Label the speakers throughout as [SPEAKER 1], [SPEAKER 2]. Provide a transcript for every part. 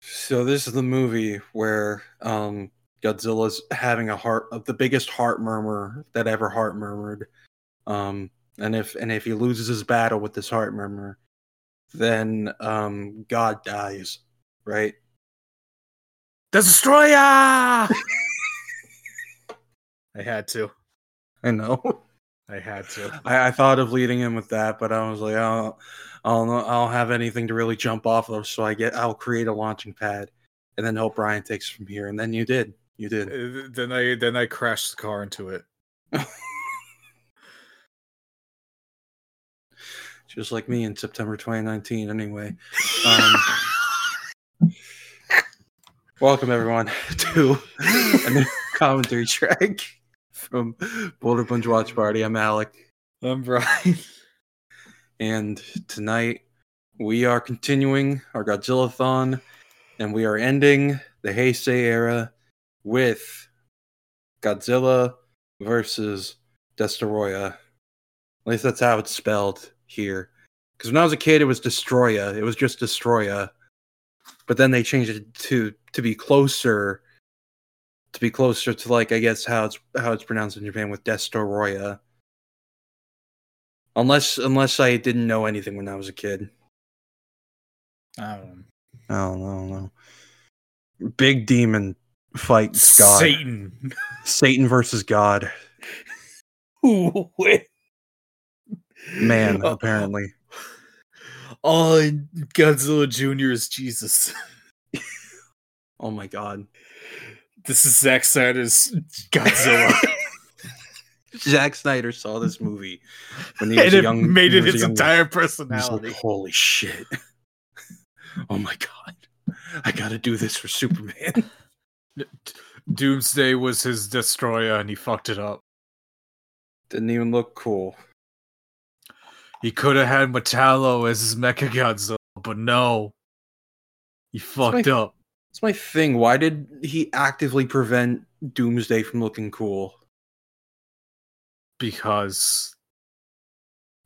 [SPEAKER 1] So this is the movie where um, Godzilla's having a heart, uh, the biggest heart murmur that ever heart murmured. Um, and if and if he loses his battle with this heart murmur, then um, God dies, right?
[SPEAKER 2] Destroyer! I had to.
[SPEAKER 1] I know.
[SPEAKER 2] I had to. Uh,
[SPEAKER 1] I, I thought of leading in with that, but I was like, "Oh, I'll, I'll, I'll have anything to really jump off of, so I get, I'll create a launching pad, and then hope Brian takes it from here. And then you did, you did.
[SPEAKER 2] Uh, Then I then I crashed the car into it.
[SPEAKER 1] Just like me in September 2019. Anyway, um, welcome everyone to a new commentary track from Boulder Punch Watch Party. I'm Alec.
[SPEAKER 2] I'm Brian.
[SPEAKER 1] And tonight we are continuing our Godzilla thon and we are ending the Heisei era with Godzilla versus Destoroyah. At least that's how it's spelled here. Because when I was a kid, it was Destroya. It was just Destroya. But then they changed it to to be closer, to be closer to like I guess how it's how it's pronounced in Japan with Destoroyah unless unless I didn't know anything when I was a kid.
[SPEAKER 2] Um,
[SPEAKER 1] I don't know. I don't know. Big demon fight God. Satan,
[SPEAKER 2] Satan.
[SPEAKER 1] versus God.
[SPEAKER 2] Who win?
[SPEAKER 1] Man,
[SPEAKER 2] Oh,
[SPEAKER 1] apparently.
[SPEAKER 2] Oh, and Godzilla Jr. is Jesus.
[SPEAKER 1] Oh my God.
[SPEAKER 2] This is Zack Snyder's Godzilla.
[SPEAKER 1] Zack Snyder saw this movie when he was
[SPEAKER 2] and
[SPEAKER 1] a
[SPEAKER 2] it
[SPEAKER 1] young. when
[SPEAKER 2] made
[SPEAKER 1] he
[SPEAKER 2] it
[SPEAKER 1] was a
[SPEAKER 2] its
[SPEAKER 1] young-
[SPEAKER 2] entire
[SPEAKER 1] he was like,
[SPEAKER 2] personality.
[SPEAKER 1] Holy shit! Oh my God! I gotta do this for Superman.
[SPEAKER 2] Doomsday was his destroyer and he fucked it up.
[SPEAKER 1] Didn't even look cool.
[SPEAKER 2] He could have had Metallo as his Mecha Godzilla, but no. He fucked
[SPEAKER 1] my-
[SPEAKER 2] up.
[SPEAKER 1] That's my thing. Why did he actively prevent Doomsday from looking cool?
[SPEAKER 2] because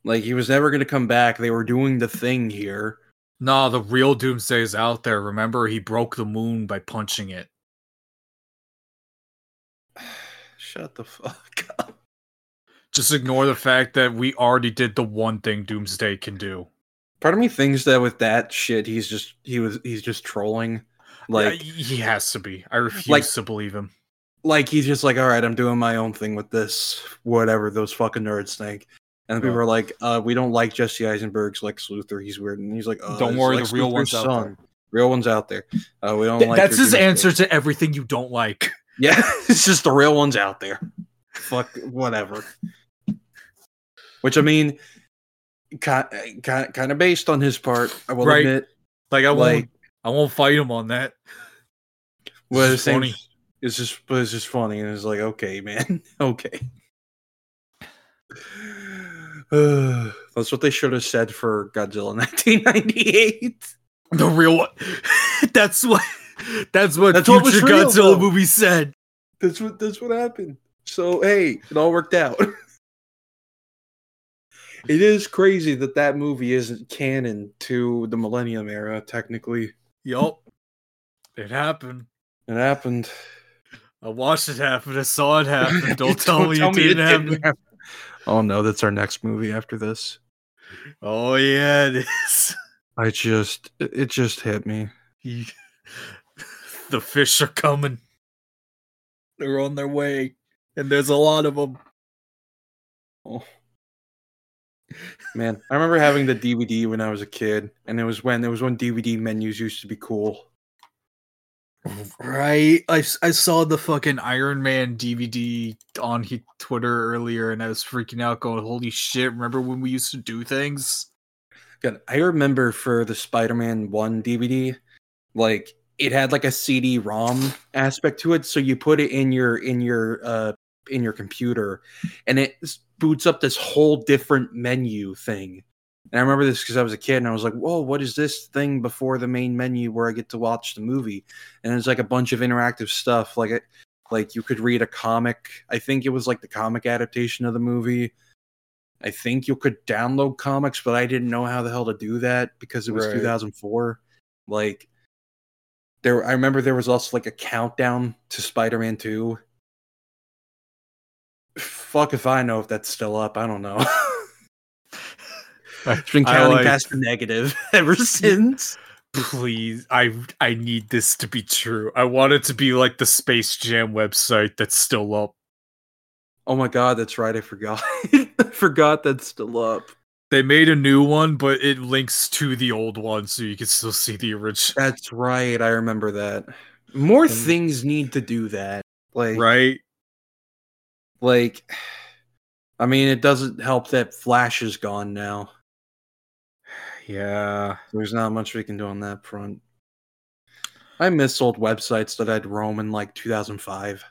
[SPEAKER 1] Like he was never going to come back. They were doing the thing here.
[SPEAKER 2] nah, the real Doomsday is out there. Remember, he broke the moon by punching it.
[SPEAKER 1] Shut the fuck up.
[SPEAKER 2] Just ignore the fact that we already did the one thing Doomsday can do.
[SPEAKER 1] Part of me thinks that with that shit, he's just he was he's just trolling. Like
[SPEAKER 2] Like he has to be. I refuse
[SPEAKER 1] Like-
[SPEAKER 2] to believe him.
[SPEAKER 1] like he's just like, all right, I'm doing my own thing with this, whatever those fucking nerds think. And the people
[SPEAKER 2] Yeah.
[SPEAKER 1] are like, uh, we don't like Jesse Eisenberg's Lex Luthor. He's weird. And he's like, uh,
[SPEAKER 2] Don't
[SPEAKER 1] it's
[SPEAKER 2] worry,
[SPEAKER 1] Lex
[SPEAKER 2] the real
[SPEAKER 1] Luthor's
[SPEAKER 2] one's out there.
[SPEAKER 1] son. Real one's out there. Uh, we don't
[SPEAKER 2] Th-
[SPEAKER 1] like.
[SPEAKER 2] that's
[SPEAKER 1] your
[SPEAKER 2] his
[SPEAKER 1] Doomsday."
[SPEAKER 2] answer to everything you don't like.
[SPEAKER 1] Yeah, it's just the real ones out there. Fuck whatever. Which I mean, kind kind of based on his part, I will
[SPEAKER 2] Right.
[SPEAKER 1] admit.
[SPEAKER 2] Like I won't.
[SPEAKER 1] Like,
[SPEAKER 2] I won't fight him on that. This
[SPEAKER 1] was
[SPEAKER 2] is
[SPEAKER 1] funny.
[SPEAKER 2] funny.
[SPEAKER 1] It's just, but it's just funny, and it's like, okay, man, okay. That's what they should have said for Godzilla 1998.
[SPEAKER 2] The real one. that's what. That's what
[SPEAKER 1] That's what was
[SPEAKER 2] future
[SPEAKER 1] real,
[SPEAKER 2] Godzilla
[SPEAKER 1] though.
[SPEAKER 2] movie said.
[SPEAKER 1] That's what that's what happened. So hey, it all worked out. it is crazy that that movie isn't canon to the Millennium era. Technically,
[SPEAKER 2] Yup. It happened.
[SPEAKER 1] it happened.
[SPEAKER 2] I watched it happen. I saw it happen. Don't tell me it didn't happen.
[SPEAKER 1] happen. Oh no, that's our next movie after this.
[SPEAKER 2] Oh yeah, it is.
[SPEAKER 1] I just it it just hit me.
[SPEAKER 2] He- the fish are coming. They're on their way, and there's a lot of them.
[SPEAKER 1] Oh. Man, I remember having the DVD when I was a kid, and it was when it was when DVD menus used to be cool.
[SPEAKER 2] Right. I, s- I saw the fucking Iron Man DVD on he, Twitter earlier, and I was freaking out, going, "Holy shit! Remember when we used to do things?"
[SPEAKER 1] God, I remember for the Spider-Man One DVD, like it had like a CD-ROM aspect to it, so you put it in your in your uh in your computer, and it s- boots up this whole different menu thing. And I remember this because I was a kid, and I was like, "Whoa, what is this thing before the main menu where I get to watch the movie?" And it's like a bunch of interactive stuff, like it, like you could read a comic. I think it was like the comic adaptation of the movie. I think you could download comics, but I didn't know how the hell to do that because it was
[SPEAKER 2] Right.
[SPEAKER 1] 2004. Like, There, I remember there was also like a countdown to Spider-Man Two. Fuck if I know if that's still up. I don't know. It's been
[SPEAKER 2] I
[SPEAKER 1] counting
[SPEAKER 2] like-
[SPEAKER 1] past the negative ever since.
[SPEAKER 2] Please, I I need this to be true. I want it to be like the Space Jam website that's still up.
[SPEAKER 1] Oh my god, that's right. I forgot. I forgot that's still up.
[SPEAKER 2] They made a new one, but it links to the old one, so you can still see the original.
[SPEAKER 1] That's right. I remember that. More
[SPEAKER 2] And-
[SPEAKER 1] things need to do that. Like,
[SPEAKER 2] Right?
[SPEAKER 1] like, I mean, it doesn't help that Flash is gone now.
[SPEAKER 2] Yeah.
[SPEAKER 1] There's not much we can do on that front. I miss old websites that I'd roam in like 2005.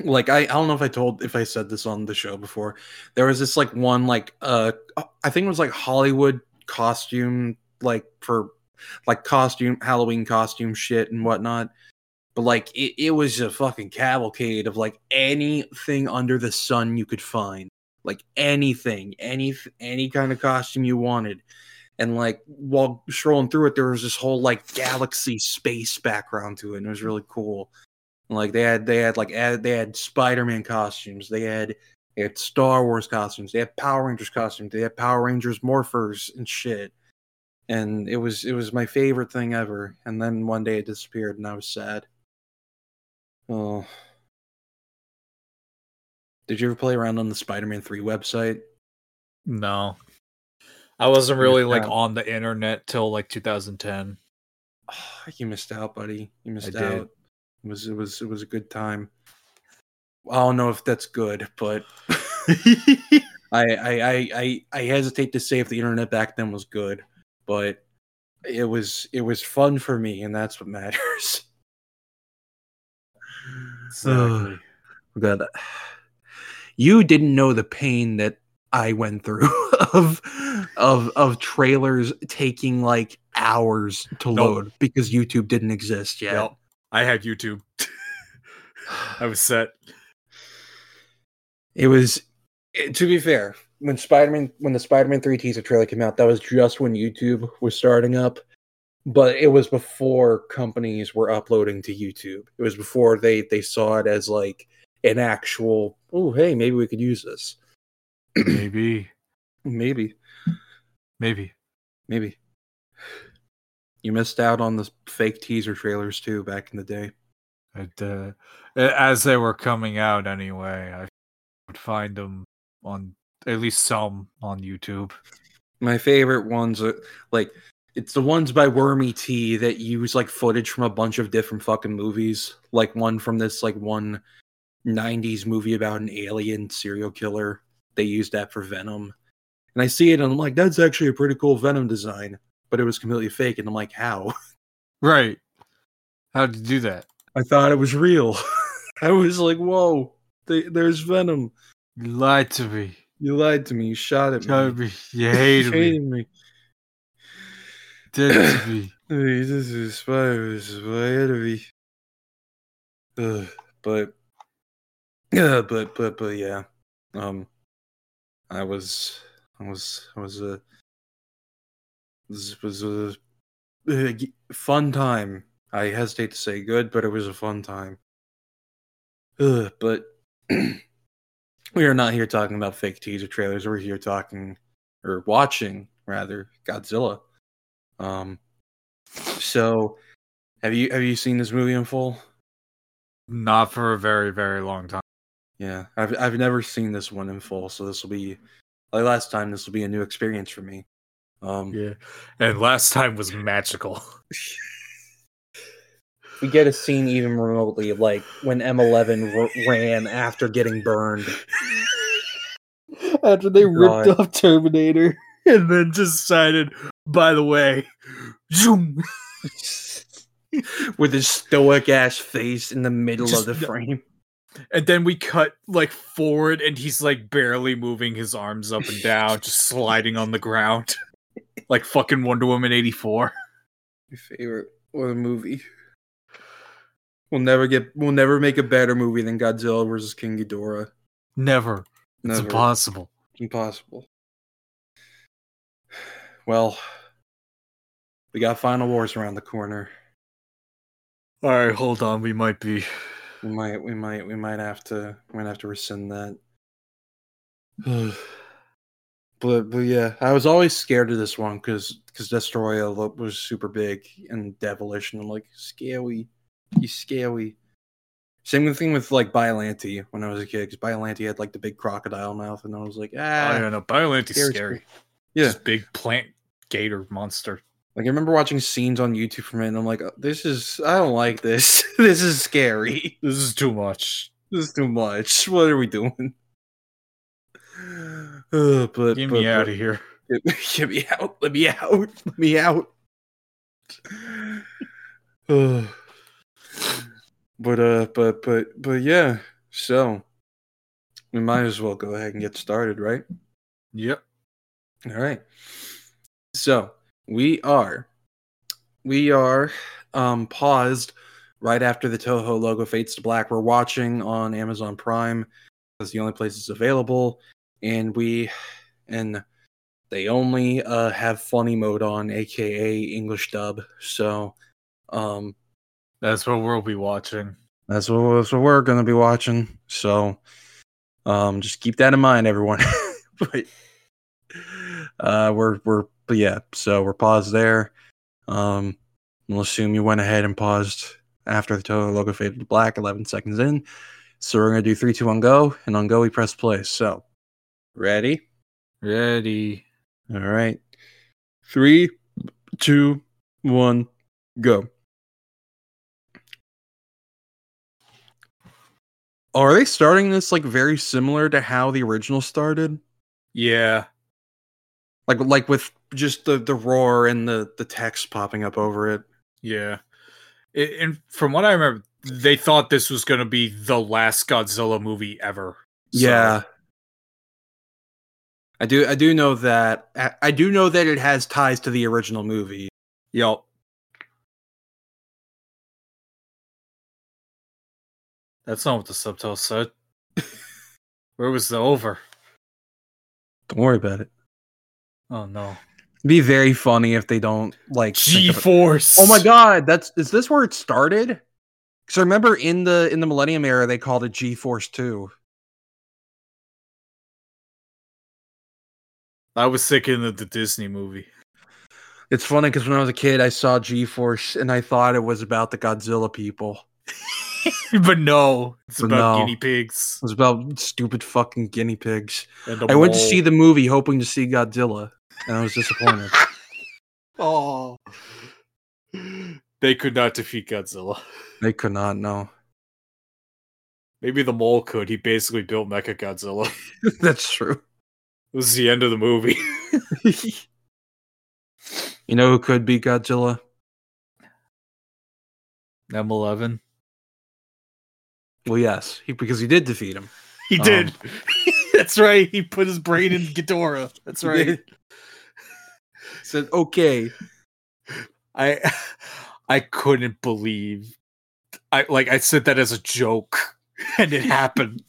[SPEAKER 1] Like I, I don't know if I told if I said this on the show before. There was this like one like uh I think it was like Hollywood costume like for like costume Halloween costume shit and whatnot. But like it, it was a fucking cavalcade of like anything under the sun you could find like anything, any any kind of costume you wanted. And like while scrolling through it, there was this whole like galaxy space background to it, and it was really cool. And, like they had they had like ad, they had Spider Man costumes, they had they had Star Wars costumes, they had Power Rangers costumes, they had Power Rangers morphers and shit. And it was it was my favorite thing ever. And then one day it disappeared, and I was sad. Oh. Did you ever play around on the Spider-Man 3 website?
[SPEAKER 2] No. I wasn't really like
[SPEAKER 1] Yeah.
[SPEAKER 2] on the internet till like 2010.
[SPEAKER 1] Ah, you missed out, buddy. You missed
[SPEAKER 2] did.
[SPEAKER 1] out. It was it was it was a good time. I don't know if that's good, but I I I I, I hesitate to say if the internet back then was good, but it was it was fun for me, and that's what matters.
[SPEAKER 2] Exactly.
[SPEAKER 1] that you didn't know the pain that I went through of of of trailers taking like hours to
[SPEAKER 2] Nope.
[SPEAKER 1] load because YouTube didn't exist yet.
[SPEAKER 2] Yep. I had YouTube. I was set.
[SPEAKER 1] It was it- to be fair, when Spider-Man when the Spider-Man 3 teaser trailer came out, that was just when YouTube was starting up, but it was before companies were uploading to YouTube. It was before they they saw it as like an actual, oh hey, maybe we could use this.
[SPEAKER 2] Maybe.
[SPEAKER 1] Maybe,
[SPEAKER 2] Maybe.
[SPEAKER 1] maybe. You missed out on the fake teaser trailers too back in the day.
[SPEAKER 2] It, uh, a- as they were coming out anyway, I would find them on at least some on YouTube.
[SPEAKER 1] My favorite ones are like it's the ones by Wormy T that use like footage from a bunch of different fucking movies. Like one from this like one 90s movie about an alien serial killer. They used that for Venom. And I see it and I'm like, that's actually a pretty cool Venom design. But it was completely fake. And I'm like, how?
[SPEAKER 2] Right. How'd you do that?
[SPEAKER 1] I thought it was real. I was like, whoa, they, there's Venom.
[SPEAKER 2] You lied to me.
[SPEAKER 1] You lied to me. You shot at me.
[SPEAKER 2] Told me You
[SPEAKER 1] You
[SPEAKER 2] hated me.
[SPEAKER 1] hated me.
[SPEAKER 2] Did it to me.
[SPEAKER 1] Hey, This is Spiders by enemy. Ugh, but yeah, but but but yeah. Um, I was I was I was a this was a uh, g- fun time. I hesitate to say good, but it was a fun time. Ugh, but we are not here talking about fake teaser trailers. We're here talking or watching rather Godzilla. Um. So, have you have you seen this movie in full?
[SPEAKER 2] Not for a very, very long time.
[SPEAKER 1] Yeah, I've I've never seen this one in full, so this will be like last time. This will be a new experience for me. Um,
[SPEAKER 2] Yeah. And last time was magical.
[SPEAKER 1] We get a scene even remotely like when M11 r- ran after getting burned.
[SPEAKER 2] After they
[SPEAKER 1] ripped
[SPEAKER 2] off Terminator. And then just decided, by the way, zoom.
[SPEAKER 1] With his stoic ass face in the middle
[SPEAKER 2] Just-
[SPEAKER 1] of the frame.
[SPEAKER 2] And then we cut like forward and he's like barely moving his arms up and down, just sliding on the ground. Like fucking Wonder Woman 84.
[SPEAKER 1] My favorite or movie. We'll never get. We'll never make a better movie than Godzilla versus King Ghidorah.
[SPEAKER 2] Never. It's
[SPEAKER 1] Never.
[SPEAKER 2] impossible.
[SPEAKER 1] Impossible. Well, We got Final Wars around the corner.
[SPEAKER 2] All right, hold on. We might be.
[SPEAKER 1] We might, we might, we might have to, we might have to rescind that. but but yeah, I was always scared of this one because because Destroyer lo- was super big and devilish and like scary. He's scary. Same thing with like Biollante when I was a kid because Biollante had like the big crocodile mouth and I was like
[SPEAKER 2] I
[SPEAKER 1] ah
[SPEAKER 2] don't know. Biolante's
[SPEAKER 1] Scares
[SPEAKER 2] Oh, scary.
[SPEAKER 1] me.
[SPEAKER 2] This big plant gator monster.
[SPEAKER 1] like I remember watching scenes on YouTube from it and I'm like "Oh, this is I don't like this this is scary
[SPEAKER 2] This is too much.
[SPEAKER 1] this is too much what are we doing uh, but
[SPEAKER 2] Get
[SPEAKER 1] but-
[SPEAKER 2] me out
[SPEAKER 1] but-
[SPEAKER 2] of here.
[SPEAKER 1] Get, get me out. Let me out. Let me out. Ugh. but uh but but but yeah. So we might as well go ahead and get started, right?
[SPEAKER 2] Yep.
[SPEAKER 1] All right. So we are we are um paused right after the Toho logo fades to black. We're watching on Amazon Prime. That's the only place it's available. And we and they only uh have funny mode on, aka English dub. So um
[SPEAKER 2] That's what we'll be watching.
[SPEAKER 1] that's what, that's what we're gonna be watching. So, um, just keep that in mind, everyone. but uh, we're we're but yeah, so we're paused there. Um, we'll assume you went ahead and paused after the total logo faded to black, eleven seconds in. So we're gonna do three, two, one, go, and on go we press play. So, ready?
[SPEAKER 2] Ready.
[SPEAKER 1] All right, three, two, one, go. Are they starting this like very similar to how the original started?
[SPEAKER 2] Yeah.
[SPEAKER 1] Like like with just the the roar and the the text popping up over it.
[SPEAKER 2] Yeah. It, and from what I remember, they thought this was going to be the last Godzilla movie ever. So,
[SPEAKER 1] Yeah. I do I do know that I, I do know that it has ties to the original movie.
[SPEAKER 2] Yep. That's not what the subtitle said. Where was the over?
[SPEAKER 1] Don't worry about it.
[SPEAKER 2] Oh no.
[SPEAKER 1] It'd be very funny if they don't like
[SPEAKER 2] G
[SPEAKER 1] think of it.
[SPEAKER 2] Force.
[SPEAKER 1] Oh my god, that's is this where it started? Because I remember in the in the Millennium era they called it G Force Two.
[SPEAKER 2] I was thinking of the Disney movie.
[SPEAKER 1] It's funny because when I was a kid I saw G Force and I thought it was about the Godzilla people.
[SPEAKER 2] but no, it's
[SPEAKER 1] But no.
[SPEAKER 2] about guinea pigs.
[SPEAKER 1] It was about stupid fucking guinea pigs.
[SPEAKER 2] And
[SPEAKER 1] I went to see the movie hoping to see Godzilla, and I was disappointed.
[SPEAKER 2] Oh. They could not defeat Godzilla.
[SPEAKER 1] they could not know.
[SPEAKER 2] Maybe the mole could. He basically built Mecha Godzilla.
[SPEAKER 1] That's true.
[SPEAKER 2] This is the end of the movie.
[SPEAKER 1] you know who could be Godzilla?
[SPEAKER 2] M11.
[SPEAKER 1] Well, yes, he, because he did defeat him.
[SPEAKER 2] He
[SPEAKER 1] Um,
[SPEAKER 2] did. That's right. He put his brain in Ghidorah. That's
[SPEAKER 1] He
[SPEAKER 2] right.
[SPEAKER 1] did. Said okay.
[SPEAKER 2] I I couldn't believe I like I said that as a joke and it happened.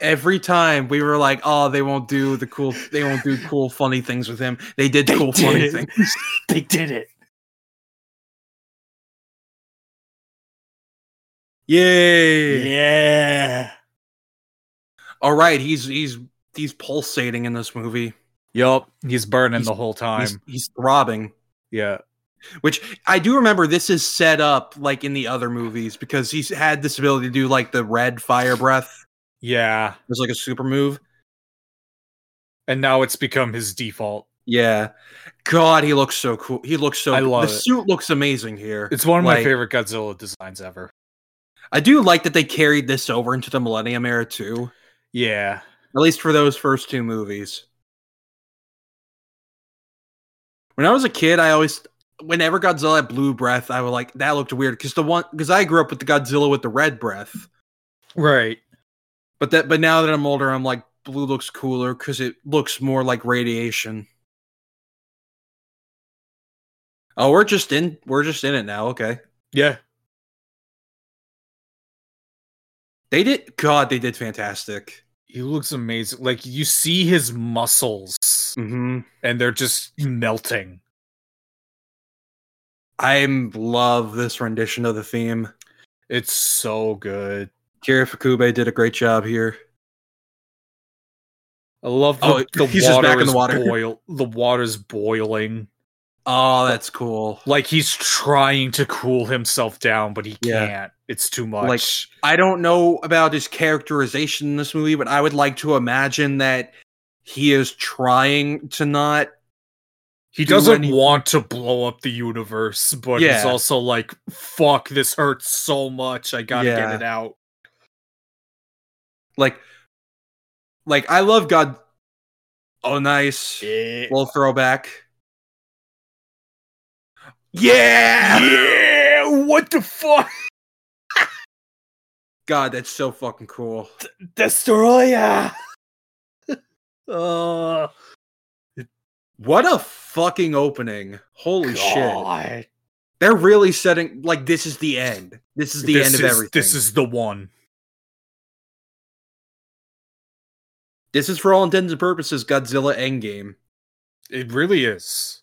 [SPEAKER 1] every time we were like, "Oh, they won't do the cool. They won't do cool, funny things with him." They did
[SPEAKER 2] They
[SPEAKER 1] cool, funny
[SPEAKER 2] did.
[SPEAKER 1] things.
[SPEAKER 2] They did it.
[SPEAKER 1] Yay!
[SPEAKER 2] Yeah.
[SPEAKER 1] All right, he's he's he's pulsating in this movie.
[SPEAKER 2] Yup. He's burning
[SPEAKER 1] He's-
[SPEAKER 2] the whole time.
[SPEAKER 1] He's, he's throbbing.
[SPEAKER 2] yeah.
[SPEAKER 1] Which I do remember. This is set up like in the other movies because he's had this ability to do like the red fire breath.
[SPEAKER 2] Yeah.
[SPEAKER 1] It was like a super move.
[SPEAKER 2] And now it's become his default.
[SPEAKER 1] Yeah. God, he looks so cool. He looks so.
[SPEAKER 2] I love
[SPEAKER 1] the
[SPEAKER 2] it.
[SPEAKER 1] suit looks amazing here.
[SPEAKER 2] It's one of my
[SPEAKER 1] Like-
[SPEAKER 2] favorite Godzilla designs ever.
[SPEAKER 1] I do like that they carried this over into the Millennium era too.
[SPEAKER 2] Yeah.
[SPEAKER 1] At least for those first two movies. When I was a kid, I always whenever Godzilla had blue breath, I was like, that looked weird. Because the one because I grew up with the Godzilla with the red breath.
[SPEAKER 2] Right.
[SPEAKER 1] But that but now that I'm older, I'm like, blue looks cooler because it looks more like radiation. Oh, we're just in we're just in it now, okay.
[SPEAKER 2] Yeah.
[SPEAKER 1] They did God, they did fantastic.
[SPEAKER 2] He looks amazing. Like you see his muscles
[SPEAKER 1] Mm-hmm.
[SPEAKER 2] and they're just melting.
[SPEAKER 1] I love this rendition of the theme.
[SPEAKER 2] It's so good.
[SPEAKER 1] Kira Fukube did a great job here.
[SPEAKER 2] I love the,
[SPEAKER 1] Oh,
[SPEAKER 2] the
[SPEAKER 1] he's just
[SPEAKER 2] water
[SPEAKER 1] back in
[SPEAKER 2] is
[SPEAKER 1] the water.
[SPEAKER 2] boil the water's boiling.
[SPEAKER 1] Oh, that's cool.
[SPEAKER 2] Like he's trying to cool himself down, but he
[SPEAKER 1] Yeah.
[SPEAKER 2] can't. It's too much.
[SPEAKER 1] Like- I don't know about his characterization in this movie, but I would like to imagine that he is trying to not.
[SPEAKER 2] he
[SPEAKER 1] do
[SPEAKER 2] doesn't
[SPEAKER 1] any-
[SPEAKER 2] want to blow up the universe, but he's
[SPEAKER 1] Yeah.
[SPEAKER 2] also like, fuck, this hurts so much. I gotta
[SPEAKER 1] Yeah.
[SPEAKER 2] get it out.
[SPEAKER 1] Like, like I love God. Oh, nice.
[SPEAKER 2] Yeah.
[SPEAKER 1] Little throwback. Yeah!
[SPEAKER 2] yeah! What the fuck?
[SPEAKER 1] God, that's so fucking cool.
[SPEAKER 2] Destroyer! uh,
[SPEAKER 1] What a fucking opening. Holy shit.
[SPEAKER 2] God.
[SPEAKER 1] They're really setting, like, this is the end. This is the
[SPEAKER 2] This
[SPEAKER 1] end of
[SPEAKER 2] is-
[SPEAKER 1] everything.
[SPEAKER 2] This is the one.
[SPEAKER 1] this is for all intents and purposes Godzilla Endgame.
[SPEAKER 2] It really is.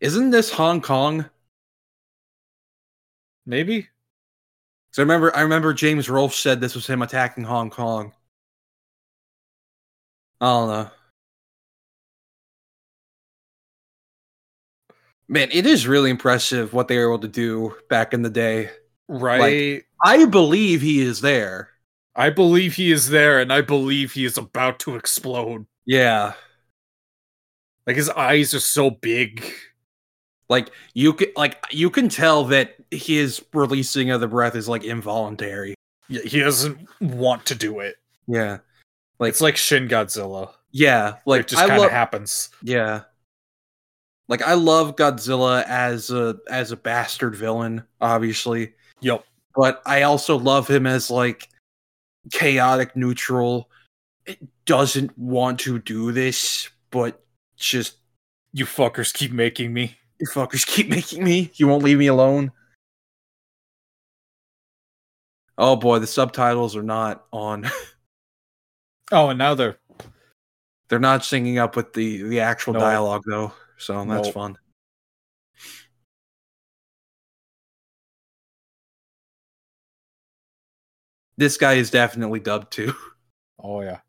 [SPEAKER 1] Isn't this Hong Kong?
[SPEAKER 2] Maybe?
[SPEAKER 1] So I remember, I remember James Rolfe said this was him attacking Hong Kong. I don't know. Man, it is really impressive what they were able to do back in the day.
[SPEAKER 2] Right?
[SPEAKER 1] I believe he is there.
[SPEAKER 2] I believe he is there, and I believe he is about to explode.
[SPEAKER 1] Yeah,
[SPEAKER 2] Like his eyes are so big.
[SPEAKER 1] like you can, like you can tell that his releasing of the breath is like involuntary.
[SPEAKER 2] Yeah, He doesn't want to do it.
[SPEAKER 1] Yeah, Like-
[SPEAKER 2] it's like Shin Godzilla.
[SPEAKER 1] yeah. Like
[SPEAKER 2] it just
[SPEAKER 1] I
[SPEAKER 2] kind of
[SPEAKER 1] love,
[SPEAKER 2] happens.
[SPEAKER 1] Yeah. Like I love Godzilla as a as a bastard villain, obviously,
[SPEAKER 2] Yep.
[SPEAKER 1] but I also love him as like chaotic neutral. It doesn't want to do this, but just
[SPEAKER 2] You fuckers keep making me.
[SPEAKER 1] you fuckers keep making me. You won't leave me alone. Oh boy, the subtitles are not on.
[SPEAKER 2] Oh, and now they're
[SPEAKER 1] They're not syncing up with the the actual
[SPEAKER 2] No.
[SPEAKER 1] dialogue though, so that's
[SPEAKER 2] No.
[SPEAKER 1] fun. This guy is definitely dubbed too.
[SPEAKER 2] Oh yeah.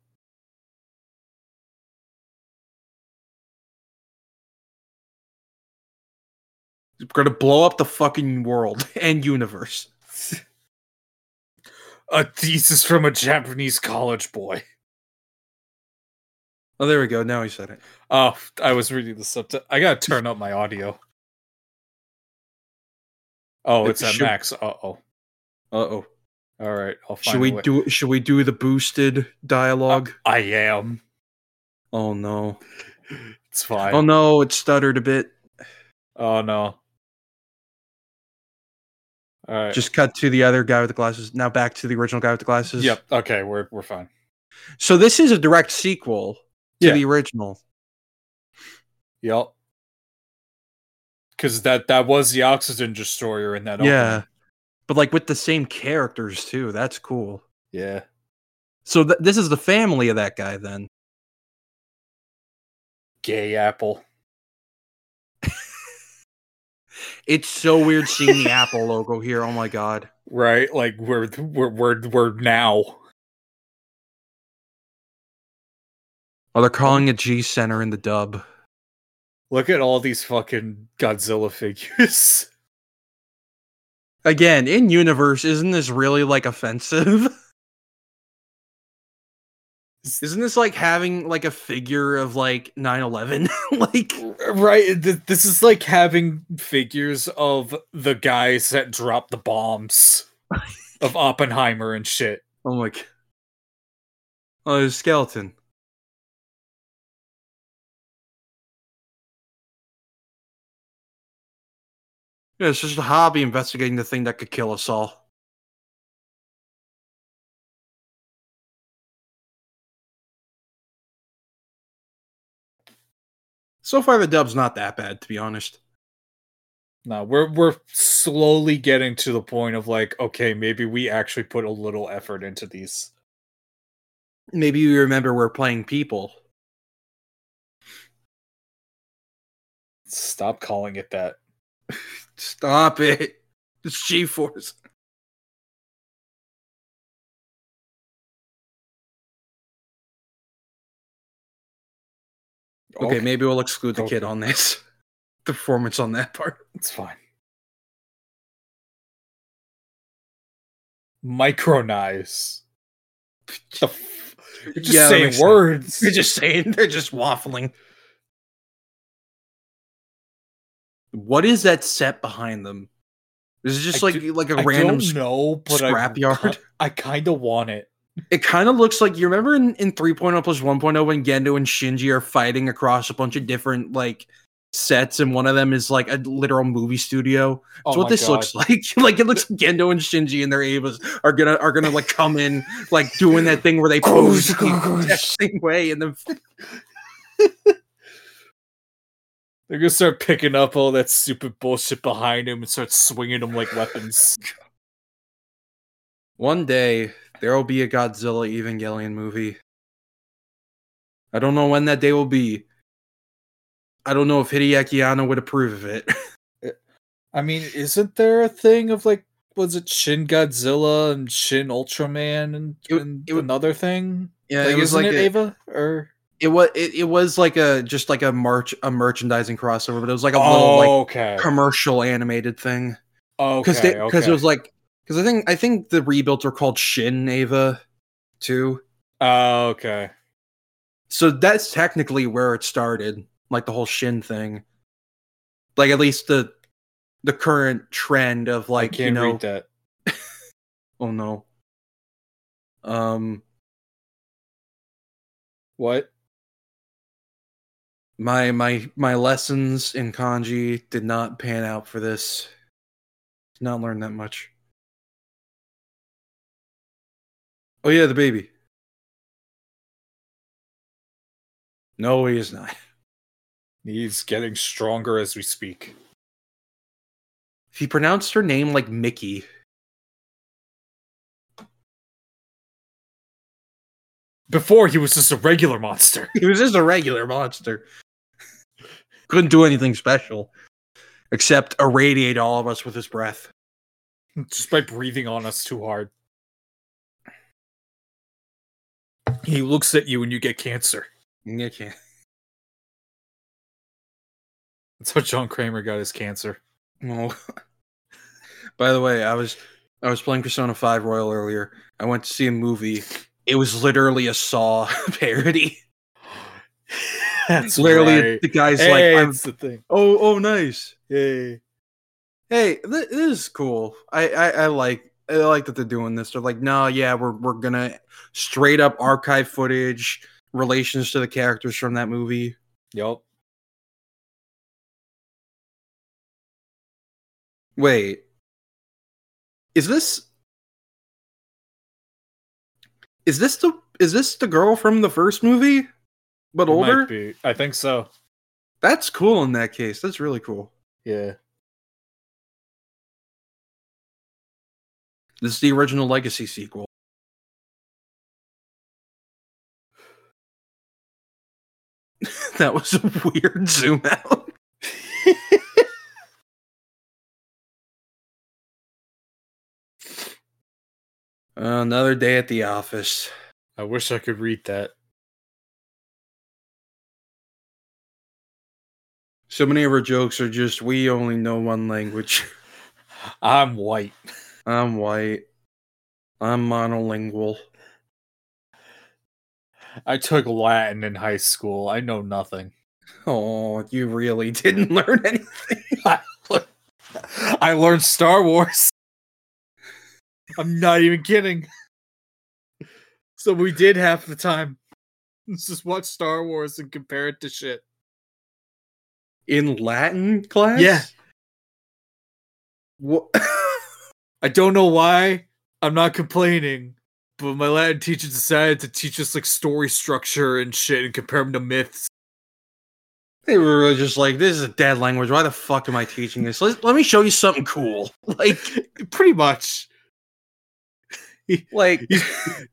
[SPEAKER 1] We're gonna blow up the fucking world and universe.
[SPEAKER 2] A thesis from a Japanese college boy.
[SPEAKER 1] Oh, there we go. Now he said it.
[SPEAKER 2] Oh, I was reading the subtitle. I gotta turn up my audio. Oh, it's at
[SPEAKER 1] Should-
[SPEAKER 2] max. Uh oh.
[SPEAKER 1] Uh oh.
[SPEAKER 2] All right, I'll find.
[SPEAKER 1] Should
[SPEAKER 2] a
[SPEAKER 1] we
[SPEAKER 2] way- Uh,
[SPEAKER 1] do? Should we do the boosted dialogue?
[SPEAKER 2] I am.
[SPEAKER 1] oh no.
[SPEAKER 2] It's fine.
[SPEAKER 1] Oh no. It stuttered a bit.
[SPEAKER 2] Oh no. All right.
[SPEAKER 1] Just cut to the other guy with the glasses. Now back to the original guy with the glasses.
[SPEAKER 2] yep. Okay, we're we're fine.
[SPEAKER 1] So this is a direct sequel to
[SPEAKER 2] Yeah.
[SPEAKER 1] the original.
[SPEAKER 2] Yep. Because that that was the oxygen destroyer in that.
[SPEAKER 1] Yeah.
[SPEAKER 2] opening.
[SPEAKER 1] But like with the same characters too. That's cool.
[SPEAKER 2] Yeah.
[SPEAKER 1] So th- this is the family of that guy then.
[SPEAKER 2] Gay apple.
[SPEAKER 1] It's so weird seeing the Apple logo here. Oh my god.
[SPEAKER 2] Right. Like we're we're we're we're now.
[SPEAKER 1] Oh, they're calling it G Center in the dub.
[SPEAKER 2] Look at all these fucking Godzilla figures.
[SPEAKER 1] Again, in universe, isn't this really like offensive? isn't this like having like a figure of like 9-11? like
[SPEAKER 2] right. th- This is like having figures of the guys that dropped the bombs of Oppenheimer and shit.
[SPEAKER 1] I'm like Oh, there's a skeleton. Yeah, it's just a hobby investigating the thing that could kill us all. So far, the dub's not that bad, to be honest.
[SPEAKER 2] No, we're we're slowly getting to the point of like, okay, maybe we actually put a little effort into these.
[SPEAKER 1] Maybe you remember we're playing people.
[SPEAKER 2] Stop calling it that.
[SPEAKER 1] Stop it. It's G Force. Okay, maybe we'll exclude the kid
[SPEAKER 2] Okay.
[SPEAKER 1] on this. The performance on that part.
[SPEAKER 2] It's fine. Micronize. The f- You're just
[SPEAKER 1] Yeah, that
[SPEAKER 2] saying
[SPEAKER 1] makes sense.
[SPEAKER 2] words.
[SPEAKER 1] You're just saying they're just waffling. What is that set behind them? Is it just
[SPEAKER 2] I
[SPEAKER 1] like
[SPEAKER 2] do-
[SPEAKER 1] like a
[SPEAKER 2] I
[SPEAKER 1] random?
[SPEAKER 2] don't
[SPEAKER 1] s-
[SPEAKER 2] know, but
[SPEAKER 1] scrapyard.
[SPEAKER 2] I, I kind of want it.
[SPEAKER 1] It kind of looks like you remember in, in 3.0 plus 1.0 when Gendo and Shinji are fighting across a bunch of different like sets, and one of them is like a literal movie studio. That's
[SPEAKER 2] Oh
[SPEAKER 1] what
[SPEAKER 2] my
[SPEAKER 1] this
[SPEAKER 2] God.
[SPEAKER 1] looks like. like it looks like Gendo and Shinji and their Avas are gonna are gonna like come in like doing that thing where they pose the exact same way and then
[SPEAKER 2] They're gonna start picking up all that stupid bullshit behind him and start swinging him like weapons.
[SPEAKER 1] One day there will be a Godzilla Evangelion movie. I don't know when that day will be. I don't know if Hideaki Anno would approve of it.
[SPEAKER 2] I mean, isn't there a thing of like, was it Shin Godzilla and Shin Ultraman and,
[SPEAKER 1] It w-
[SPEAKER 2] and
[SPEAKER 1] it w-
[SPEAKER 2] another thing?
[SPEAKER 1] Yeah,
[SPEAKER 2] Like, isn't it Ava or
[SPEAKER 1] it was it, it was like a just like a march a merchandising crossover, but it was like a
[SPEAKER 2] oh,
[SPEAKER 1] little
[SPEAKER 2] okay,
[SPEAKER 1] like commercial animated thing because
[SPEAKER 2] because
[SPEAKER 1] because it was like because I think I think the rebuilds are called Shin Ava too.
[SPEAKER 2] oh, okay.
[SPEAKER 1] So that's technically where it started, like the whole Shin thing. Like at least the the current trend of
[SPEAKER 2] Like,
[SPEAKER 1] like
[SPEAKER 2] I
[SPEAKER 1] you
[SPEAKER 2] can't
[SPEAKER 1] know
[SPEAKER 2] read that.
[SPEAKER 1] oh no. Um
[SPEAKER 2] What?
[SPEAKER 1] my my my lessons in kanji did not pan out for this. Did not learn that much. Oh yeah, the baby. No, he is not.
[SPEAKER 2] He's getting stronger as we speak.
[SPEAKER 1] He pronounced her name like Mickey.
[SPEAKER 2] Before he was just a regular monster.
[SPEAKER 1] He was just a regular monster. Couldn't do anything special except irradiate all of us with his breath.
[SPEAKER 2] just by breathing on us too hard. He looks at you and you get cancer.
[SPEAKER 1] You can't.
[SPEAKER 2] That's how John Kramer got his cancer.
[SPEAKER 1] No. By the way, I was I was playing Persona 5 Royal earlier. I went to see a movie. It was literally a Saw parody.
[SPEAKER 2] That's
[SPEAKER 1] literally
[SPEAKER 2] right.
[SPEAKER 1] the guy's
[SPEAKER 2] hey,
[SPEAKER 1] like, I'm,
[SPEAKER 2] that's the thing.
[SPEAKER 1] "Oh, oh nice.
[SPEAKER 2] Hey.
[SPEAKER 1] Hey, th- this is cool. I, I I like I like that they're doing this. They're like, "No, yeah, we're we're going to straight up archive footage, relations to the characters from that movie."
[SPEAKER 2] Yup.
[SPEAKER 1] Wait. Is this Is this the is this the girl from the first movie? But
[SPEAKER 2] It might
[SPEAKER 1] older?
[SPEAKER 2] be. I think so.
[SPEAKER 1] That's cool in that case. That's really cool.
[SPEAKER 2] Yeah.
[SPEAKER 1] This is the original Legacy sequel. that was a weird zoom out. Another day at the office.
[SPEAKER 2] I wish I could read that.
[SPEAKER 1] So many of our jokes are just we only know one language.
[SPEAKER 2] I'm white.
[SPEAKER 1] I'm white. I'm monolingual.
[SPEAKER 2] I took Latin in high school. I know nothing.
[SPEAKER 1] Oh, you really didn't learn anything.
[SPEAKER 2] I learned Star Wars. I'm not even kidding. So we did half the time. Let's just watch Star Wars and compare it to shit.
[SPEAKER 1] in Latin class?
[SPEAKER 2] Yeah.
[SPEAKER 1] What?
[SPEAKER 2] I don't know why. I'm not complaining. But my Latin teacher decided to teach us like story structure and shit and compare them to myths.
[SPEAKER 1] they were really just like, this is a dead language. Why the fuck am I teaching this? Let, let me show you something cool. Like,
[SPEAKER 2] Pretty much.
[SPEAKER 1] Like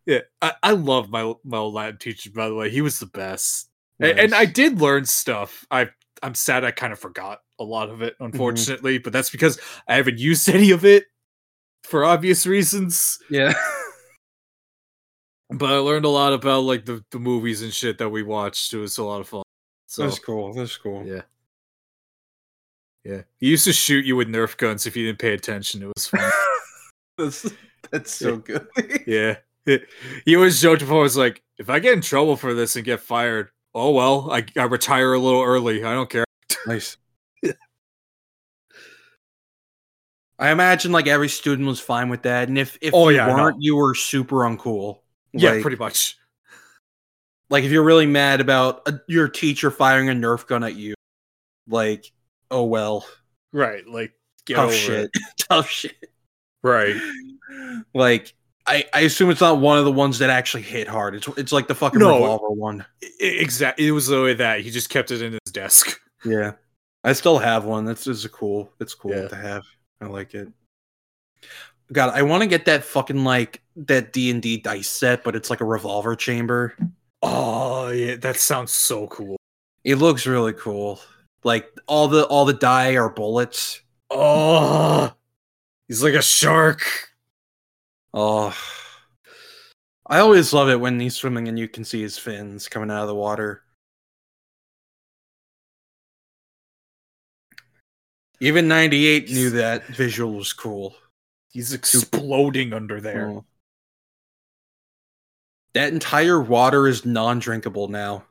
[SPEAKER 2] yeah, I, I love my my old Latin teacher. By the way, he was the best, A- and,
[SPEAKER 1] Nice.
[SPEAKER 2] I did learn stuff. I I'm sad I kind of forgot a lot of it,
[SPEAKER 1] Mm-hmm.
[SPEAKER 2] unfortunately, but that's because I haven't used any of it for obvious reasons.
[SPEAKER 1] yeah.
[SPEAKER 2] But I learned a lot about like the, the movies and shit that we watched. It was a lot of fun. So
[SPEAKER 1] That's cool. That's cool.
[SPEAKER 2] yeah, yeah, he used to shoot you with Nerf guns if you didn't pay attention. It was fun.
[SPEAKER 1] That's that's so good.
[SPEAKER 2] Yeah. He always joked before, was like, if I get in trouble for this and get fired, oh well, I, I retire a little early. I don't care.
[SPEAKER 1] nice. I imagine like every student was fine with that, and if if
[SPEAKER 2] Oh,
[SPEAKER 1] you
[SPEAKER 2] yeah, no.
[SPEAKER 1] weren't, you were super uncool.
[SPEAKER 2] yeah,
[SPEAKER 1] Like-
[SPEAKER 2] pretty much.
[SPEAKER 1] Like if you're really mad about a, your teacher firing a Nerf gun at you, like oh well,
[SPEAKER 2] Right. Like, get
[SPEAKER 1] tough
[SPEAKER 2] over
[SPEAKER 1] Oh, shit,
[SPEAKER 2] it.
[SPEAKER 1] tough shit.
[SPEAKER 2] Right.
[SPEAKER 1] Like I I assume it's not one of the ones that actually hit hard. It's it's like the fucking
[SPEAKER 2] No.
[SPEAKER 1] revolver one.
[SPEAKER 2] Exactly. e, It was the way that he just kept it in his desk.
[SPEAKER 1] Yeah. I still have one. That's is a cool. It's cool
[SPEAKER 2] Yeah.
[SPEAKER 1] to have. I like it. God, I want to get that fucking like that D and D dice set, but it's like a revolver chamber.
[SPEAKER 2] Oh, yeah. That sounds so cool.
[SPEAKER 1] It looks really cool. Like all the all the die are bullets.
[SPEAKER 2] Oh, he's like a shark.
[SPEAKER 1] Oh, I always love it when he's swimming and you can see his fins coming out of the water. Even ninety eight knew that visual was cool.
[SPEAKER 2] He's exploding under there.
[SPEAKER 1] Oh. That entire water is non-drinkable now.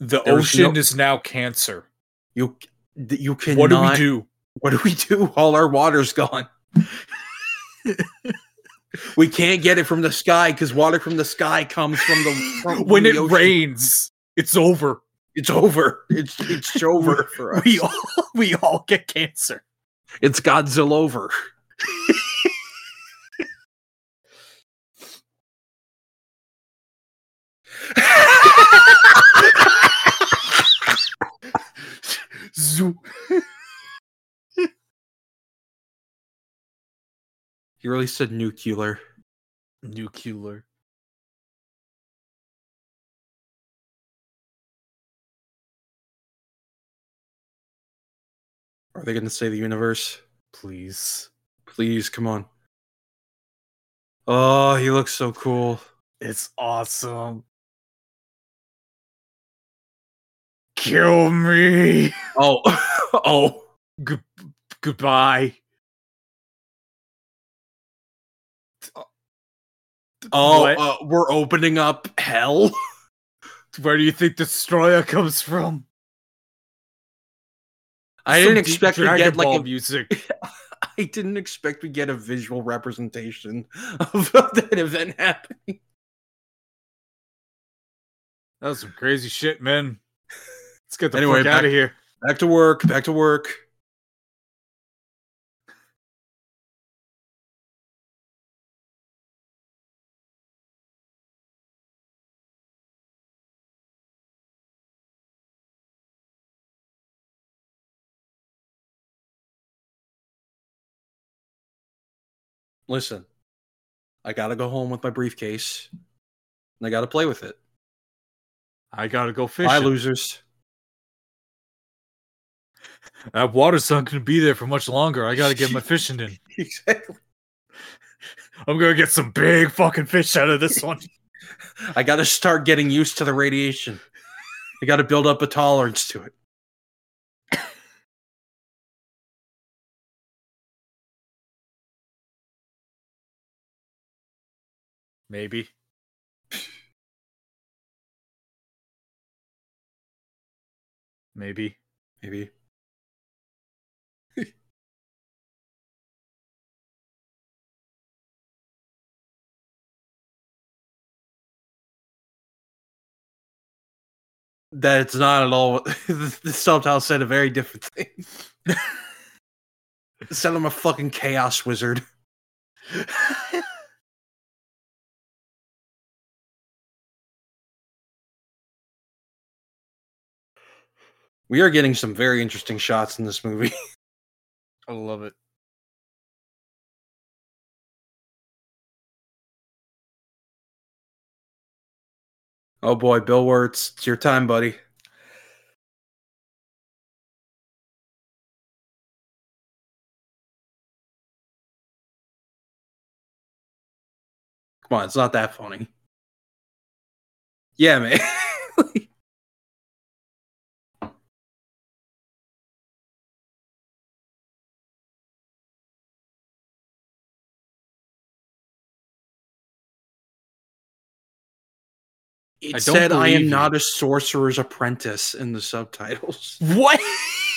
[SPEAKER 2] The
[SPEAKER 1] There was
[SPEAKER 2] ocean
[SPEAKER 1] no-
[SPEAKER 2] is now cancer.
[SPEAKER 1] You th- you cannot.
[SPEAKER 2] What do we do?
[SPEAKER 1] What do we do? All our water's gone. we can't get it from the sky because water from the sky comes from the from
[SPEAKER 2] When
[SPEAKER 1] the
[SPEAKER 2] it
[SPEAKER 1] ocean.
[SPEAKER 2] rains, it's over.
[SPEAKER 1] It's over. It's it's over for us.
[SPEAKER 2] we all we all get cancer.
[SPEAKER 1] it's Godzilla over.
[SPEAKER 2] Zoo.
[SPEAKER 1] He really said nuclear.
[SPEAKER 2] Nuclear.
[SPEAKER 1] Are they going to say the universe?
[SPEAKER 2] Please.
[SPEAKER 1] Please come on. Oh, he looks so cool.
[SPEAKER 2] It's awesome. Kill me.
[SPEAKER 1] Oh, oh.
[SPEAKER 2] Good goodbye.
[SPEAKER 1] Oh,
[SPEAKER 2] What?
[SPEAKER 1] uh, we're opening up hell.
[SPEAKER 2] Where do you think Destroyer comes from?
[SPEAKER 1] I
[SPEAKER 2] Some
[SPEAKER 1] didn't
[SPEAKER 2] deep
[SPEAKER 1] expect to
[SPEAKER 2] Dragon
[SPEAKER 1] get like
[SPEAKER 2] Ball
[SPEAKER 1] a,
[SPEAKER 2] music.
[SPEAKER 1] I didn't expect we get a visual representation of that event happening.
[SPEAKER 2] That was some crazy shit, man. Let's get the
[SPEAKER 1] Anyway,
[SPEAKER 2] fuck
[SPEAKER 1] back-
[SPEAKER 2] out of here.
[SPEAKER 1] Back to work. Back to work. Listen, I gotta go home with my briefcase, and I gotta play with it.
[SPEAKER 2] I gotta go fishing.
[SPEAKER 1] Bye, losers.
[SPEAKER 2] That water's not going to be there for much longer. I got to get my fishing in.
[SPEAKER 1] Exactly.
[SPEAKER 2] I'm going to get some big fucking fish out of this one.
[SPEAKER 1] I got to start getting used to the radiation. I got to build up a tolerance to it.
[SPEAKER 2] Maybe. Maybe.
[SPEAKER 1] Maybe. that it's not at all. the subtitle said a very different thing. It said I'm a fucking chaos wizard. We are getting some very interesting shots in this movie.
[SPEAKER 2] I love it.
[SPEAKER 1] Oh boy, Bill Wirtz, it's your time, buddy. Come on, it's not that funny. Yeah, man. It
[SPEAKER 2] I don't
[SPEAKER 1] said I am
[SPEAKER 2] believe you."
[SPEAKER 1] not a sorcerer's apprentice in the subtitles.
[SPEAKER 2] What?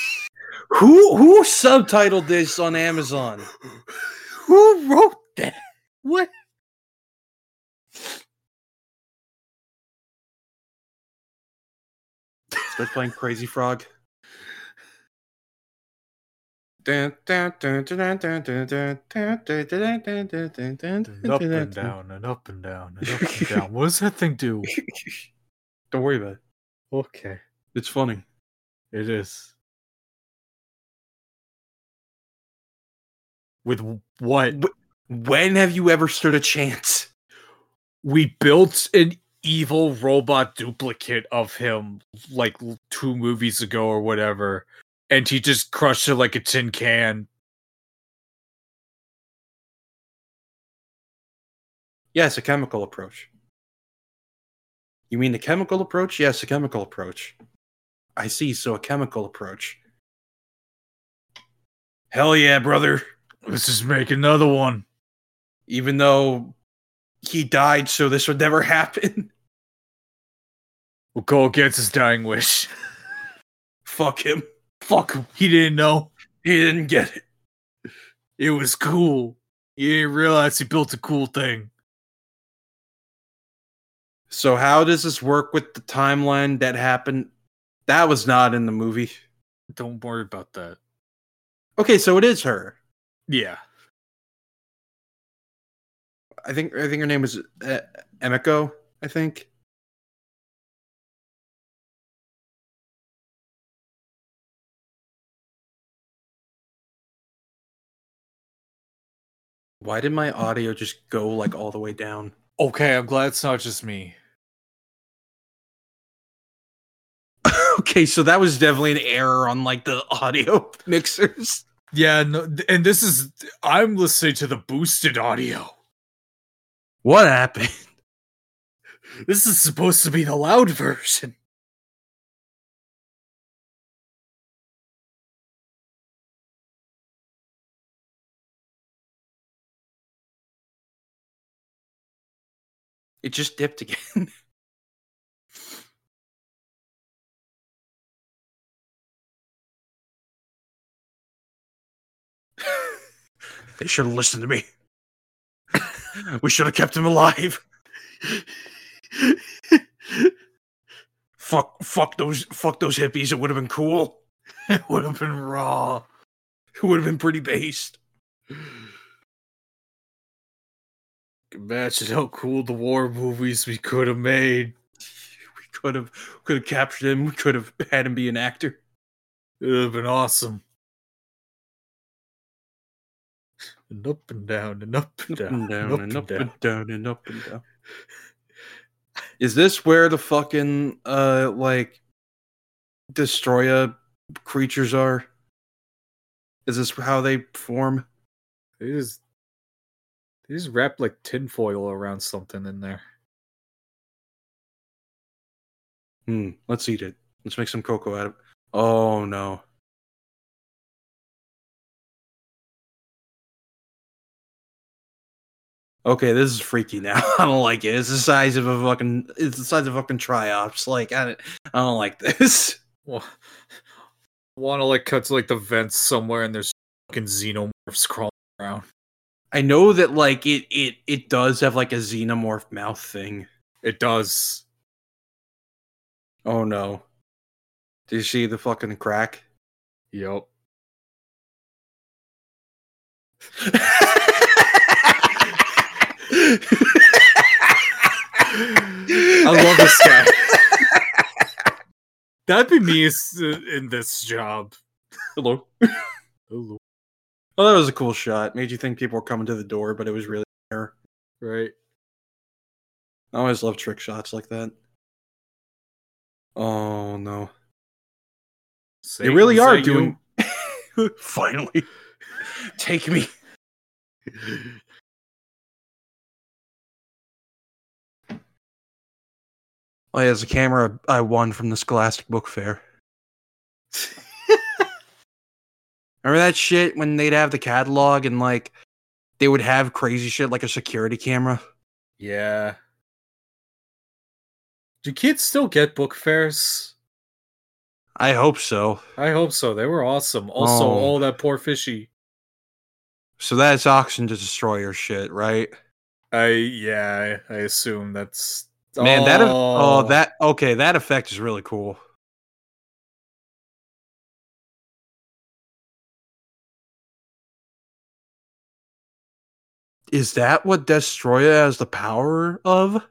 [SPEAKER 1] Who who subtitled this on Amazon?
[SPEAKER 2] Who wrote that? What?
[SPEAKER 1] Start playing Crazy Frog. Dun, dun, dun, dun, dun, dun, dun, dun, dun, dun, dun, dun, dun, dun,
[SPEAKER 2] And up
[SPEAKER 1] dun,
[SPEAKER 2] and
[SPEAKER 1] dun.
[SPEAKER 2] down and up and down and up and down. What does that thing do?
[SPEAKER 1] Don't worry about it.
[SPEAKER 2] Okay.
[SPEAKER 1] It's funny.
[SPEAKER 2] It is. With w- what?
[SPEAKER 1] When have you ever stood a chance?
[SPEAKER 2] We built an evil robot duplicate of him like l- two movies ago or whatever, and he just crushed it like a tin can.
[SPEAKER 1] Yes, a chemical approach. You mean a chemical approach? Yes, a chemical approach. I see, so a chemical approach. Hell yeah, brother.
[SPEAKER 2] Let's just make another one.
[SPEAKER 1] Even though he died, so this would never happen.
[SPEAKER 2] We'll go against his dying wish.
[SPEAKER 1] Fuck him.
[SPEAKER 2] Fuck him. He didn't know.
[SPEAKER 1] He didn't get it.
[SPEAKER 2] It was cool. He didn't realize he built a cool thing.
[SPEAKER 1] So how does this work with the timeline that happened? That was not in the movie.
[SPEAKER 2] Don't worry about that.
[SPEAKER 1] Okay, so it is her.
[SPEAKER 2] Yeah.
[SPEAKER 1] I think I think her name is uh, Emiko, I think. Why did my audio just go like all the way down?
[SPEAKER 2] Okay, I'm glad it's not just me.
[SPEAKER 1] okay, so that was definitely an error on like the audio mixers.
[SPEAKER 2] Yeah, no, th- and this is I'm listening to the boosted audio.
[SPEAKER 1] What happened?
[SPEAKER 2] This is supposed to be the loud version.
[SPEAKER 1] It just dipped again. they should have listened to me. we should have kept him alive. Fuck fuck those fuck those hippies. It would have been cool.
[SPEAKER 2] It would have been raw.
[SPEAKER 1] It would have been pretty based.
[SPEAKER 2] Imagine how cool the war movies we could have made.
[SPEAKER 1] We could have could have captured him. We could have had him be an actor.
[SPEAKER 2] It would have been awesome. And up and down and up and down and up and down.
[SPEAKER 1] down and up and down. Is this where the fucking uh like destroyer creatures are? Is this how they form?
[SPEAKER 2] They just they just wrap like tinfoil around something in there.
[SPEAKER 1] Hmm, let's eat it. Let's make some cocoa out of it. Oh no. Okay, this is freaky now. I don't like it. It's the size of a fucking it's the size of fucking triops. Like I don't, I don't like this.
[SPEAKER 2] Well, want to like cut to like the vents somewhere, and there's fucking xenomorphs crawling around.
[SPEAKER 1] I know that like it it it does have like a xenomorph mouth thing.
[SPEAKER 2] It does.
[SPEAKER 1] Oh no. Do you see the fucking crack?
[SPEAKER 2] Yep. I love this guy. That'd be me s- in this job.
[SPEAKER 1] Hello.
[SPEAKER 2] Hello.
[SPEAKER 1] Oh, that was a cool shot. Made you think people were coming to the door, but it was really there.
[SPEAKER 2] Right.
[SPEAKER 1] I always love trick shots like that. Oh no.
[SPEAKER 2] Satan,
[SPEAKER 1] they really
[SPEAKER 2] is
[SPEAKER 1] are
[SPEAKER 2] that
[SPEAKER 1] doing finally. Take me.
[SPEAKER 2] you?
[SPEAKER 1] Oh, yeah, there's a camera I won from the Scholastic Book Fair. Remember that shit when they'd have the catalog and like they would have crazy shit like a security camera?
[SPEAKER 2] Yeah. Do kids still get book fairs?
[SPEAKER 1] I hope so.
[SPEAKER 2] I hope so. They were awesome. Also,
[SPEAKER 1] Oh.
[SPEAKER 2] all that poor fishy.
[SPEAKER 1] So that's Oxen to Destroyer shit, right?
[SPEAKER 2] I yeah, I I assume that's
[SPEAKER 1] Man, that oh that okay, that effect is really cool. Is that what Destroyer has the power of?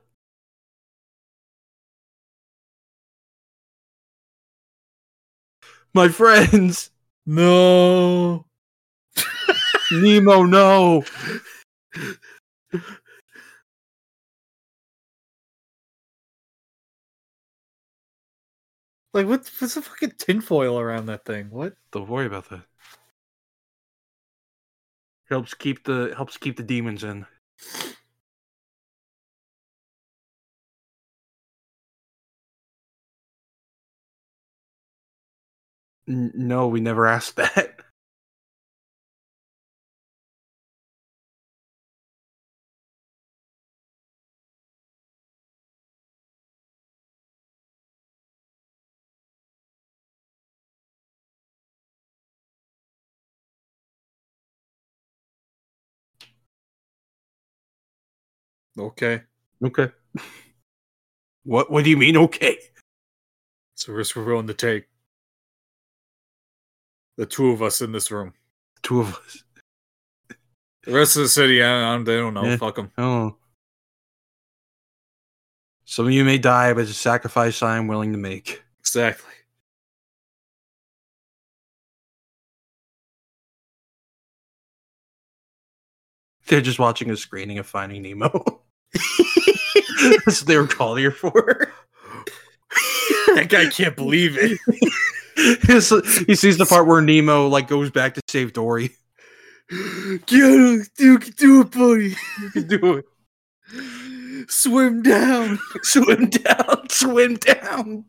[SPEAKER 1] My friends,
[SPEAKER 2] no.
[SPEAKER 1] Nemo, no.
[SPEAKER 2] Like what? What's the fucking tinfoil around that thing? What?
[SPEAKER 1] Don't worry about that. Helps keep the helps keep the demons in. N- no, we never asked that.
[SPEAKER 2] Okay.
[SPEAKER 1] Okay. What what do you mean okay?
[SPEAKER 2] So we're just willing to take the two of us in this room.
[SPEAKER 1] Two of us.
[SPEAKER 2] The rest of the city, I, I, they don't know.
[SPEAKER 1] Yeah.
[SPEAKER 2] Fuck them.
[SPEAKER 1] Oh. Some of you may die, but it's a sacrifice I am willing to make.
[SPEAKER 2] Exactly.
[SPEAKER 1] They're just watching a screening of Finding Nemo. That's what they were calling her for.
[SPEAKER 2] that guy can't believe it.
[SPEAKER 1] His- he sees the part where Nemo like goes back to save Dory.
[SPEAKER 2] Get it, you can do it, buddy.
[SPEAKER 1] Do it.
[SPEAKER 2] Swim down.
[SPEAKER 1] Swim down. Swim down.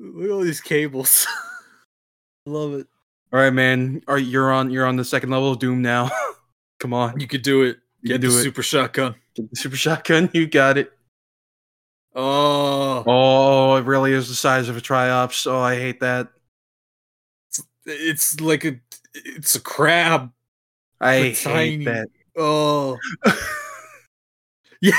[SPEAKER 2] Look at all these cables. Love it.
[SPEAKER 1] All right, man. All right, you're on. You're on the second level of doom now. Come on,
[SPEAKER 2] You could do it.
[SPEAKER 1] you
[SPEAKER 2] Get
[SPEAKER 1] do
[SPEAKER 2] the
[SPEAKER 1] it.
[SPEAKER 2] super shotgun.
[SPEAKER 1] Get the super shotgun. You got it.
[SPEAKER 2] Oh,
[SPEAKER 1] Oh, it really is the size of a triops. Oh, I hate that.
[SPEAKER 2] it's like a, it's a crab.
[SPEAKER 1] I
[SPEAKER 2] But tiny.
[SPEAKER 1] hate that.
[SPEAKER 2] Oh, yeah.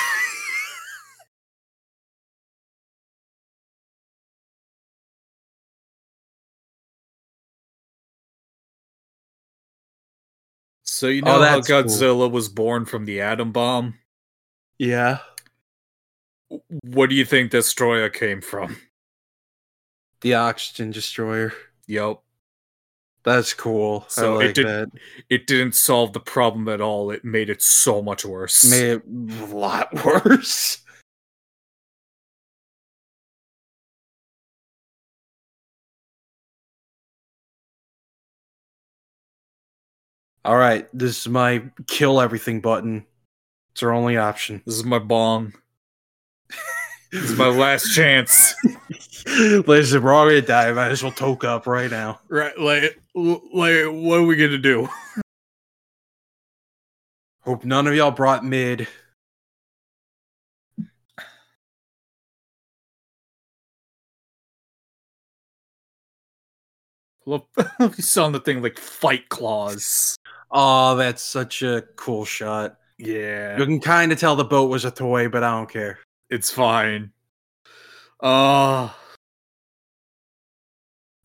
[SPEAKER 2] So you
[SPEAKER 1] Oh,
[SPEAKER 2] know how
[SPEAKER 1] that's cool.
[SPEAKER 2] Godzilla was born from the atom bomb.
[SPEAKER 1] Yeah.
[SPEAKER 2] What do you think Destroyer came from?
[SPEAKER 1] The oxygen destroyer.
[SPEAKER 2] Yep.
[SPEAKER 1] That's cool. I
[SPEAKER 2] So it
[SPEAKER 1] like
[SPEAKER 2] did-
[SPEAKER 1] that.
[SPEAKER 2] It didn't solve the problem at all. It made it so much worse.
[SPEAKER 1] Made it a lot worse. All right, this is my kill everything button. It's our only option.
[SPEAKER 2] This is my bong. This is my last chance.
[SPEAKER 1] Listen, we're all gonna die. Might as well toke up right now.
[SPEAKER 2] Right, like, l- like, what are we gonna do?
[SPEAKER 1] Hope none of y'all brought mid.
[SPEAKER 2] Look, you saw the thing like fight claws.
[SPEAKER 1] Oh, that's such a cool shot. You
[SPEAKER 2] Yeah,
[SPEAKER 1] can kind of tell the boat was a toy, but I don't care.
[SPEAKER 2] it's fine. Uh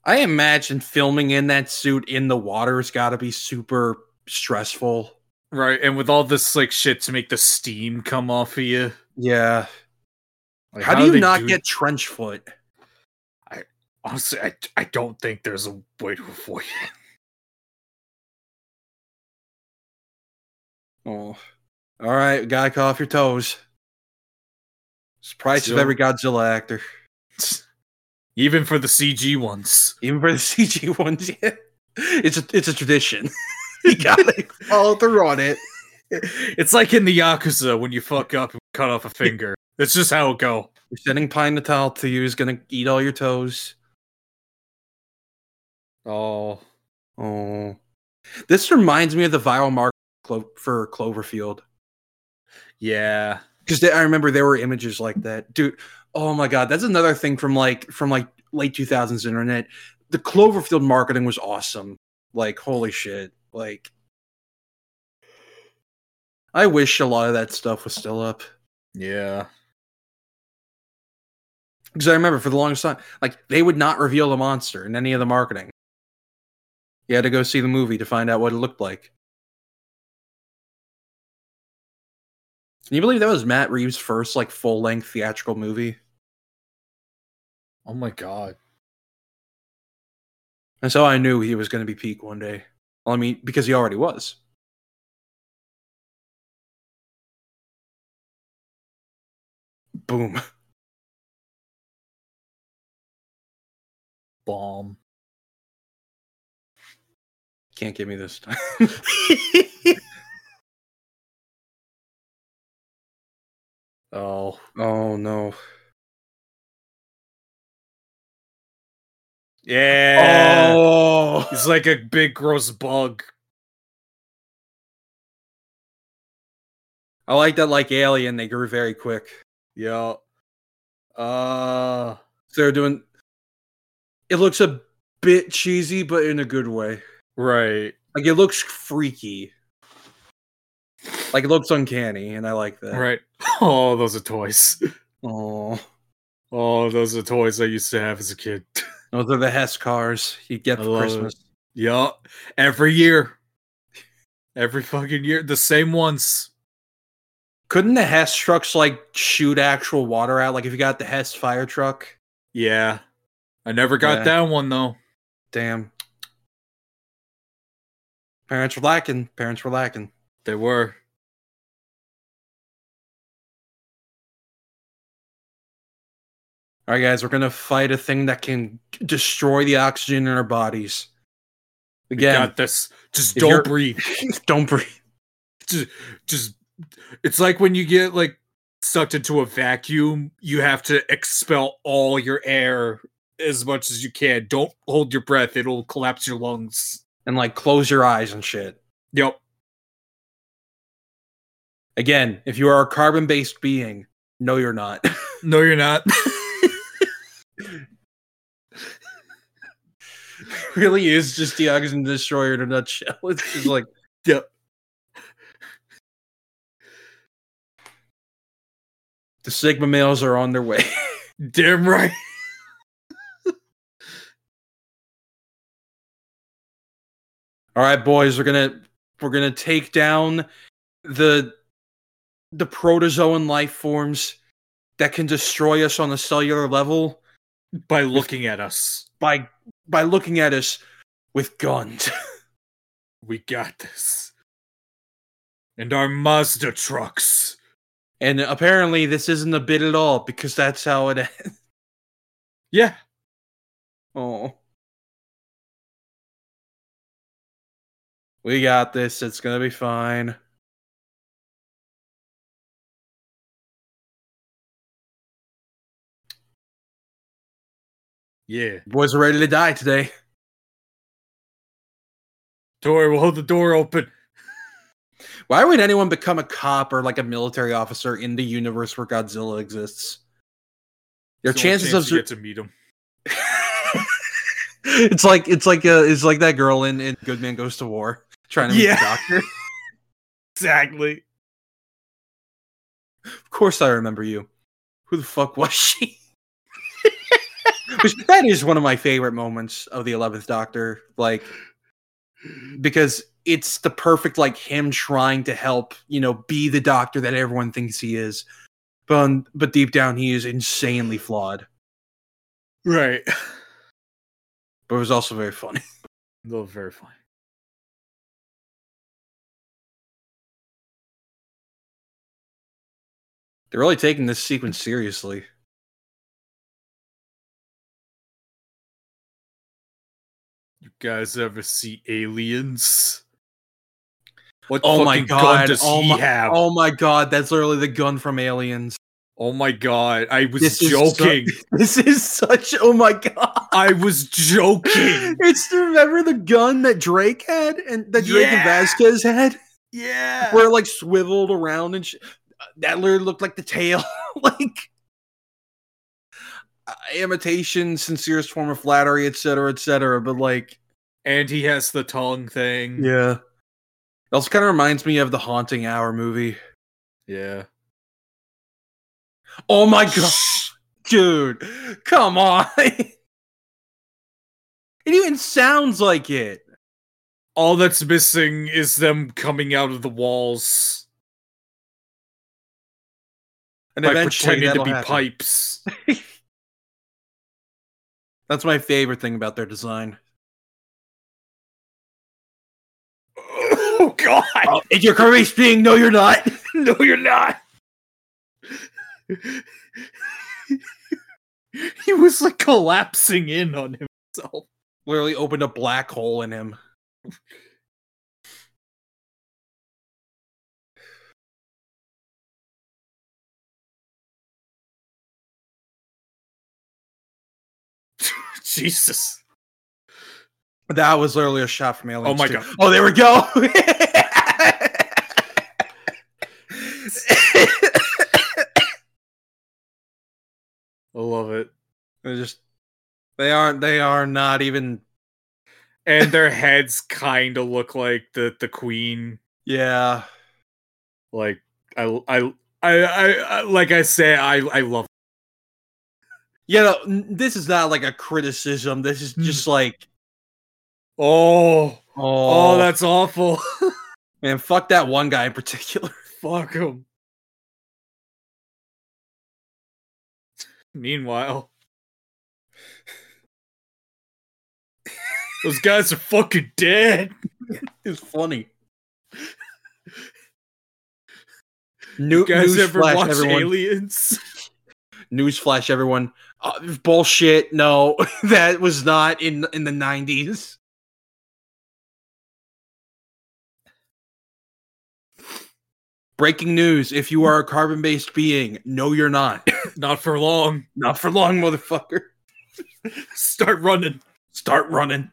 [SPEAKER 1] I imagine filming in that suit in the water has got to be super stressful.
[SPEAKER 2] right, and with all this like shit to make the steam come off of you.
[SPEAKER 1] Yeah.
[SPEAKER 2] Like,
[SPEAKER 1] how, do
[SPEAKER 2] they
[SPEAKER 1] you not get trench foot?
[SPEAKER 2] Honestly, I I don't think there's a way to avoid it.
[SPEAKER 1] Oh. All right, gotta cut off your toes. It's the price
[SPEAKER 2] Still-
[SPEAKER 1] of every Godzilla actor,
[SPEAKER 2] Even for the CG ones.
[SPEAKER 1] even for the CG ones. Yeah, it's a it's a tradition. you gotta follow through on it.
[SPEAKER 2] It's like in the Yakuza when you fuck up and cut off a finger. That's just how it go.
[SPEAKER 1] You're sending Pine Natal to you. He's gonna eat all your toes.
[SPEAKER 2] Oh.
[SPEAKER 1] Oh, this reminds me of the viral mark clo- for Cloverfield.
[SPEAKER 2] Yeah.
[SPEAKER 1] because I remember there were images like that, dude. Oh my god, that's another thing from like from like late two thousands internet. The Cloverfield marketing was awesome. Like holy shit, like. I wish a lot of that stuff was still up
[SPEAKER 2] Yeah.
[SPEAKER 1] because I remember for the longest time, like they would not reveal the monster in any of the marketing. You had to go see the movie to find out what it looked like. Can you believe that was Matt Reeves' first like full length theatrical movie?
[SPEAKER 2] Oh my god.
[SPEAKER 1] And so I knew he was going to be peak one day. Well, I mean, because he already was. Boom.
[SPEAKER 2] Bomb.
[SPEAKER 1] Can't get me this time.
[SPEAKER 2] oh.
[SPEAKER 1] oh, no.
[SPEAKER 2] Yeah.
[SPEAKER 1] Oh.
[SPEAKER 2] He's like a big gross bug.
[SPEAKER 1] I like that, like Alien, they grew very quick.
[SPEAKER 2] Yeah. Uh
[SPEAKER 1] So they're doing. It looks a bit cheesy, but in a good way.
[SPEAKER 2] right.
[SPEAKER 1] Like, it looks freaky. Like, it looks uncanny, and I like that.
[SPEAKER 2] Right. Oh, those are toys.
[SPEAKER 1] Oh.
[SPEAKER 2] Oh, those are toys I used to have as a kid.
[SPEAKER 1] Those are the Hess cars you get
[SPEAKER 2] I
[SPEAKER 1] for
[SPEAKER 2] love it.
[SPEAKER 1] Christmas.
[SPEAKER 2] yeah. Every year. Every fucking year. The same ones.
[SPEAKER 1] Couldn't the Hess trucks like shoot actual water out? Like if you got the Hess fire truck,
[SPEAKER 2] Yeah. I never got
[SPEAKER 1] Yeah.
[SPEAKER 2] that one though.
[SPEAKER 1] damn. Parents were lacking. Parents were lacking.
[SPEAKER 2] They were.
[SPEAKER 1] All right, guys, we're gonna fight a thing that can destroy the oxygen in our bodies.
[SPEAKER 2] We
[SPEAKER 1] Again,
[SPEAKER 2] got this. Just
[SPEAKER 1] If
[SPEAKER 2] don't
[SPEAKER 1] you're-
[SPEAKER 2] breathe.
[SPEAKER 1] don't breathe.
[SPEAKER 2] Just it's like when you get like sucked into a vacuum, you have to expel all your air as much as you can. Don't hold your breath, it'll collapse your lungs.
[SPEAKER 1] And like close your eyes and shit.
[SPEAKER 2] Yep.
[SPEAKER 1] Again, if you are a carbon-based being, no, you're not.
[SPEAKER 2] No, you're not.
[SPEAKER 1] really is just the oxygen destroyer in a nutshell. It's just like,
[SPEAKER 2] Yep.
[SPEAKER 1] The Sigma males are on their way.
[SPEAKER 2] Damn right.
[SPEAKER 1] All right, boys, we're gonna we're gonna take down the the protozoan life forms that can destroy us on a cellular level
[SPEAKER 2] By looking at us.
[SPEAKER 1] by by looking at us with guns.
[SPEAKER 2] We got this. And our Mazda trucks.
[SPEAKER 1] And apparently, this isn't a bit at all because that's how it ends.
[SPEAKER 2] Yeah.
[SPEAKER 1] Oh. We got this. It's going to be fine.
[SPEAKER 2] Yeah.
[SPEAKER 1] Boys are ready to die today.
[SPEAKER 2] Don't worry, we'll hold the door open.
[SPEAKER 1] Why would anyone become a cop or like a military officer in the universe where Godzilla exists? Your
[SPEAKER 2] It's the only
[SPEAKER 1] chances
[SPEAKER 2] chance
[SPEAKER 1] of
[SPEAKER 2] you get to meet him.
[SPEAKER 1] it's like it's like uh it's like that girl in, in Good Man Goes to War trying to meet
[SPEAKER 2] Yeah.
[SPEAKER 1] the doctor.
[SPEAKER 2] Exactly.
[SPEAKER 1] Of course, I remember you. Who the fuck was she? Which that is one of my favorite moments of the Eleventh Doctor, like because it's the perfect like him trying to help you know be the doctor that everyone thinks he is, but on, but deep down he is insanely flawed.
[SPEAKER 2] Right.
[SPEAKER 1] But it was also very funny.
[SPEAKER 2] They'll verify.
[SPEAKER 1] They're really taking this sequence seriously.
[SPEAKER 2] You guys ever see aliens? What
[SPEAKER 1] Oh my
[SPEAKER 2] fucking
[SPEAKER 1] god!
[SPEAKER 2] gun does
[SPEAKER 1] oh,
[SPEAKER 2] he
[SPEAKER 1] my,
[SPEAKER 2] have?
[SPEAKER 1] oh my god! That's literally the gun from Aliens.
[SPEAKER 2] Oh my god, I was
[SPEAKER 1] This is so-
[SPEAKER 2] joking.
[SPEAKER 1] This is such. Oh my god!
[SPEAKER 2] I was joking.
[SPEAKER 1] It's remember the gun that Drake had and that Drake and
[SPEAKER 2] Yeah.
[SPEAKER 1] Vasquez had,
[SPEAKER 2] Yeah.
[SPEAKER 1] where it like swiveled around and sh- that literally looked like the tail, like uh, imitation, sincerest form of flattery, etc., etc. But like,
[SPEAKER 2] and he has the tongue thing.
[SPEAKER 1] yeah, it also kind of reminds me of the Haunting Hour movie.
[SPEAKER 2] Yeah.
[SPEAKER 1] Oh my god, dude, come on! it even sounds like it.
[SPEAKER 2] All that's missing is them coming out of the walls
[SPEAKER 1] And
[SPEAKER 2] by
[SPEAKER 1] eventually,
[SPEAKER 2] pretending to
[SPEAKER 1] that'll
[SPEAKER 2] be
[SPEAKER 1] happen.
[SPEAKER 2] pipes.
[SPEAKER 1] That's my favorite thing about their design.
[SPEAKER 2] oh god.
[SPEAKER 1] Oh, is your Kirby being? No, you're not.
[SPEAKER 2] No, you're not. he was like collapsing in on himself.
[SPEAKER 1] Literally opened a black hole in him.
[SPEAKER 2] Jesus.
[SPEAKER 1] That was literally a shot from Aliens.
[SPEAKER 2] Oh my
[SPEAKER 1] too.
[SPEAKER 2] God.
[SPEAKER 1] Oh, there we go.
[SPEAKER 2] I love it.
[SPEAKER 1] They're just they aren't they are not even
[SPEAKER 2] And their heads kind of look like the the queen.
[SPEAKER 1] yeah.
[SPEAKER 2] Like I I I, I, I like I say I I love
[SPEAKER 1] You know, n- this is not like a criticism. This
[SPEAKER 2] Hmm.
[SPEAKER 1] is just like
[SPEAKER 2] Oh,
[SPEAKER 1] oh,
[SPEAKER 2] oh, that's awful.
[SPEAKER 1] man, fuck that one guy in particular.
[SPEAKER 2] Fuck him. Meanwhile, those guys are fucking dead.
[SPEAKER 1] It's funny. New,
[SPEAKER 2] You guys
[SPEAKER 1] news
[SPEAKER 2] ever
[SPEAKER 1] flash,
[SPEAKER 2] watch
[SPEAKER 1] everyone.
[SPEAKER 2] Aliens?
[SPEAKER 1] Newsflash, everyone! Uh, bullshit. No, that was not in in the nineties. Breaking news: If you are a carbon-based being, no, you're not.
[SPEAKER 2] Not for long.
[SPEAKER 1] not for long, motherfucker.
[SPEAKER 2] Start running.
[SPEAKER 1] Start running.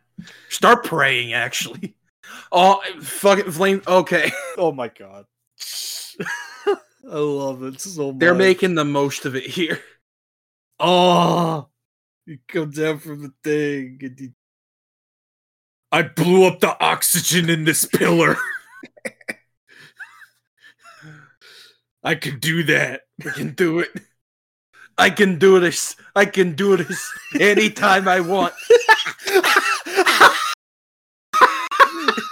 [SPEAKER 1] Start praying. Actually. Oh, fuck it, flame. Okay,
[SPEAKER 2] Oh my god. I love it so much.
[SPEAKER 1] they're making the most of it here.
[SPEAKER 2] Oh, you come down from the thing. And you... I blew up the oxygen in this pillar. I can do that.
[SPEAKER 1] I can do it. I can do this. I can do this anytime I want.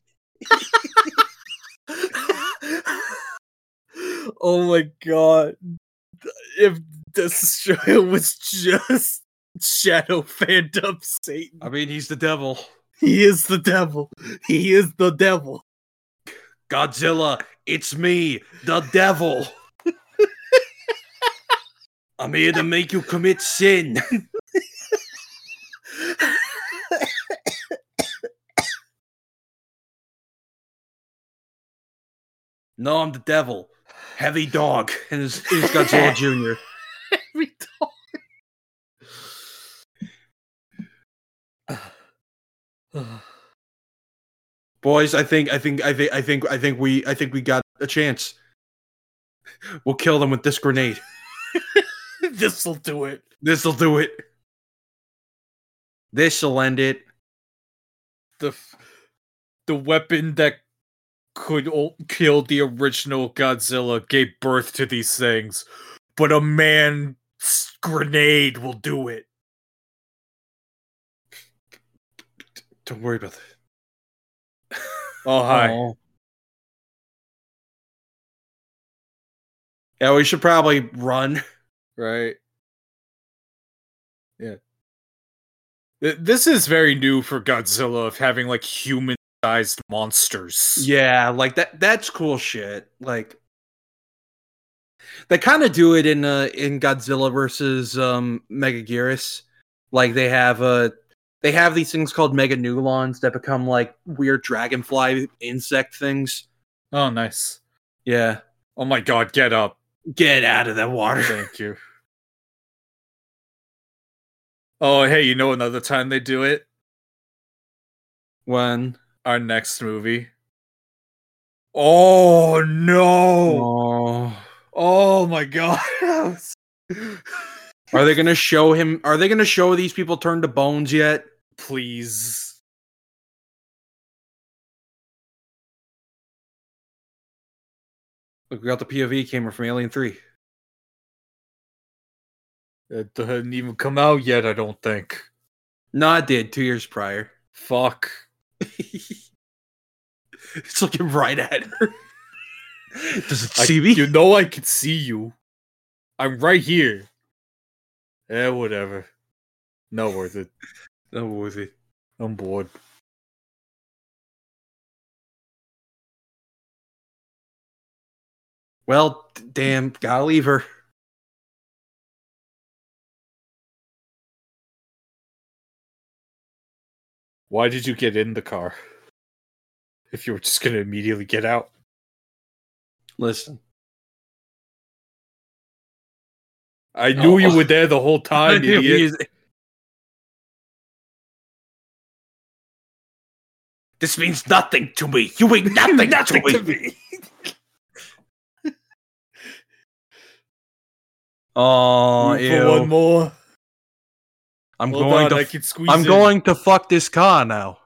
[SPEAKER 2] oh my god. If this show was just Shadow Phantom Satan,
[SPEAKER 1] I mean, he's the devil.
[SPEAKER 2] he is the devil. He is the devil.
[SPEAKER 1] Godzilla, it's me, the devil. I'm here to make you commit sin. no, I'm the devil. Heavy dog. And it's, it's Godzilla Jr.
[SPEAKER 2] every time.
[SPEAKER 1] Boys, I think I think I think I think I think we I think we got a chance. We'll kill them with this grenade.
[SPEAKER 2] This'll do it.
[SPEAKER 1] This'll do it. This'll end it.
[SPEAKER 2] The f- the weapon that could o- kill the original Godzilla gave birth to these things, but a man's grenade will do it.
[SPEAKER 1] Don't worry about that.
[SPEAKER 2] Oh hi.
[SPEAKER 1] Oh. Yeah, we should probably run.
[SPEAKER 2] Right. Yeah. Th- This is very new for Godzilla of having like human sized monsters.
[SPEAKER 1] Yeah, like that that's cool shit. Like They kind of do it in uh, in Godzilla versus um, Megaguirus. Like they have uh, they have these things called Mega Nulons that become like weird dragonfly insect things.
[SPEAKER 2] Oh, nice.
[SPEAKER 1] Yeah,
[SPEAKER 2] Oh my god, get up.
[SPEAKER 1] get out of that water.
[SPEAKER 2] Thank you. Oh, hey, you know another time they do it?
[SPEAKER 1] when
[SPEAKER 2] Our next movie. Oh no.
[SPEAKER 1] oh.
[SPEAKER 2] Oh my god.
[SPEAKER 1] are they gonna show him? Are they gonna show these people turn to bones yet?
[SPEAKER 2] Please.
[SPEAKER 1] Look, we got the POV camera from Alien Three.
[SPEAKER 2] It hasn't even come out yet, I don't think.
[SPEAKER 1] No, it did two years prior.
[SPEAKER 2] Fuck.
[SPEAKER 1] it's looking right at her. Does it
[SPEAKER 2] I-
[SPEAKER 1] see me?
[SPEAKER 2] You know I can see you. I'm right here. Eh, whatever. Not worth it.
[SPEAKER 1] Oh, was it?
[SPEAKER 2] I'm bored.
[SPEAKER 1] Well, d- damn, gotta leave her.
[SPEAKER 2] Why did you get in the car? If you were just gonna immediately get out.
[SPEAKER 1] Listen,
[SPEAKER 2] I knew you
[SPEAKER 1] Oh.
[SPEAKER 2] were there the whole time,
[SPEAKER 1] knew
[SPEAKER 2] idiot.
[SPEAKER 1] he's- This means nothing to me. You mean nothing, to, me. Oh,
[SPEAKER 2] Room for one more.
[SPEAKER 1] I'm
[SPEAKER 2] Hold
[SPEAKER 1] going
[SPEAKER 2] on,
[SPEAKER 1] to.
[SPEAKER 2] I
[SPEAKER 1] f-
[SPEAKER 2] can squeeze
[SPEAKER 1] I'm
[SPEAKER 2] in.
[SPEAKER 1] going to fuck this car now.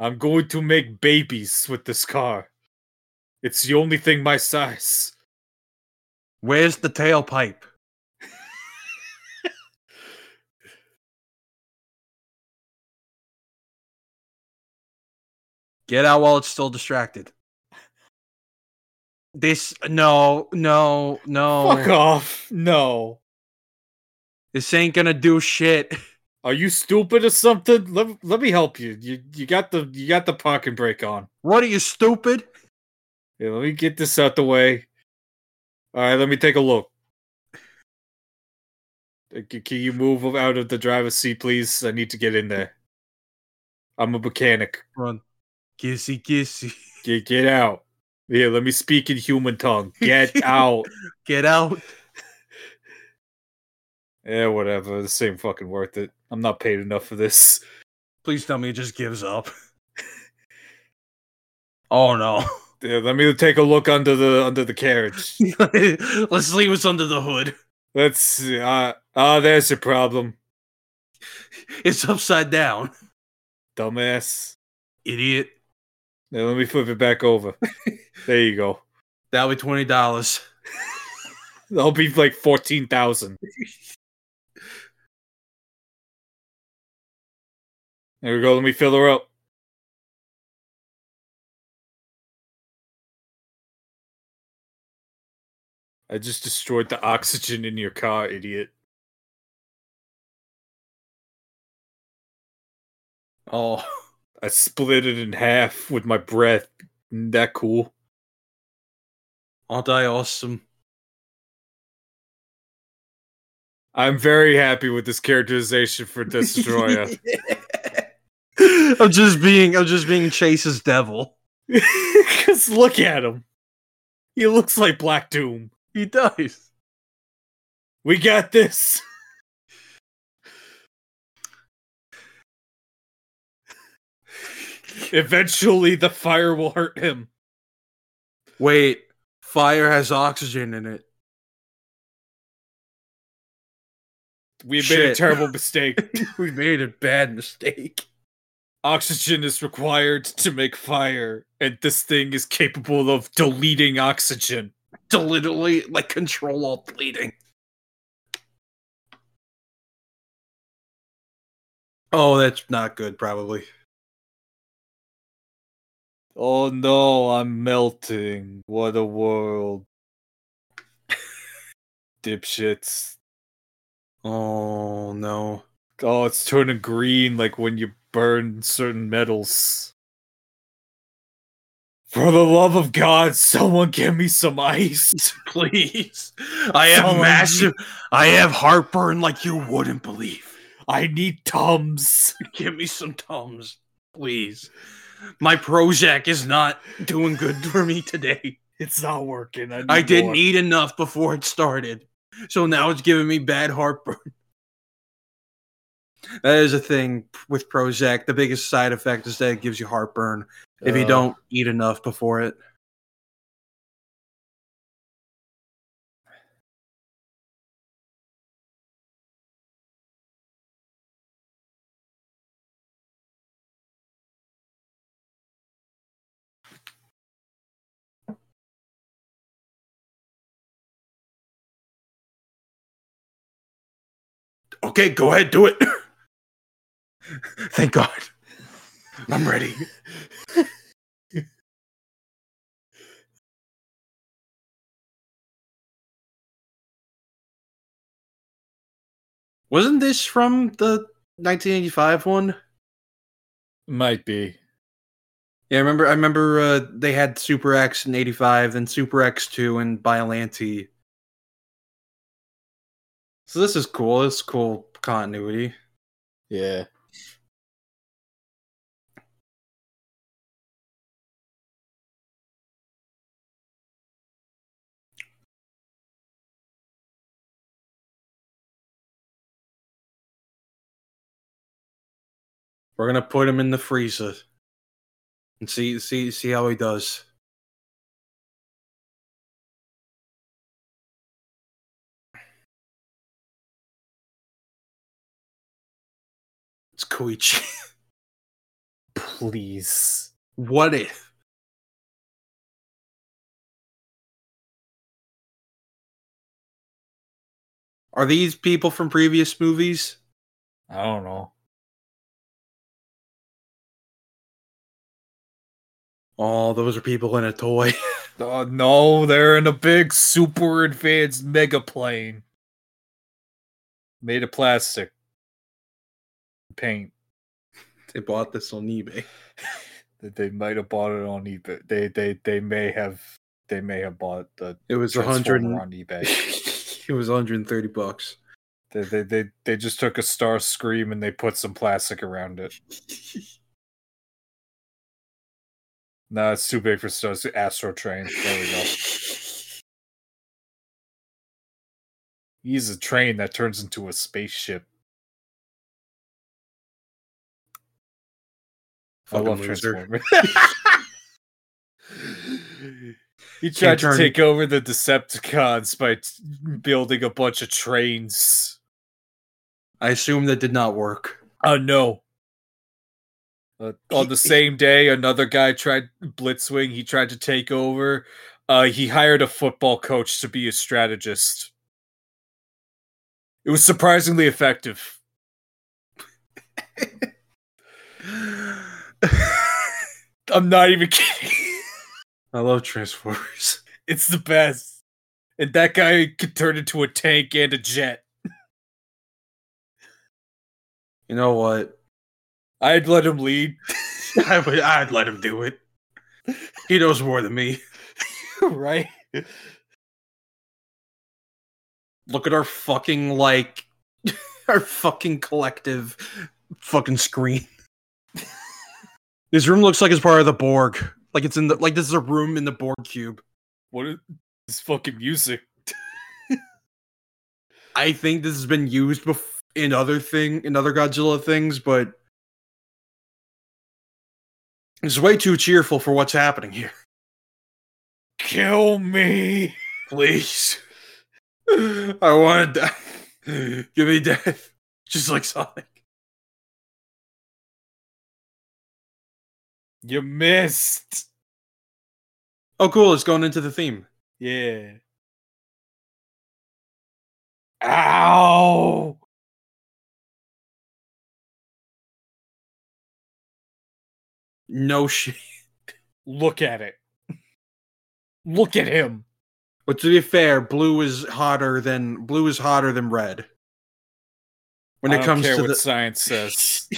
[SPEAKER 2] I'm going to make babies with this car. It's the only thing my size.
[SPEAKER 1] Where's the tailpipe? Get out while it's still distracted. This no, no, no.
[SPEAKER 2] Fuck off. No.
[SPEAKER 1] This ain't gonna do shit.
[SPEAKER 2] Are you stupid or something? Let, let me help you. You you got the you got the parking brake on.
[SPEAKER 1] What are you stupid?
[SPEAKER 2] Yeah, let me get this out the way. All right, let me take a look. Uh, c- Can you move out of the driver's seat, please? I need to get in there. I'm a mechanic.
[SPEAKER 1] Run. Kissy kissy.
[SPEAKER 2] Get get out. Here, let me speak in human tongue. Get out.
[SPEAKER 1] Get out.
[SPEAKER 2] Yeah, Eh, whatever. This ain't fucking worth it. I'm not paid enough for this.
[SPEAKER 1] Please tell me it just gives up. Oh no.
[SPEAKER 2] Yeah, let me take a look under the under the carriage.
[SPEAKER 1] Let's leave us under the hood.
[SPEAKER 2] Let's see. Ah, ah, there's your problem,
[SPEAKER 1] It's upside down,
[SPEAKER 2] dumbass.
[SPEAKER 1] idiot.
[SPEAKER 2] Now let me flip it back over. there you go.
[SPEAKER 1] That'll be twenty dollars.
[SPEAKER 2] That'll be like fourteen thousand. There we go. Let me fill her up. I just destroyed the oxygen in your car, idiot.
[SPEAKER 1] Oh,
[SPEAKER 2] I split it in half with my breath. Isn't that cool?
[SPEAKER 1] aren't I awesome?
[SPEAKER 2] I'm very happy with this characterization for Destroyer.
[SPEAKER 1] I'm just being. I'm just being Chase's devil.
[SPEAKER 2] Because look at him. He looks like Black Doom.
[SPEAKER 1] He does.
[SPEAKER 2] We got this. Eventually, the fire will hurt him.
[SPEAKER 1] Wait, fire has oxygen in it.
[SPEAKER 2] We made a
[SPEAKER 1] Shit.
[SPEAKER 2] terrible mistake.
[SPEAKER 1] we made a bad mistake.
[SPEAKER 2] oxygen is required to make fire, and this thing is capable of deleting oxygen.
[SPEAKER 1] To literally like control all bleeding. Oh, that's not good. Probably.
[SPEAKER 2] Oh no, I'm melting. What a world. Dipshits.
[SPEAKER 1] Oh no.
[SPEAKER 2] Oh, it's turning green like when you burn certain metals. For the love of God, someone give me some ice.
[SPEAKER 1] Please. I have
[SPEAKER 2] Someone-
[SPEAKER 1] massive I have heartburn like you wouldn't believe.
[SPEAKER 2] I need Tums.
[SPEAKER 1] Give me some Tums, please. My Prozac is not doing good for me today.
[SPEAKER 2] It's not working. I, need
[SPEAKER 1] I didn't
[SPEAKER 2] more.
[SPEAKER 1] eat enough before it started. So now it's giving me bad heartburn. That is a thing with Prozac. The biggest side effect is that it gives you heartburn if you
[SPEAKER 2] Uh,
[SPEAKER 1] don't eat enough before it. Okay, go ahead, do it. Thank God. I'm
[SPEAKER 2] Uh,
[SPEAKER 1] ready. Wasn't this from the 1985 one?
[SPEAKER 2] Might be.
[SPEAKER 1] Yeah, I remember. I remember uh, they had Super X in '85, then Super X Two and Biolante. So this is cool. This is cool continuity.
[SPEAKER 2] Yeah.
[SPEAKER 1] We're gonna put him in the freezer and see see see how he does. It's Koichi.
[SPEAKER 2] Please.
[SPEAKER 1] What if? Are these people from previous movies?
[SPEAKER 2] I don't know.
[SPEAKER 1] Oh, those are people in a toy.
[SPEAKER 2] Oh no, they're in a big super advanced mega plane. Made of plastic. Paint.
[SPEAKER 1] they bought this on eBay.
[SPEAKER 2] That they might have bought it on eBay. They they they may have they may have bought the
[SPEAKER 1] It was a hundred.
[SPEAKER 2] Transformer
[SPEAKER 1] and-
[SPEAKER 2] on eBay.
[SPEAKER 1] it was 130 bucks.
[SPEAKER 2] they, they they they just took a star scream and they put some plastic around it. No, it's too big for stars. Astro Train. There we go. He's a train that turns into a spaceship.
[SPEAKER 1] Fucking
[SPEAKER 2] I love
[SPEAKER 1] loser.
[SPEAKER 2] Transformers. he
[SPEAKER 1] Can't
[SPEAKER 2] tried to
[SPEAKER 1] turn-
[SPEAKER 2] take over the Decepticons by t- building a bunch of trains.
[SPEAKER 1] I assume that did not work.
[SPEAKER 2] Oh no. Uh, on the same day, another guy tried Blitzwing. He tried to take over. Uh, he hired a football coach to be a strategist. It was surprisingly effective.
[SPEAKER 1] I
[SPEAKER 2] I'm not even kidding.
[SPEAKER 1] love Transformers.
[SPEAKER 2] It's the best. And that guy could turn into a tank and a jet.
[SPEAKER 1] You know what?
[SPEAKER 2] I'd let him lead.
[SPEAKER 1] I would, I'd let him do it. He knows more than me.
[SPEAKER 2] right?
[SPEAKER 1] Look at our fucking like our fucking collective fucking screen. this room looks like it's part of the Borg. Like it's in the like this is a room in the Borg cube.
[SPEAKER 2] What is this fucking music?
[SPEAKER 1] I think this has been used bef- in other thing in other Godzilla things, but it's way too cheerful for what's happening here.
[SPEAKER 2] Kill me.
[SPEAKER 1] Please. I want to die. Give me death. Just like Sonic.
[SPEAKER 2] You missed.
[SPEAKER 1] Oh, cool. It's going into the theme.
[SPEAKER 2] Yeah. Ow.
[SPEAKER 1] No shit.
[SPEAKER 2] Look at it. Look at him.
[SPEAKER 1] But to be fair, blue is hotter than blue is hotter than red. When
[SPEAKER 2] I
[SPEAKER 1] it
[SPEAKER 2] don't
[SPEAKER 1] comes
[SPEAKER 2] care
[SPEAKER 1] to
[SPEAKER 2] what
[SPEAKER 1] the
[SPEAKER 2] science says.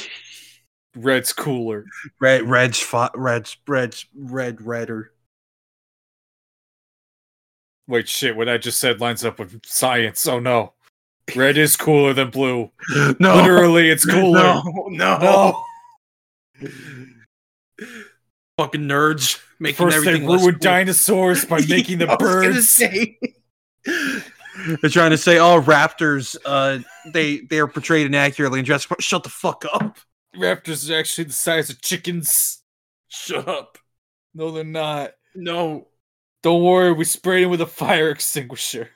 [SPEAKER 2] Red's cooler.
[SPEAKER 1] Red, red, spot, red, red, red, redder.
[SPEAKER 2] Wait, shit, what I just said lines up with science. Oh no. Red is cooler than blue.
[SPEAKER 1] No,
[SPEAKER 2] Literally, it's cooler.
[SPEAKER 1] no, no,
[SPEAKER 2] No.
[SPEAKER 1] Fucking nerds making
[SPEAKER 2] First, they
[SPEAKER 1] everything less
[SPEAKER 2] ruined
[SPEAKER 1] cool.
[SPEAKER 2] dinosaurs by making
[SPEAKER 1] I
[SPEAKER 2] the
[SPEAKER 1] was gonna
[SPEAKER 2] birds.
[SPEAKER 1] say. They're trying to say, "Oh, raptors, uh, they they are portrayed inaccurately," and just shut the fuck up.
[SPEAKER 2] Raptors are actually the size of chickens. Shut up. No, they're not.
[SPEAKER 1] No,
[SPEAKER 2] Don't worry, we sprayed them with a fire extinguisher.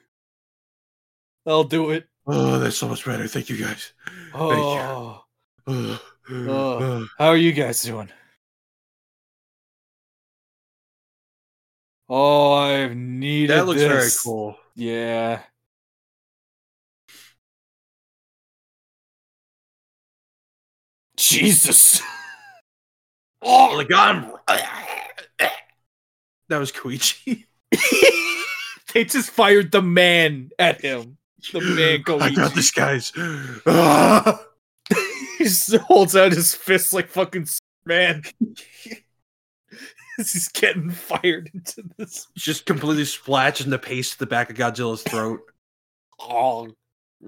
[SPEAKER 2] I'll do it.
[SPEAKER 1] oh, that's so much better. Thank you guys.
[SPEAKER 2] Oh,
[SPEAKER 1] Thank you.
[SPEAKER 2] Oh. how are you guys doing? Oh, I've needed
[SPEAKER 1] that looks very
[SPEAKER 2] this.
[SPEAKER 1] cool.
[SPEAKER 2] Yeah. Jesus.
[SPEAKER 1] Oh, like I'm. That was Koichi.
[SPEAKER 2] they just fired the man at him. The man
[SPEAKER 1] I got
[SPEAKER 2] Koichi.
[SPEAKER 1] this, guys. Ah.
[SPEAKER 2] he just holds out his fist like fucking man. He's getting fired into this.
[SPEAKER 1] Just completely splatched in the paste at the back of Godzilla's throat.
[SPEAKER 2] Oh,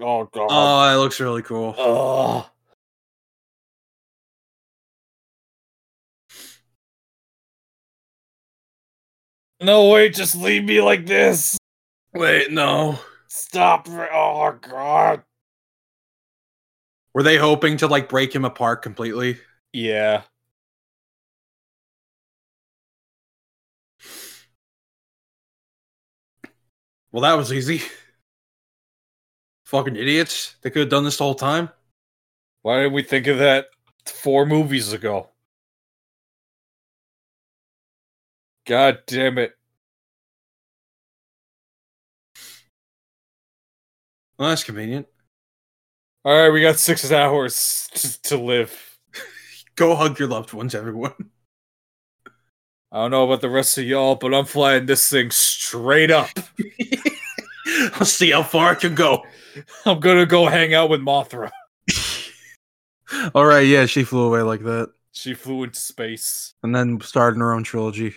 [SPEAKER 2] oh god.
[SPEAKER 1] Oh, that looks really cool.
[SPEAKER 2] Oh. No, wait, just leave me like this.
[SPEAKER 1] Wait, no.
[SPEAKER 2] Stop. r- Oh, God.
[SPEAKER 1] Were they hoping to like break him apart completely?
[SPEAKER 2] Yeah.
[SPEAKER 1] Well, that was easy. Fucking idiots. They could have done this the whole time.
[SPEAKER 2] Why didn't we think of that four movies ago? God damn it.
[SPEAKER 1] Well, that's convenient.
[SPEAKER 2] All right, we got six hours t- to live.
[SPEAKER 1] Go hug your loved ones, everyone.
[SPEAKER 2] I don't know about the rest of y'all, but I'm flying this thing straight up.
[SPEAKER 1] I'll see how far I can go.
[SPEAKER 2] I'm gonna go hang out with Mothra.
[SPEAKER 1] All right, yeah, she flew away like that,
[SPEAKER 2] She flew into space,
[SPEAKER 1] and then started her own trilogy.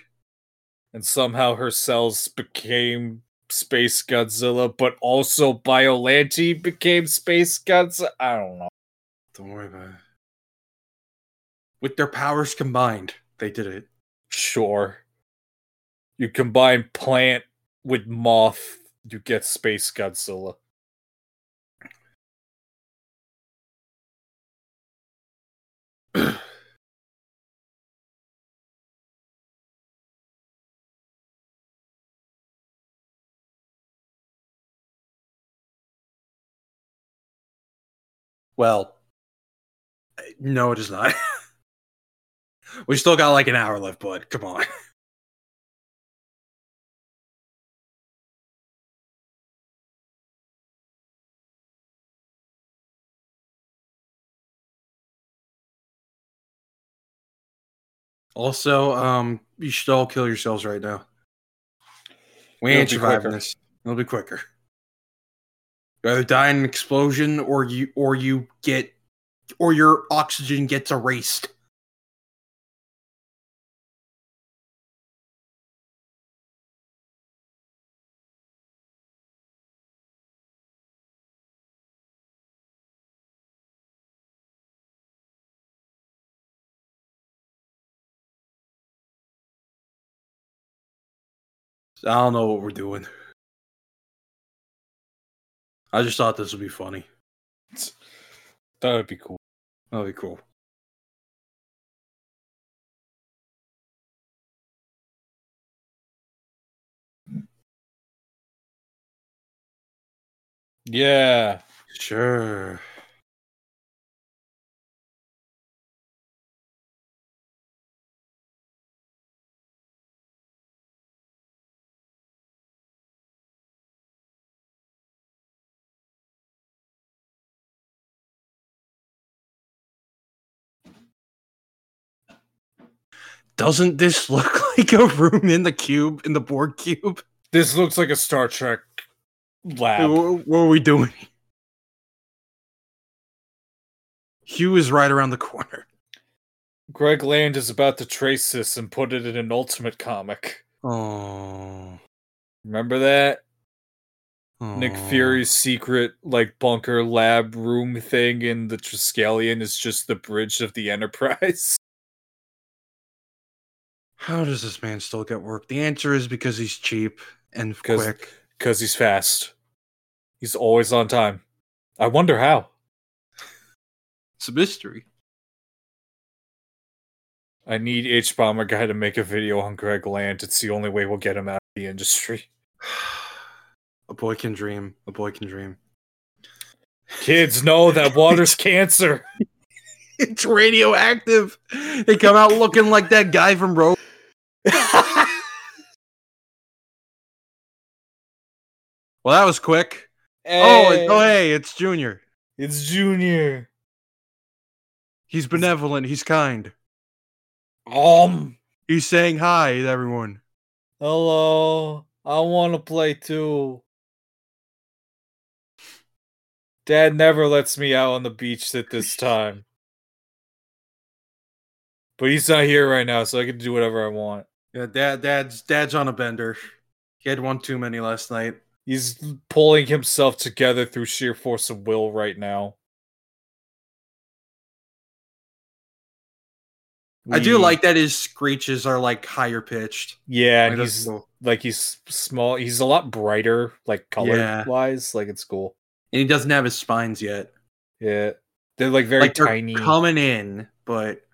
[SPEAKER 2] and somehow her cells became Space Godzilla, but also Biolanti became Space Godzilla. I don't know.
[SPEAKER 1] Don't worry about it. With their powers combined, they did it.
[SPEAKER 2] Sure. You combine plant with moth, you get Space Godzilla.
[SPEAKER 1] Well, no, it is not. we still got like an hour left, bud. Come on. Also, um, you should all kill yourselves right now. We
[SPEAKER 2] It'll
[SPEAKER 1] ain't
[SPEAKER 2] be
[SPEAKER 1] surviving
[SPEAKER 2] quicker.
[SPEAKER 1] this. It'll be quicker. You either die in an explosion, or you, or you get, or your oxygen gets erased. I don't know what we're doing. I just thought this would be funny.
[SPEAKER 2] That would be cool.
[SPEAKER 1] That'd be cool.
[SPEAKER 2] Yeah.
[SPEAKER 1] Sure. Doesn't this look like a room in the cube, in the board cube?
[SPEAKER 2] This looks like a Star Trek lab.
[SPEAKER 1] What, what are we doing? Hugh is right around the corner.
[SPEAKER 2] Greg Land is about to trace this and put it in an Ultimate comic.
[SPEAKER 1] Oh.
[SPEAKER 2] Remember that?
[SPEAKER 1] oh.
[SPEAKER 2] Nick Fury's secret, like, bunker lab room thing in the Triskelion is just the bridge of the Enterprise.
[SPEAKER 1] How does this man still get work? The answer is because he's cheap and
[SPEAKER 2] 'Cause-
[SPEAKER 1] quick.
[SPEAKER 2] Because he's fast. He's always on time. I wonder how.
[SPEAKER 1] It's a mystery.
[SPEAKER 2] I need H Bomber Guy to make a video on Greg Land. It's the only way we'll get him out of the industry.
[SPEAKER 1] a boy can dream. A boy can dream.
[SPEAKER 2] Kids know that water's cancer.
[SPEAKER 1] It's radioactive. They come out looking like that guy from Rogue. Well, that was quick. Oh, and- oh, hey, it's Junior.
[SPEAKER 2] It's Junior.
[SPEAKER 1] He's benevolent. He's kind.
[SPEAKER 2] Um,
[SPEAKER 1] He's saying hi to everyone.
[SPEAKER 2] hello. I want to play too. Dad never lets me out on the beach at this time. But he's not here right now, so I can do whatever I want.
[SPEAKER 1] Yeah, dad, dad's dad's on a bender. He had one too many last night.
[SPEAKER 2] He's pulling himself together through sheer force of will right now.
[SPEAKER 1] I do
[SPEAKER 2] We-
[SPEAKER 1] like that his screeches are like higher pitched.
[SPEAKER 2] Yeah, and
[SPEAKER 1] Like, that's
[SPEAKER 2] he's
[SPEAKER 1] cool.
[SPEAKER 2] like he's small. He's a lot brighter, like color
[SPEAKER 1] Yeah.
[SPEAKER 2] wise. Like it's cool.
[SPEAKER 1] and he doesn't have his spines yet.
[SPEAKER 2] Yeah, they're like very
[SPEAKER 1] like they're
[SPEAKER 2] tiny.
[SPEAKER 1] coming in, but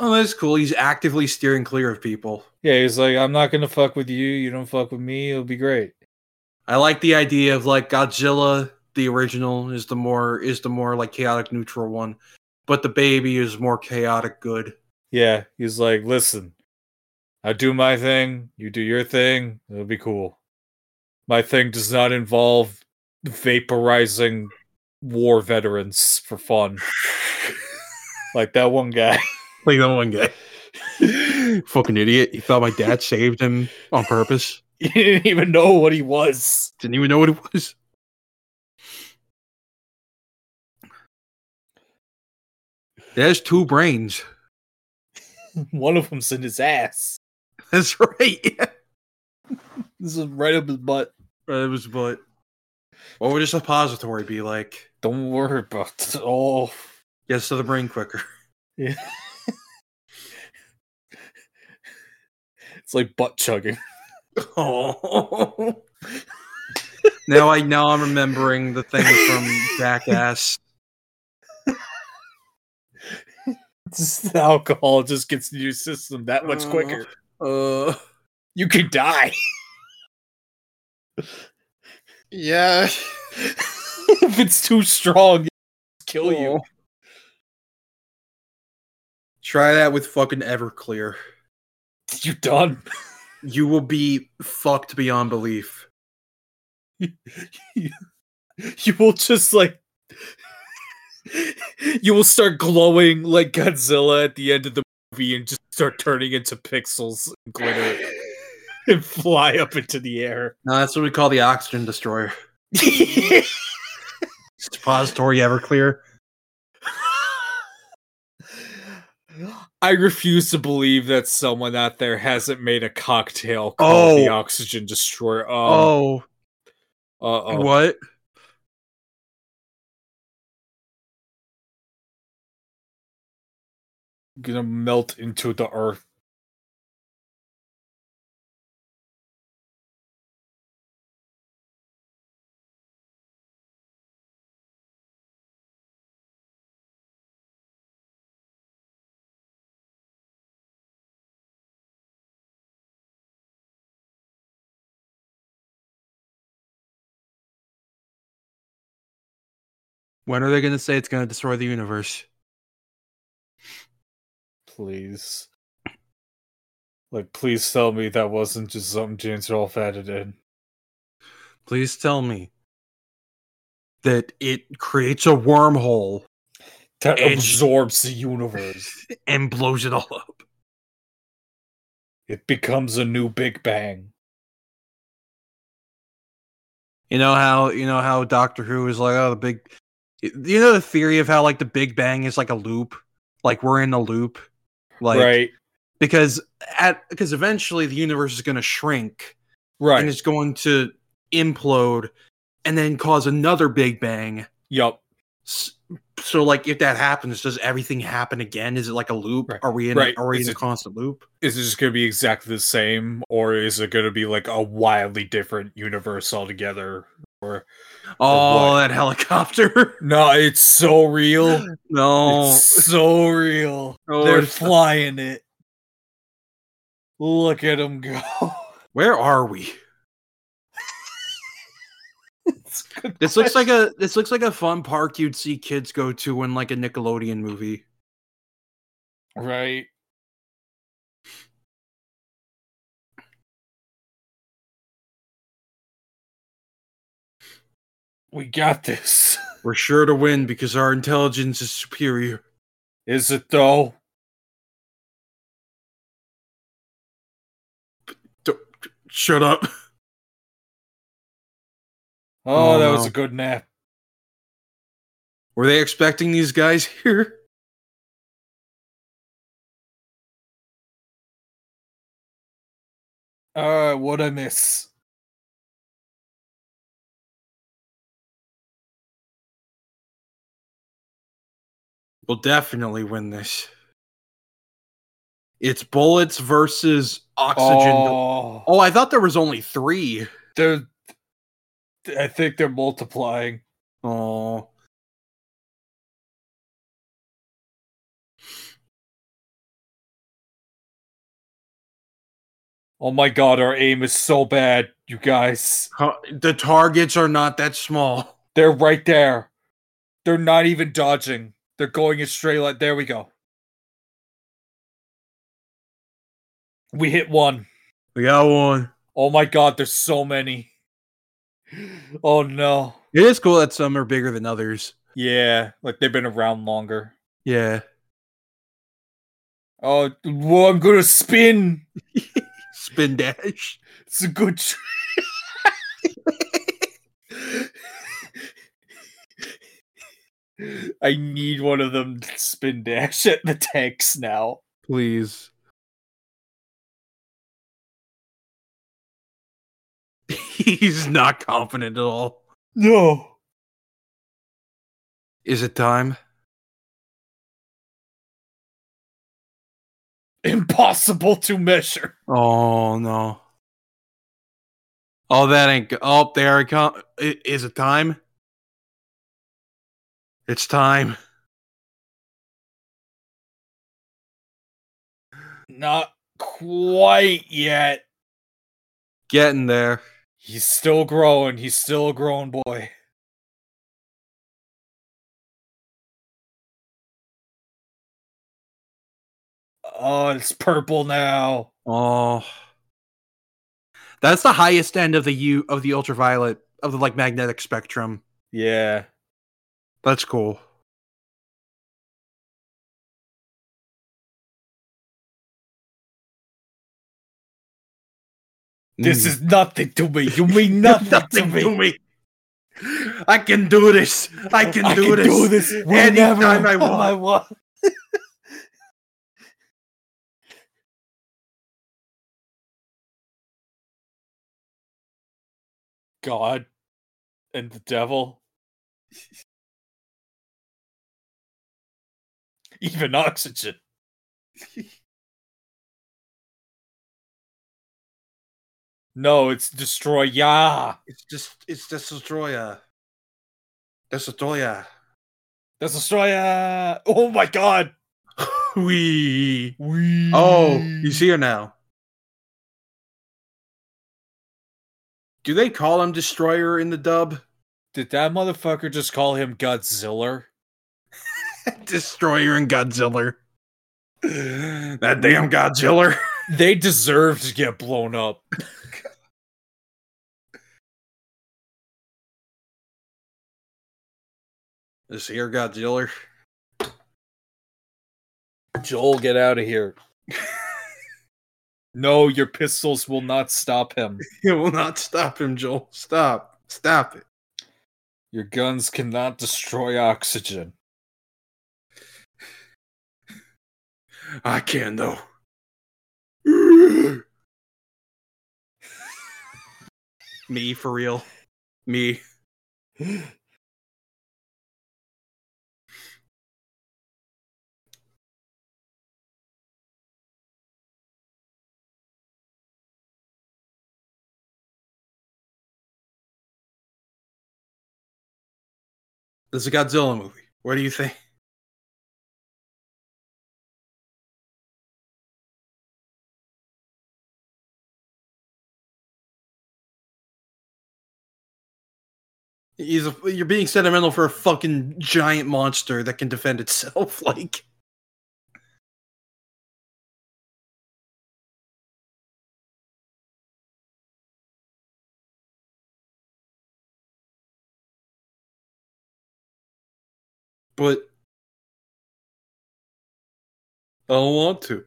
[SPEAKER 1] oh, that's cool. He's actively steering clear of people.
[SPEAKER 2] yeah, he's like, I'm not gonna fuck with you. You don't fuck with me. It'll be great.
[SPEAKER 1] I like the idea of like Godzilla, the original is the more is the more like chaotic neutral one, but the baby is more chaotic good.
[SPEAKER 2] Yeah, he's like, listen, I do my thing. You do your thing. It'll be cool. My thing does not involve vaporizing war veterans for fun, like that one guy.
[SPEAKER 1] Like that one guy. Fucking idiot. He thought my dad saved him on purpose.
[SPEAKER 2] he didn't even know what he was.
[SPEAKER 1] Didn't even know what it was. There's two brains.
[SPEAKER 2] One of them's in his ass.
[SPEAKER 1] That's right.
[SPEAKER 2] This is right up his butt.
[SPEAKER 1] It was but what would his suppository be like?
[SPEAKER 2] Don't worry about it. Oh,
[SPEAKER 1] Gets to the brain quicker.
[SPEAKER 2] yeah. it's like butt chugging.
[SPEAKER 1] Oh. now I now I'm remembering the thing from Jackass.
[SPEAKER 2] It's just the alcohol just gets into your system that much
[SPEAKER 1] Uh-huh.
[SPEAKER 2] quicker.
[SPEAKER 1] Uh,
[SPEAKER 2] You could die
[SPEAKER 1] yeah.
[SPEAKER 2] if it's too strong. it'll Kill you.
[SPEAKER 1] Try that with fucking Everclear.
[SPEAKER 2] You done.
[SPEAKER 1] You will be fucked beyond belief.
[SPEAKER 2] You will just like. You will start glowing like Godzilla at the end of the movie and just start turning into pixels and glitter. and fly up into the air.
[SPEAKER 1] No, that's what we call the oxygen destroyer. Suppository Everclear.
[SPEAKER 2] I refuse to believe that someone out there hasn't made a cocktail called
[SPEAKER 1] Oh.
[SPEAKER 2] the Oxygen Destroyer. Oh,
[SPEAKER 1] Oh,
[SPEAKER 2] uh-oh.
[SPEAKER 1] what?
[SPEAKER 2] gonna melt into the earth.
[SPEAKER 1] When are they going to say it's going to destroy the universe?
[SPEAKER 2] Please. Like, please tell me that wasn't just something James Rolfe added in.
[SPEAKER 1] Please tell me that it creates a wormhole
[SPEAKER 2] That
[SPEAKER 1] It's-
[SPEAKER 2] absorbs the universe.
[SPEAKER 1] and blows it all up.
[SPEAKER 2] it becomes a new Big Bang.
[SPEAKER 1] You know how you know how Doctor Who is like, oh, the big you know the theory of how like the Big Bang is like a loop, like we're in a loop, like
[SPEAKER 2] right,
[SPEAKER 1] because at because eventually the universe is going to shrink
[SPEAKER 2] right.
[SPEAKER 1] and it's going to implode and then cause another Big Bang.
[SPEAKER 2] Yup.
[SPEAKER 1] S- So like if that happens, does everything happen again? Is it like a loop?
[SPEAKER 2] Right.
[SPEAKER 1] Are we in
[SPEAKER 2] Right.
[SPEAKER 1] a, are we
[SPEAKER 2] Is
[SPEAKER 1] in a
[SPEAKER 2] it-
[SPEAKER 1] constant loop?
[SPEAKER 2] Is it just going to be exactly the same, or is it going to be like a wildly different universe altogether? Or
[SPEAKER 1] Oh,
[SPEAKER 2] what?
[SPEAKER 1] that helicopter!
[SPEAKER 2] no, it's so real.
[SPEAKER 1] no,
[SPEAKER 2] It's so real.
[SPEAKER 1] Oh,
[SPEAKER 2] They're
[SPEAKER 1] it's-
[SPEAKER 2] flying it. Look at them go.
[SPEAKER 1] where are we?
[SPEAKER 2] It's a good
[SPEAKER 1] This looks
[SPEAKER 2] question.
[SPEAKER 1] like a this looks like a fun park you'd see kids go to in like a Nickelodeon movie.
[SPEAKER 2] right. We got this.
[SPEAKER 1] We're sure to win because our intelligence is superior.
[SPEAKER 2] Is it though?
[SPEAKER 1] Shut up.
[SPEAKER 2] Oh,
[SPEAKER 1] Oh,
[SPEAKER 2] that was
[SPEAKER 1] no.
[SPEAKER 2] a good nap.
[SPEAKER 1] Were they expecting these guys here?
[SPEAKER 2] Uh, what I miss?
[SPEAKER 1] We'll definitely win this. It's bullets versus oxygen. Oh,
[SPEAKER 2] Oh,
[SPEAKER 1] I thought there was only three.
[SPEAKER 2] they're. I think they're multiplying.
[SPEAKER 1] Oh.
[SPEAKER 2] Oh my god, our aim is so bad, you guys.
[SPEAKER 1] Huh, The targets are not that small.
[SPEAKER 2] They're right there. They're not even dodging. They're going in straight line. There we go. We hit one.
[SPEAKER 1] We got one.
[SPEAKER 2] Oh my god, there's so many. Oh no.
[SPEAKER 1] It is cool that some are bigger than others.
[SPEAKER 2] Yeah, like they've been around longer.
[SPEAKER 1] Yeah.
[SPEAKER 2] Oh, whoa, I'm gonna spin.
[SPEAKER 1] Spin dash.
[SPEAKER 2] It's a good. tr- I need one of them to spin dash at the tanks now.
[SPEAKER 1] Please. He's not confident at all.
[SPEAKER 2] No.
[SPEAKER 1] Is it time?
[SPEAKER 2] Impossible to measure.
[SPEAKER 1] Oh no. Oh, that ain't. Go- oh, there it comes. Is it time? It's time.
[SPEAKER 2] Not quite yet.
[SPEAKER 1] Getting there.
[SPEAKER 2] He's still growing. He's still a grown boy. Oh, it's purple now.
[SPEAKER 1] Oh, that's the highest end of the U of the ultraviolet of the like magnetic spectrum.
[SPEAKER 2] Yeah.
[SPEAKER 1] That's cool.
[SPEAKER 2] This
[SPEAKER 1] Mm.
[SPEAKER 2] is nothing to me. You mean nothing, to me.
[SPEAKER 1] I can do this. I can do this. anytime I want.
[SPEAKER 2] God and the devil. Even oxygen. no, it's destroy ya.
[SPEAKER 1] It's just it's destroyer. Destroyer.
[SPEAKER 2] That's destroy ya. Oh my god.
[SPEAKER 1] we.
[SPEAKER 2] We
[SPEAKER 1] Oh,
[SPEAKER 2] Mm.
[SPEAKER 1] he's here now. Do they call him Destroyer in the dub?
[SPEAKER 2] Did that motherfucker just call him Godzilla?
[SPEAKER 1] Destroyer and Godzilla. That damn Godzilla.
[SPEAKER 2] They deserve to get blown up.
[SPEAKER 1] This here Godzilla.
[SPEAKER 2] Joel, get out of here. no, your pistols will not stop him.
[SPEAKER 1] It will not stop him, Joel. Stop. Stop it.
[SPEAKER 2] Your guns cannot destroy oxygen.
[SPEAKER 1] I can though. Me for real. Me. This is a Godzilla movie. What do you think? He's a, you're being sentimental for a fucking giant monster that can defend itself. Like, but I don't want to.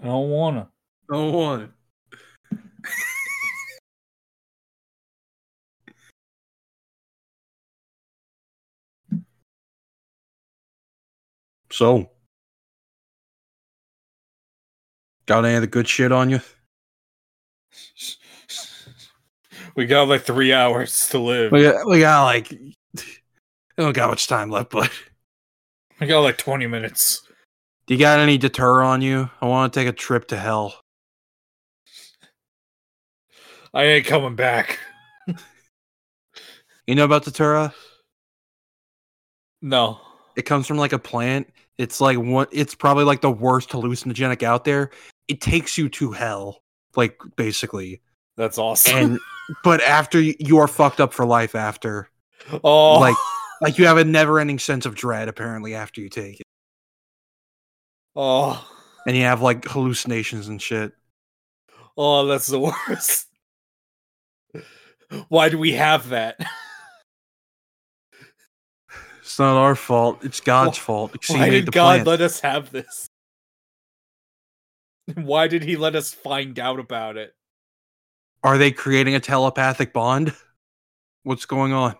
[SPEAKER 2] I don't wanna.
[SPEAKER 1] I don't want it. So, got any of the good shit on you?
[SPEAKER 2] We got like three hours to live.
[SPEAKER 1] We got, we got like, I don't got much time left, but
[SPEAKER 2] We got like 20 minutes.
[SPEAKER 1] do you got any deter on you? I want to take a trip to hell.
[SPEAKER 2] I ain't coming back.
[SPEAKER 1] You know about Datura?
[SPEAKER 2] No.
[SPEAKER 1] It comes from like a plant. It's like one. It's probably like the worst hallucinogenic out there. It takes you to hell, like basically.
[SPEAKER 2] That's awesome.
[SPEAKER 1] And but after you, you are fucked up for life. After
[SPEAKER 2] oh,
[SPEAKER 1] like like you have a never-ending sense of dread apparently after you take it,
[SPEAKER 2] oh,
[SPEAKER 1] and you have like hallucinations and shit.
[SPEAKER 2] oh, that's the worst. Why do we have that?
[SPEAKER 1] It's not our fault. It's God's fault. because he
[SPEAKER 2] Why
[SPEAKER 1] made
[SPEAKER 2] did
[SPEAKER 1] the
[SPEAKER 2] God
[SPEAKER 1] plant.
[SPEAKER 2] let us have this? Why did He let us find out about it?
[SPEAKER 1] Are they creating a telepathic bond? What's going on?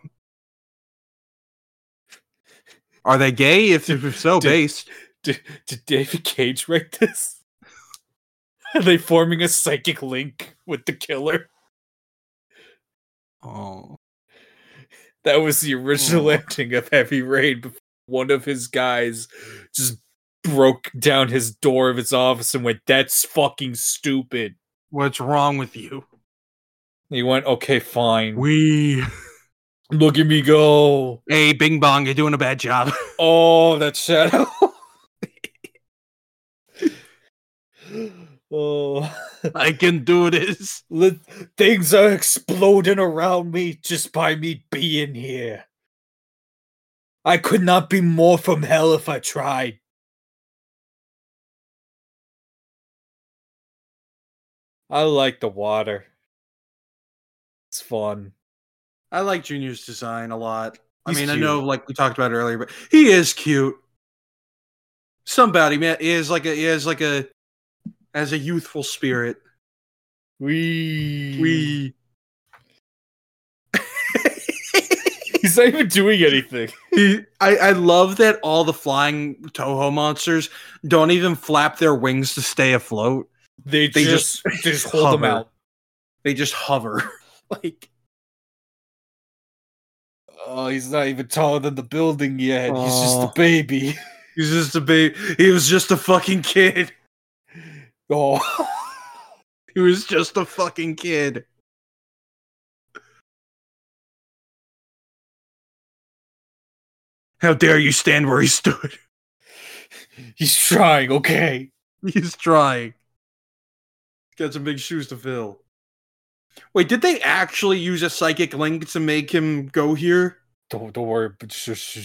[SPEAKER 1] Are they gay? If, if so,
[SPEAKER 2] Did-
[SPEAKER 1] based.
[SPEAKER 2] Did, did David Cage write this? Are they forming a psychic link with the killer?
[SPEAKER 1] Oh,
[SPEAKER 2] That was the original
[SPEAKER 1] Oh.
[SPEAKER 2] ending of Heavy Rain. Before one of his guys just broke down his door of his office and went, "That's fucking stupid."
[SPEAKER 1] what's wrong with you?
[SPEAKER 2] He went, "Okay, fine.
[SPEAKER 1] We.
[SPEAKER 2] Look at me go."
[SPEAKER 1] Hey, Bing Bong, you're doing a bad job.
[SPEAKER 2] Oh, that shadow. oh.
[SPEAKER 1] I can do this.
[SPEAKER 2] Li- things are exploding around me just by me being here. I could not be more from hell if I tried. I like the water. It's fun.
[SPEAKER 1] I like Junior's design a lot.
[SPEAKER 2] He's
[SPEAKER 1] I mean, I
[SPEAKER 2] cute.
[SPEAKER 1] know, like we talked about earlier, but he is cute. Somebody, man, he is like a, he is like a, as a youthful spirit.
[SPEAKER 2] We
[SPEAKER 1] We.
[SPEAKER 2] He's not even doing anything.
[SPEAKER 1] He, I, I love that all the flying Toho monsters don't even flap their wings to stay afloat.
[SPEAKER 2] They,
[SPEAKER 1] They
[SPEAKER 2] just, they just hold him
[SPEAKER 1] hover.
[SPEAKER 2] out.
[SPEAKER 1] They just hover. like
[SPEAKER 2] Oh, he's not even taller than the building yet. He's just
[SPEAKER 1] Aw.
[SPEAKER 2] a baby.
[SPEAKER 1] he's just a baby. He was just a fucking kid.
[SPEAKER 2] Oh,
[SPEAKER 1] He was just a fucking kid. How dare you stand where he stood?
[SPEAKER 2] he's trying, okay.
[SPEAKER 1] He's trying. Got some big shoes to fill. Wait, did they actually use a psychic link to make him go here?
[SPEAKER 2] Don't don't worry. But sh- sh-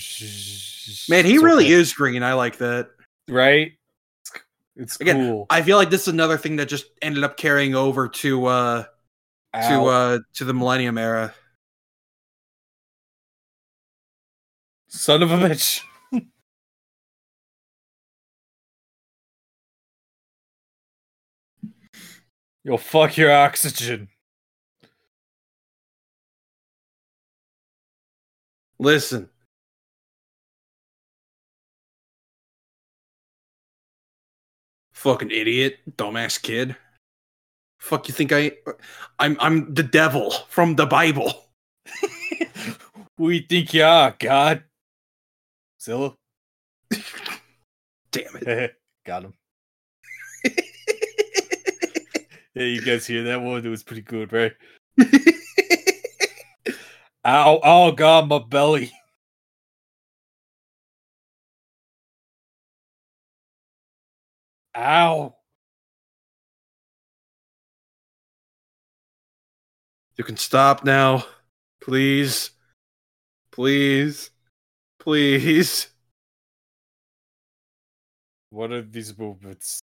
[SPEAKER 2] sh-
[SPEAKER 1] Man, he
[SPEAKER 2] it's
[SPEAKER 1] really
[SPEAKER 2] okay,
[SPEAKER 1] is green. I like that.
[SPEAKER 2] right. It's, c- it's
[SPEAKER 1] Again,
[SPEAKER 2] cool.
[SPEAKER 1] I feel like this is another thing that just ended up carrying over to uh
[SPEAKER 2] Ow.
[SPEAKER 1] to uh to the millennium era.
[SPEAKER 2] Son of a bitch. You'll fuck your oxygen.
[SPEAKER 1] Listen. Fucking idiot, dumbass kid. Fuck you think I I'm I'm the devil from the Bible.
[SPEAKER 2] we think you are, God. Zilla.
[SPEAKER 1] Damn it.
[SPEAKER 2] Got him. yeah, you guys hear that one? It was pretty good, right? Ow, oh god, my belly. Ow.
[SPEAKER 1] You can stop now. Please. Please. Please.
[SPEAKER 2] What are these movements?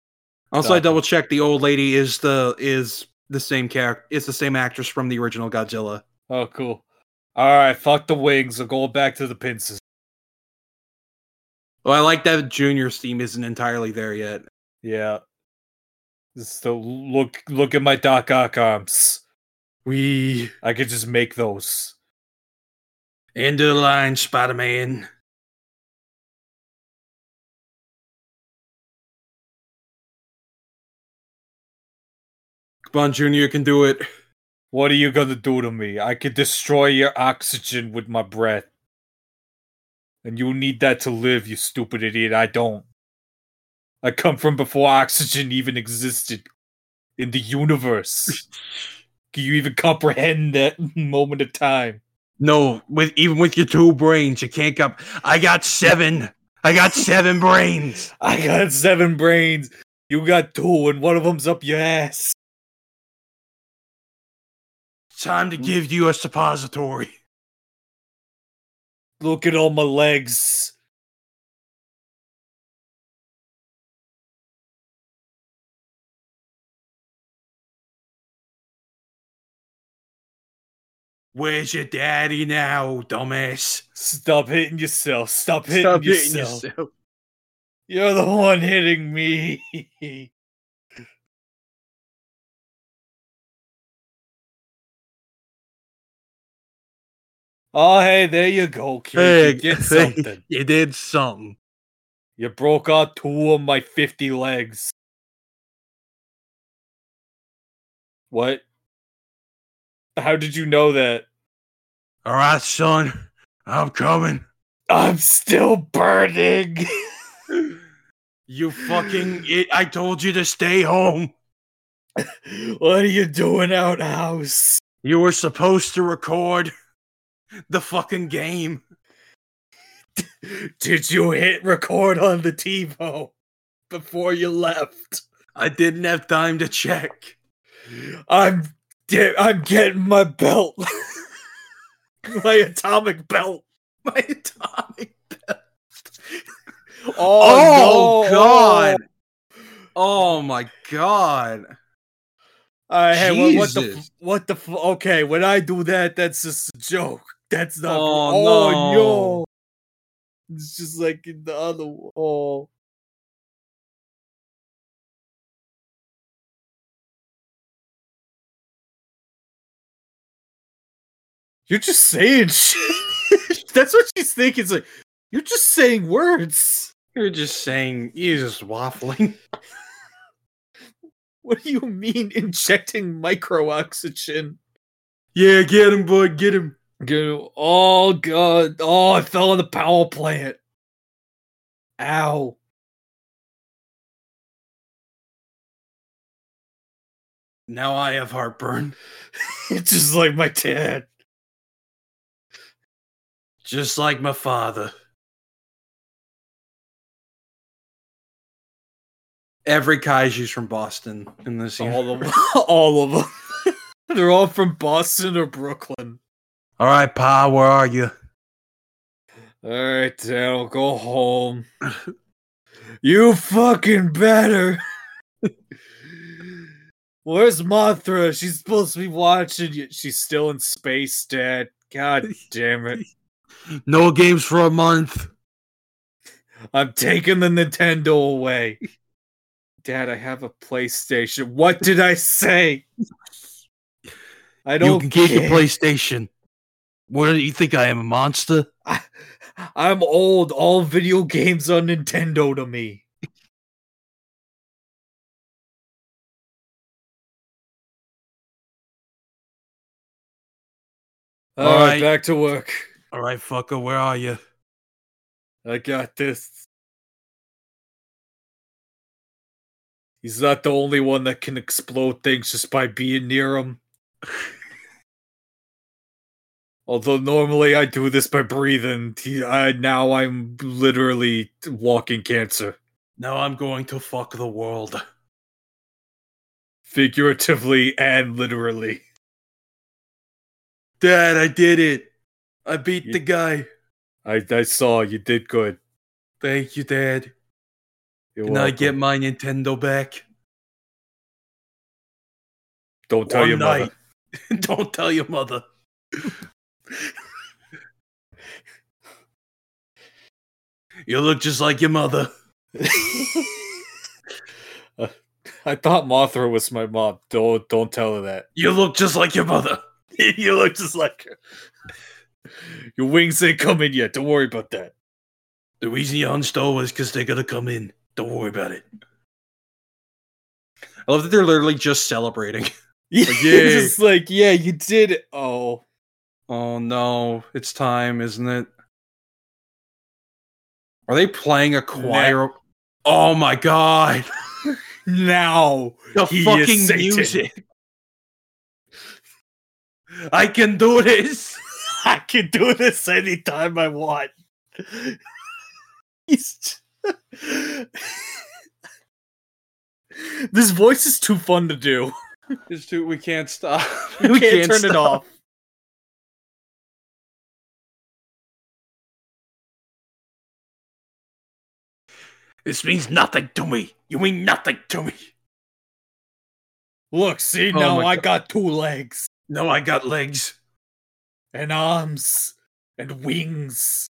[SPEAKER 1] Also, I double checked the old lady is the is the same character is the same actress from the original Godzilla.
[SPEAKER 2] Oh, cool. Alright, fuck the wings. I'm going back to the pincers.
[SPEAKER 1] Well, I like that Junior's theme isn't entirely there yet.
[SPEAKER 2] Yeah. So look look at my Doc Ock arms.
[SPEAKER 1] We
[SPEAKER 2] I could just make those.
[SPEAKER 1] end of the line, Spider Man. Come on, Junior, you can do it.
[SPEAKER 2] What are you gonna do to me? I could destroy your oxygen with my breath. And you need that to live, you stupid idiot. I don't. I come from before oxygen even existed in the universe. Can you even comprehend that moment of time?
[SPEAKER 1] No, with even with your two brains, you can't come. I got seven. I got seven brains.
[SPEAKER 2] I got seven brains. You got two, and one of them's up your ass.
[SPEAKER 1] Time to give you a suppository.
[SPEAKER 2] Look at all my legs.
[SPEAKER 1] Where's your daddy now, dumbass?
[SPEAKER 2] Stop hitting yourself. Stop hitting yourself.
[SPEAKER 1] yourself.
[SPEAKER 2] You're the one hitting me. oh, hey, there you go, kid. you did something.
[SPEAKER 1] you did something.
[SPEAKER 2] You broke out two of my 50 legs. What? How did you know that?
[SPEAKER 1] All right, son, I'm coming.
[SPEAKER 2] I'm still burning.
[SPEAKER 1] You fucking! It, I told you to stay home.
[SPEAKER 2] what are you doing out house?
[SPEAKER 1] You were supposed to record the fucking game.
[SPEAKER 2] Did you hit record on the TiVo before you left?
[SPEAKER 1] I didn't have time to check.
[SPEAKER 2] I'm ge- I'm getting my belt. my atomic belt.
[SPEAKER 1] My atomic.
[SPEAKER 2] Oh,
[SPEAKER 1] Oh,
[SPEAKER 2] no.
[SPEAKER 1] God! Oh my god!
[SPEAKER 2] All right, hey, what, what the f-
[SPEAKER 1] Jesus.
[SPEAKER 2] what the f- okay, when I do that that's just a joke. That's not
[SPEAKER 1] Oh,
[SPEAKER 2] oh
[SPEAKER 1] no.
[SPEAKER 2] no. It's just like in the other one. Oh. You're just saying shit. That's what she's thinking. It's like you're just saying words.
[SPEAKER 1] You're just saying. You're just waffling.
[SPEAKER 2] What do you mean injecting micro oxygen?
[SPEAKER 1] Yeah, get him, boy, get him.
[SPEAKER 2] Go, oh god, oh, I fell in the power plant. Ow.
[SPEAKER 1] Now I have heartburn.
[SPEAKER 2] It's just like my dad.
[SPEAKER 1] Just like my father. Every kaiju's from Boston in this year.
[SPEAKER 2] All of them. all of them. They're all from Boston or Brooklyn.
[SPEAKER 1] All right, Pa, where are you?
[SPEAKER 2] All right, Dad, I'll go home. you fucking better. Where's Mothra? She's supposed to be watching you. She's still in space, Dad. God damn it.
[SPEAKER 1] No games for a month.
[SPEAKER 2] I'm taking the Nintendo away. Dad, I have a PlayStation. What did I say? I
[SPEAKER 1] You
[SPEAKER 2] don't
[SPEAKER 1] can get
[SPEAKER 2] care.
[SPEAKER 1] your PlayStation.
[SPEAKER 3] What do you think I am a monster?
[SPEAKER 2] I, I'm old. All video games are Nintendo to me.
[SPEAKER 3] All
[SPEAKER 2] All right,
[SPEAKER 3] right.
[SPEAKER 2] back to work.
[SPEAKER 3] All right, fucker, where are you?
[SPEAKER 2] I got this. He's not the only one that can explode things just by being near him. Although normally I do this by breathing, he- I, now I'm literally walking cancer,
[SPEAKER 3] Now I'm going to fuck the world.
[SPEAKER 2] figuratively and literally.
[SPEAKER 1] Dad, I did it. I beat
[SPEAKER 2] You-
[SPEAKER 1] the guy.
[SPEAKER 2] I, I saw you did good.
[SPEAKER 1] Thank you, Dad.
[SPEAKER 2] You're
[SPEAKER 1] And I
[SPEAKER 2] welcome.
[SPEAKER 1] get my Nintendo back.
[SPEAKER 2] Don't tell
[SPEAKER 1] one
[SPEAKER 2] your mother.
[SPEAKER 1] night. Don't tell your mother. you look just like your mother.
[SPEAKER 2] I thought Mothra was my mom. Don't don't tell her that.
[SPEAKER 1] You look just like your mother.
[SPEAKER 2] you look just like her. Your wings ain't come in yet. Don't worry about that.
[SPEAKER 1] The reason you uninstall is because they're gonna come in. Don't worry about it. I love that they're literally just celebrating.
[SPEAKER 2] Yeah,
[SPEAKER 1] yay.
[SPEAKER 2] just like yeah, you did. It. Oh,
[SPEAKER 1] Oh no, it's time, isn't it? Are they playing a choir? Oh my god!
[SPEAKER 2] now
[SPEAKER 1] The
[SPEAKER 2] He is
[SPEAKER 1] fucking
[SPEAKER 2] Satan.
[SPEAKER 1] music. I can do this.
[SPEAKER 2] I can do this anytime I want. He's t- this voice is too fun to do.
[SPEAKER 1] It's too, we can't stop.
[SPEAKER 2] We, can't, turn it off.
[SPEAKER 1] This means nothing to me. You mean nothing to me.
[SPEAKER 2] Look, see
[SPEAKER 1] Oh
[SPEAKER 2] now
[SPEAKER 1] my
[SPEAKER 2] I
[SPEAKER 1] God.
[SPEAKER 2] got two legs.
[SPEAKER 1] No, I got legs.
[SPEAKER 2] and arms and wings.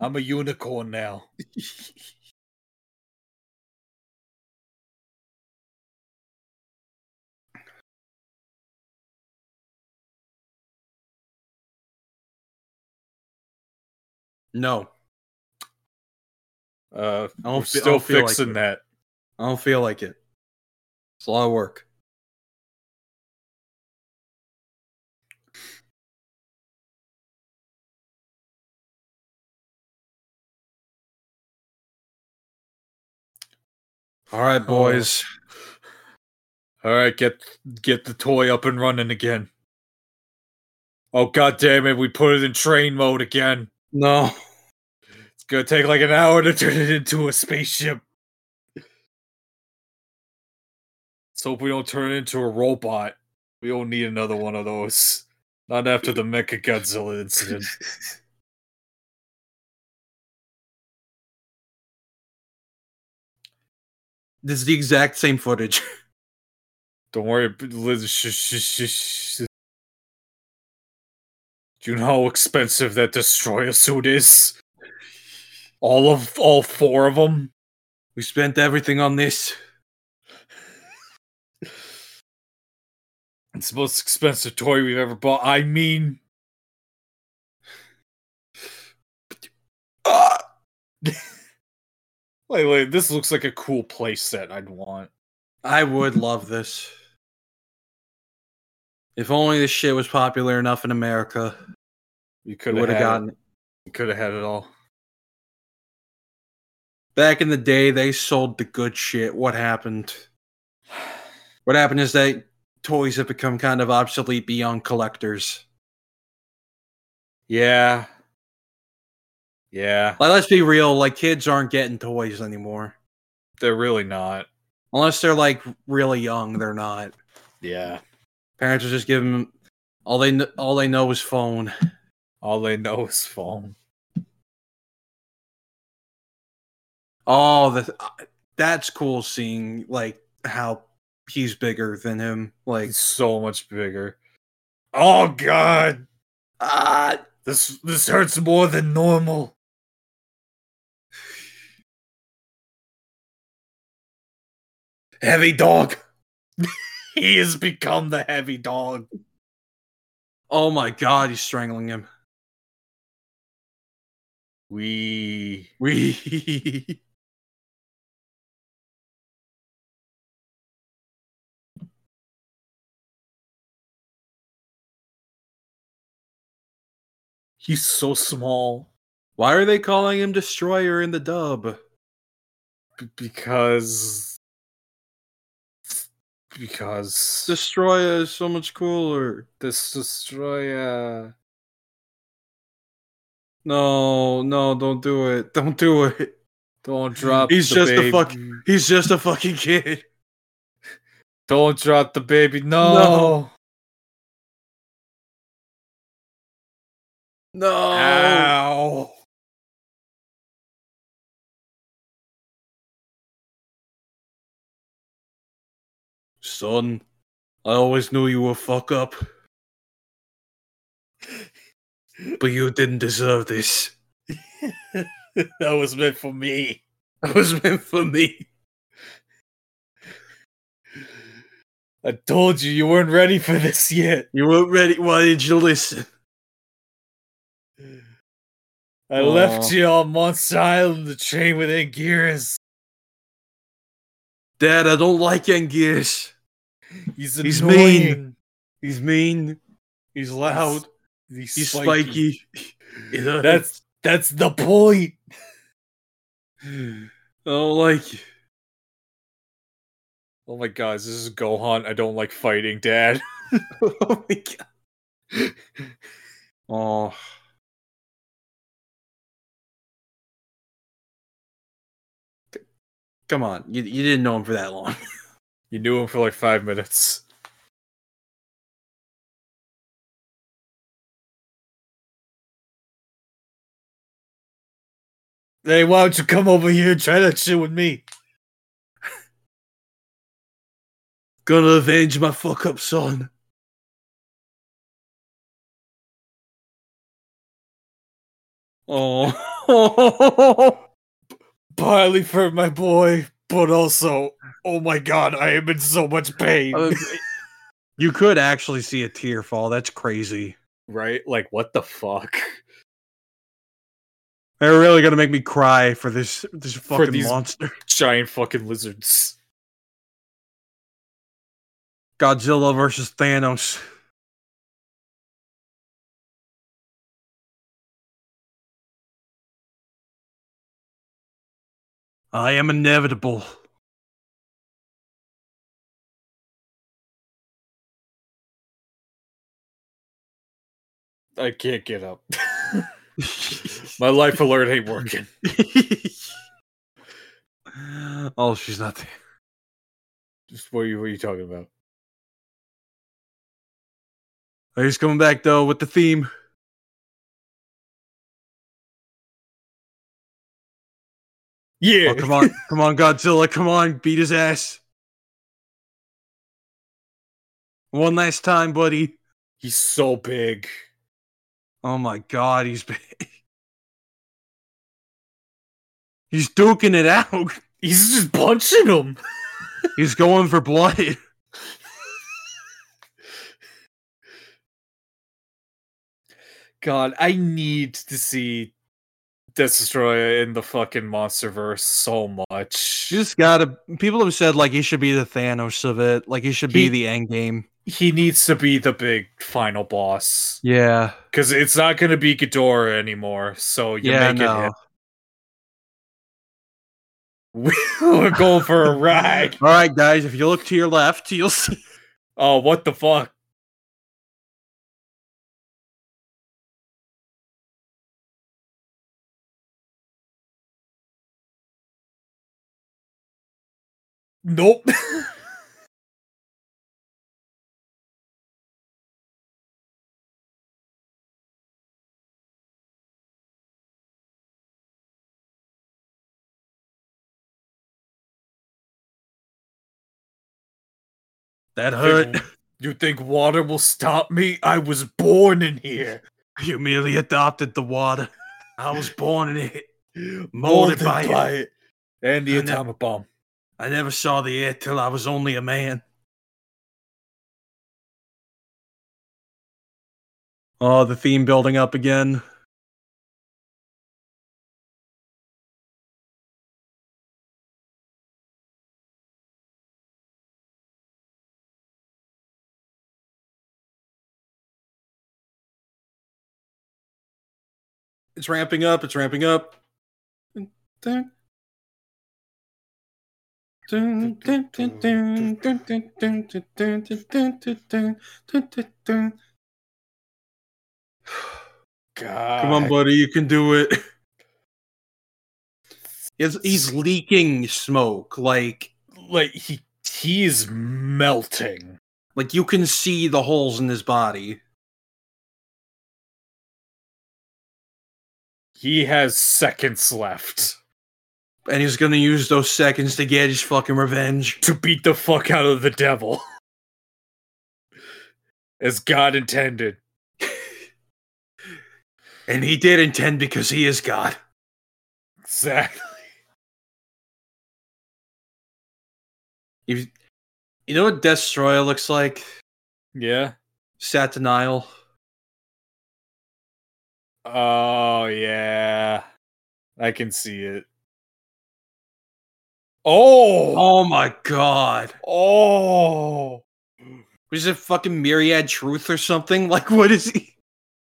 [SPEAKER 2] I'm a unicorn now.
[SPEAKER 1] No,
[SPEAKER 2] Uh,
[SPEAKER 1] I
[SPEAKER 2] I'm
[SPEAKER 1] don't, fe- I
[SPEAKER 2] still
[SPEAKER 1] don't feel
[SPEAKER 2] fixing
[SPEAKER 1] like it.
[SPEAKER 2] that.
[SPEAKER 1] I don't feel like it. It's a lot of work. All right, boys.
[SPEAKER 2] All right, get get the toy up and running again. Oh god damn it, we put it in train mode again.
[SPEAKER 1] No.
[SPEAKER 2] It's gonna take like an hour to turn it into a spaceship. Let's hope we don't turn it into a robot. We don't need another one of those. Not after the Mecha Godzilla incident.
[SPEAKER 1] This is the exact same footage.
[SPEAKER 2] Don't worry, b- Liz. Sh- sh- sh- sh- Do you know how expensive that destroyer suit is? All of all four of them.
[SPEAKER 1] We spent everything on this.
[SPEAKER 2] It's the most expensive toy we've ever bought. I mean,
[SPEAKER 1] Ah!
[SPEAKER 2] wait, wait. This looks like a cool playset I'd want.
[SPEAKER 1] I would love this. If only this shit was popular enough in America,
[SPEAKER 2] You could
[SPEAKER 1] we
[SPEAKER 2] have
[SPEAKER 1] would have gotten it.
[SPEAKER 2] Could have had it all.
[SPEAKER 1] Back in the day, they sold the good shit. What happened? What happened is that toys have become kind of obsolete beyond collectors.
[SPEAKER 2] Yeah. Yeah.
[SPEAKER 1] Like, let's be real, like, kids aren't getting toys anymore.
[SPEAKER 2] They're really not.
[SPEAKER 1] Unless they're, like, really young, they're not.
[SPEAKER 2] Yeah.
[SPEAKER 1] Parents are just giving them all they, kn- all they know is phone.
[SPEAKER 2] All they know is phone.
[SPEAKER 1] Oh, the, that's cool seeing, like, how he's bigger than him. Like,
[SPEAKER 2] It's so much bigger. Oh god.
[SPEAKER 1] ah,
[SPEAKER 2] This this hurts more than normal.
[SPEAKER 1] heavy dog.
[SPEAKER 2] He has become the heavy dog.
[SPEAKER 1] Oh my god, he's strangling him.
[SPEAKER 2] We
[SPEAKER 1] We
[SPEAKER 2] he's so small
[SPEAKER 1] Why are they calling him Destroyer in the dub?
[SPEAKER 2] b- because because
[SPEAKER 1] Destroyer is so much cooler.
[SPEAKER 2] this destroyer
[SPEAKER 1] No, no, don't do it. Don't do it.
[SPEAKER 2] don't drop
[SPEAKER 1] He's
[SPEAKER 2] the
[SPEAKER 1] just a
[SPEAKER 2] baby.
[SPEAKER 1] fuck- He's just a fucking kid.
[SPEAKER 2] don't drop the baby
[SPEAKER 1] No.
[SPEAKER 2] no,
[SPEAKER 1] No.
[SPEAKER 2] Ow.
[SPEAKER 1] Son, I always knew you were fuck up. But you didn't deserve this.
[SPEAKER 2] that was meant for me
[SPEAKER 1] It was meant for me.
[SPEAKER 2] i told you you weren't ready for this yet
[SPEAKER 1] You weren't ready. Why did you listen?
[SPEAKER 2] I
[SPEAKER 1] Aw.
[SPEAKER 2] left you on Monster Island to train with Anguirus.
[SPEAKER 1] Dad, I don't like Angias.
[SPEAKER 2] He's
[SPEAKER 1] He's mean.
[SPEAKER 2] annoying.
[SPEAKER 1] He's mean. He's loud.
[SPEAKER 2] He's,
[SPEAKER 1] He's spiky. It hurts.
[SPEAKER 2] That's that's the point.
[SPEAKER 1] I don't like you.
[SPEAKER 2] Oh my gosh, this is Gohan. I don't like fighting, Dad.
[SPEAKER 1] oh my god. Oh. C- Come on, you you didn't know him for that long.
[SPEAKER 2] You knew him for like five minutes. Hey, why don't you come over here and try that shit with me?
[SPEAKER 1] Gonna avenge my fuck up son. Oh.
[SPEAKER 2] Partly for my boy, but also, oh my god, I am in so much pain.
[SPEAKER 1] Um, you could actually see a tear fall. That's crazy.
[SPEAKER 2] right? Like, what the fuck?
[SPEAKER 1] They're really gonna make me cry for this this fucking
[SPEAKER 2] these-
[SPEAKER 1] monster.
[SPEAKER 2] Giant fucking lizards.
[SPEAKER 1] Godzilla versus Thanos. I am inevitable.
[SPEAKER 2] I can't get up. my life alert ain't working.
[SPEAKER 1] oh, she's not there.
[SPEAKER 2] Just what are you, what are you talking about?
[SPEAKER 1] Oh, He's coming back though with the theme.
[SPEAKER 2] Yeah.
[SPEAKER 1] Oh, come on, come on, Godzilla, come on, beat his ass. One last time, buddy.
[SPEAKER 2] He's so big.
[SPEAKER 1] Oh my god, he's big. He's duking it out.
[SPEAKER 2] He's just punching him.
[SPEAKER 1] He's going for blood.
[SPEAKER 2] God, I need to see Death Destroyer in the fucking Monsterverse so much.
[SPEAKER 1] You just gotta. People have said like he should be the Thanos of it. Like he should be
[SPEAKER 2] He-
[SPEAKER 1] the end game.
[SPEAKER 2] he needs to be the big final boss.
[SPEAKER 1] Yeah.
[SPEAKER 2] Because it's not going to be Ghidorah anymore. So you
[SPEAKER 1] yeah.
[SPEAKER 2] make it
[SPEAKER 1] No.
[SPEAKER 2] him. We're going for a ride.
[SPEAKER 1] All right, guys. If you look to your left, you'll see.
[SPEAKER 2] Oh, what the fuck? Nope.
[SPEAKER 1] That hurt.
[SPEAKER 2] you think water will stop me? I was born in here.
[SPEAKER 1] You merely adopted the water. I was born in it.
[SPEAKER 2] Molded,
[SPEAKER 1] by it.
[SPEAKER 2] it. And the
[SPEAKER 1] I never-
[SPEAKER 2] atomic bomb.
[SPEAKER 1] I never saw the air till I was only a man. Oh, the theme building up again. It's ramping up, it's ramping up. Dun, dun, dun, dun, dun, dun, dun, dun, dun, dun, dun, dun, dun, dun, dun, dun.
[SPEAKER 2] God.
[SPEAKER 1] Come on, buddy, you can do it. He's, he's leaking smoke, like
[SPEAKER 2] Like he he's melting.
[SPEAKER 1] like you can see the holes in his body.
[SPEAKER 2] He has seconds left
[SPEAKER 1] And he's gonna use those seconds to get his fucking revenge.
[SPEAKER 2] to beat the fuck out of the devil. As God intended.
[SPEAKER 1] And he did intend because he is God.
[SPEAKER 2] Exactly.
[SPEAKER 1] If, you know what Destroyer looks like?
[SPEAKER 2] Yeah.
[SPEAKER 1] Saturnile.
[SPEAKER 2] Oh yeah. I can see it. Oh.
[SPEAKER 1] Oh my god.
[SPEAKER 2] Oh.
[SPEAKER 1] Was it fucking Myriad Truth or something? Like, what is he?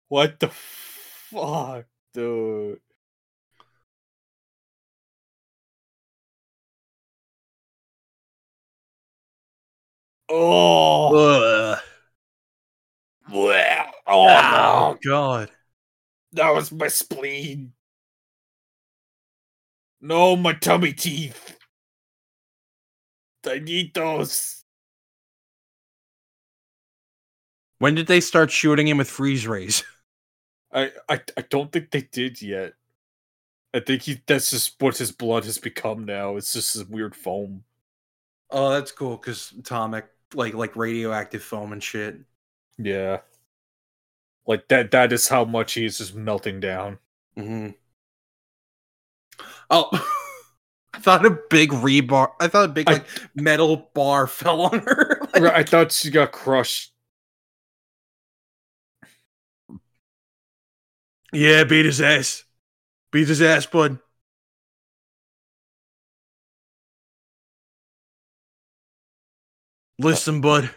[SPEAKER 2] What the fuck, dude? Oh,
[SPEAKER 1] Ugh.
[SPEAKER 2] bleh. oh
[SPEAKER 1] Oh
[SPEAKER 2] no,
[SPEAKER 1] god.
[SPEAKER 2] that was my spleen. No, my tummy teeth. I need those.
[SPEAKER 1] When did they start shooting him with freeze rays?
[SPEAKER 2] I, I, I don't think they did yet. I think he. That's just what his blood has become now. It's just this weird foam.
[SPEAKER 1] Oh, that's cool because atomic, like like radioactive foam and shit.
[SPEAKER 2] Yeah. Like that that is how much he is just melting down.
[SPEAKER 1] Mm-hmm. Oh, I thought a big rebar. I thought a big
[SPEAKER 2] I-
[SPEAKER 1] like metal bar fell on her. Like,
[SPEAKER 2] Right, I thought she got crushed.
[SPEAKER 1] Yeah, beat his ass. Beat his ass, bud. Listen, bud.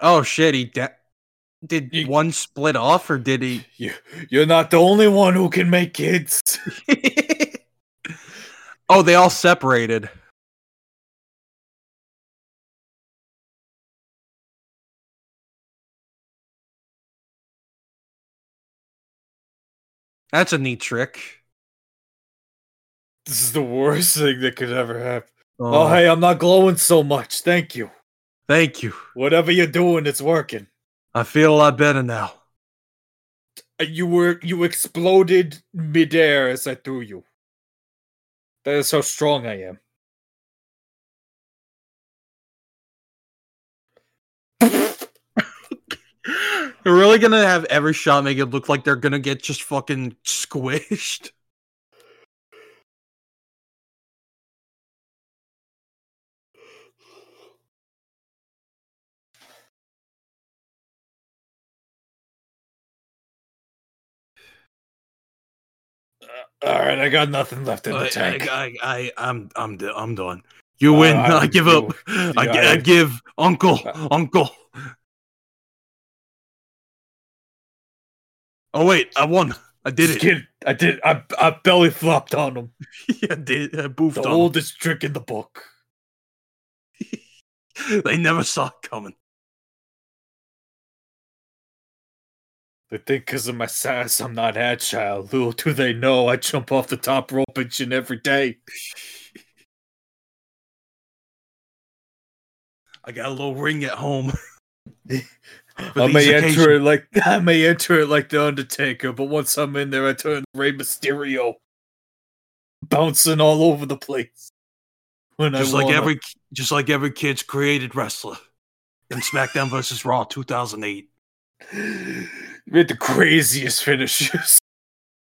[SPEAKER 1] Oh shit, he da- did
[SPEAKER 2] You-
[SPEAKER 1] one split off or did he?
[SPEAKER 2] You you're not the only one who can make kids.
[SPEAKER 1] oh, they all separated. That's a neat trick.
[SPEAKER 2] This is the worst thing that could ever happen. Oh, hey, I'm not glowing so much. Thank you.
[SPEAKER 1] Thank you.
[SPEAKER 2] Whatever you're doing, it's working.
[SPEAKER 1] I feel a lot better now.
[SPEAKER 2] Uh, You were you exploded midair as I threw you. That is how strong I am.
[SPEAKER 1] They're really gonna have every shot make it look like they're gonna get just fucking squished.
[SPEAKER 2] All right, I got nothing left in the
[SPEAKER 3] I,
[SPEAKER 2] tank.
[SPEAKER 3] I, I, I, am I'm, d- I'm done. You win.
[SPEAKER 2] Uh,
[SPEAKER 3] I give up. I, gi-
[SPEAKER 2] I-
[SPEAKER 3] I give uncle,
[SPEAKER 2] Uh,
[SPEAKER 3] uncle. Oh wait, I won. I did
[SPEAKER 2] Just
[SPEAKER 3] it.
[SPEAKER 2] kidding. I did. I I belly flopped on him.
[SPEAKER 3] I did. I uh, boofed
[SPEAKER 2] The
[SPEAKER 3] on 'em.
[SPEAKER 2] oldest trick in the book.
[SPEAKER 3] They never saw it coming.
[SPEAKER 2] They think because of my size, I'm not agile. Little do they know, I jump off the top rope each and every day.
[SPEAKER 3] I got a little ring at home. For
[SPEAKER 2] I may
[SPEAKER 3] these
[SPEAKER 2] enter it
[SPEAKER 3] occasions.
[SPEAKER 2] like I may enter it like the Undertaker, but once I'm in there, I turn Rey Mysterio, bouncing all over the place. When
[SPEAKER 3] just
[SPEAKER 2] I
[SPEAKER 3] like
[SPEAKER 2] wanna.
[SPEAKER 3] every just like every kid's created wrestler in SmackDown versus Raw 2008.
[SPEAKER 2] we had the craziest finishes.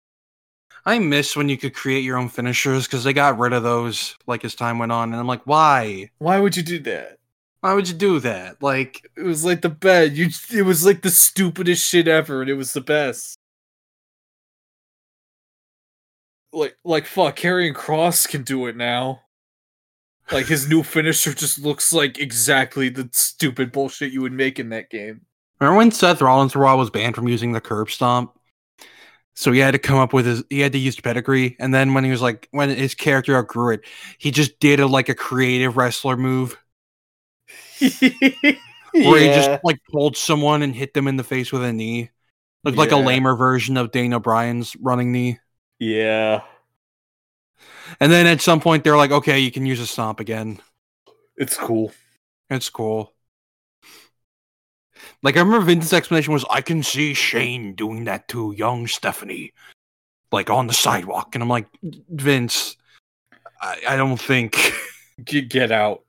[SPEAKER 1] I miss when you could create your own finishers because they got rid of those like as time went on, and I'm like, why?
[SPEAKER 2] Why would you do that?
[SPEAKER 1] Why would you do that? Like,
[SPEAKER 2] It was like the best. You, it was like the stupidest shit ever, and it was the best. Like, like fuck, Karrion Cross can do it now. Like his new finisher just looks like exactly the stupid bullshit you would make in that game.
[SPEAKER 1] remember when Seth Rollins Raw was banned from using the curb stomp? So he had to come up with his, he had to use pedigree. And then when he was like, when his character outgrew it, he just did a, like a creative wrestler move where he just like pulled someone and hit them in the face with a knee. Looked like a
[SPEAKER 2] Yeah.
[SPEAKER 1] lamer version of Dana Bryan's running knee.
[SPEAKER 2] yeah.
[SPEAKER 1] And then at some point they're like, okay, you can use a stomp again.
[SPEAKER 2] It's cool.
[SPEAKER 1] It's cool. Like I remember Vince's explanation was, I can see Shane doing that to young Stephanie, like on the sidewalk, and I'm like, Vince, I, I don't think.
[SPEAKER 2] Get, get out.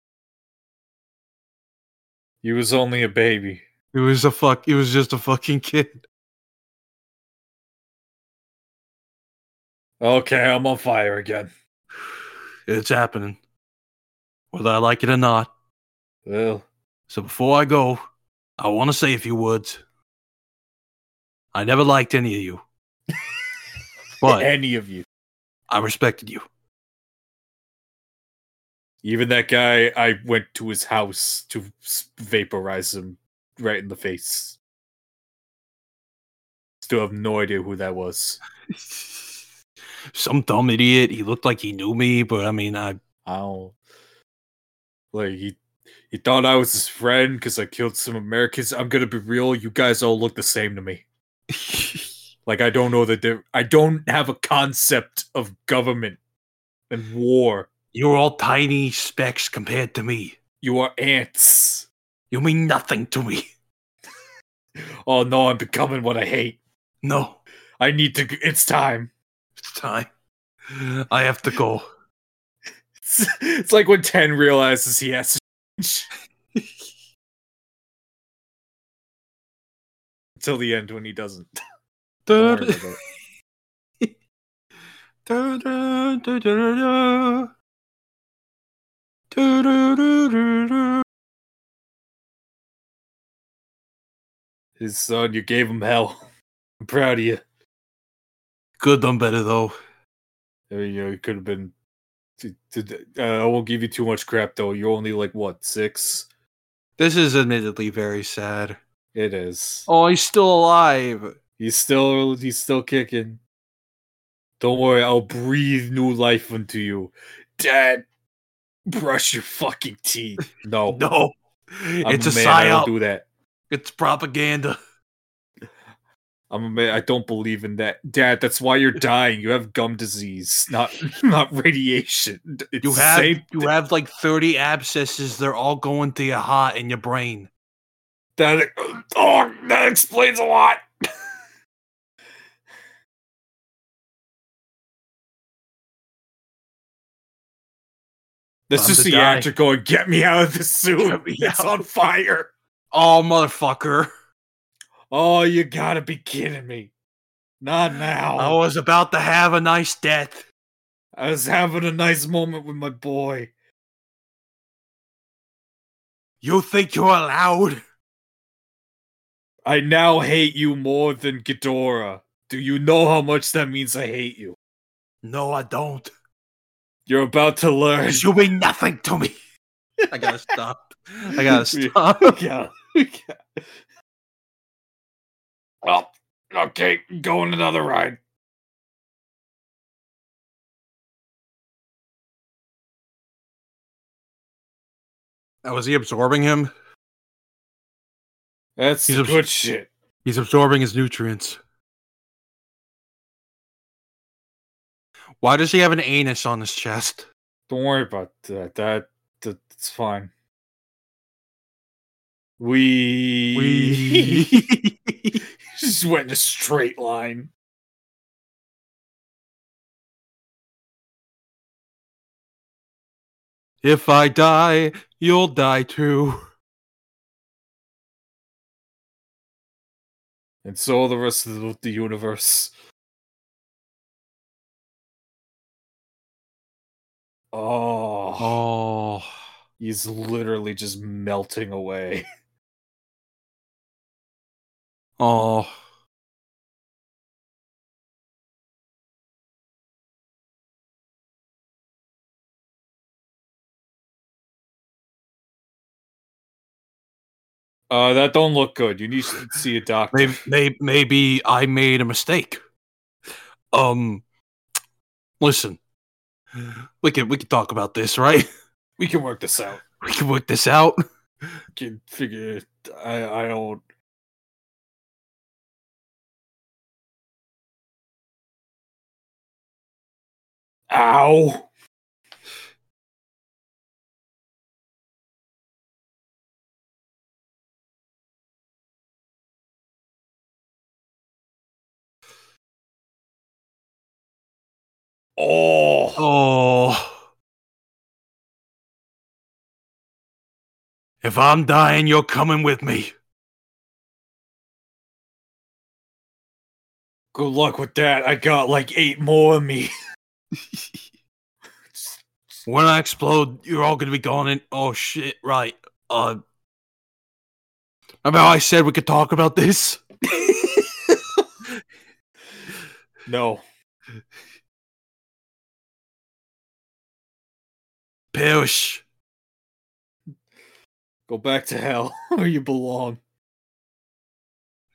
[SPEAKER 2] he was only a baby.
[SPEAKER 1] It was a fuck. It was just a fucking kid.
[SPEAKER 2] Okay, I'm on fire again.
[SPEAKER 1] It's happening, whether I like it or not.
[SPEAKER 2] Well,
[SPEAKER 1] So before I go, I want to say a few words. I never liked any of you, but
[SPEAKER 2] any of you.
[SPEAKER 1] I respected you.
[SPEAKER 2] Even that guy, I went to his house to s- vaporize him right in the face. Still have no idea who that was.
[SPEAKER 1] Some dumb idiot. He looked like he knew me, but I mean, I
[SPEAKER 2] I don't like he. He thought I was his friend because I killed some Americans. I'm gonna be real. You guys all look the same to me. Like I don't know that there. I don't have a concept of government and war.
[SPEAKER 1] you're all tiny specks compared to me.
[SPEAKER 2] You are ants.
[SPEAKER 1] You mean nothing to me.
[SPEAKER 2] Oh no, I'm becoming what I hate.
[SPEAKER 1] No,
[SPEAKER 2] I need to. g- It's time.
[SPEAKER 1] it's time. I have to go.
[SPEAKER 2] It's, it's like when Ten realizes he has to change. Until the end when he doesn't. Don't worry about it. His son, you gave him hell. I'm proud of you.
[SPEAKER 1] Good done better though.
[SPEAKER 2] I mean, you know, it could have been. t- t- Uh, I won't give you too much crap though. You're only like what six?
[SPEAKER 1] This is admittedly very sad.
[SPEAKER 2] It is.
[SPEAKER 1] Oh, he's still alive.
[SPEAKER 2] He's still he's still kicking. Don't worry, I'll breathe new life into you. Dad, brush your fucking teeth. No.
[SPEAKER 1] No,
[SPEAKER 2] I'm
[SPEAKER 1] it's a,
[SPEAKER 2] man, I
[SPEAKER 1] psyop.
[SPEAKER 2] don't do that.
[SPEAKER 1] It's propaganda.
[SPEAKER 2] I'm a man. I don't believe in that. Dad, that's why you're dying. You have gum disease, not not radiation. D- It's
[SPEAKER 1] You have
[SPEAKER 2] same
[SPEAKER 1] you
[SPEAKER 2] th-
[SPEAKER 1] have like thirty abscesses. They're all going to your heart and your brain.
[SPEAKER 2] that oh, that explains a lot. This
[SPEAKER 1] Time
[SPEAKER 2] is
[SPEAKER 1] to die.
[SPEAKER 2] theatrical. going, get me out of this suit.
[SPEAKER 1] Get me
[SPEAKER 2] It's
[SPEAKER 1] out."
[SPEAKER 2] on fire.
[SPEAKER 1] Oh, motherfucker!
[SPEAKER 2] Oh, you gotta be kidding me. Not now.
[SPEAKER 1] I was about to have a nice death.
[SPEAKER 2] I was having a nice moment with my boy.
[SPEAKER 1] You think you're allowed?
[SPEAKER 2] I now hate you more than Ghidorah. Do you know how much that means I hate you?
[SPEAKER 1] No, I don't.
[SPEAKER 2] You're about to learn.
[SPEAKER 1] You mean nothing to me. I gotta stop. I gotta
[SPEAKER 2] Yeah.
[SPEAKER 1] stop.
[SPEAKER 2] yeah. well, okay, go on another ride.
[SPEAKER 1] Now, is he absorbing him?
[SPEAKER 2] That's
[SPEAKER 1] He's
[SPEAKER 2] the
[SPEAKER 1] obs-
[SPEAKER 2] good shit.
[SPEAKER 1] He's absorbing his nutrients. Why does he have an anus on his chest?
[SPEAKER 2] Don't worry about that. That, that that's fine. We
[SPEAKER 1] We.
[SPEAKER 2] just went in a straight line.
[SPEAKER 1] If I die, you'll die too.
[SPEAKER 2] And so the rest of the, the universe. Oh,
[SPEAKER 1] Oh,
[SPEAKER 2] he's literally just melting away.
[SPEAKER 1] oh.
[SPEAKER 2] Uh, that don't look good. You need to see a doctor.
[SPEAKER 1] Maybe, maybe, maybe I made a mistake. Um, listen, we can we can talk about this, right?
[SPEAKER 2] We can work this out.
[SPEAKER 1] We can work this out.
[SPEAKER 2] Can figure. It. I I don't. Ow! Oh.
[SPEAKER 1] Oh, if I'm dying, you're coming with me.
[SPEAKER 2] Good luck with that. I got like eight more of me.
[SPEAKER 1] When I explode, you're all gonna be gone. And oh shit, right? Uh, remember how I said we could talk about this?
[SPEAKER 2] no.
[SPEAKER 1] Perish.
[SPEAKER 2] Go back to hell where you belong.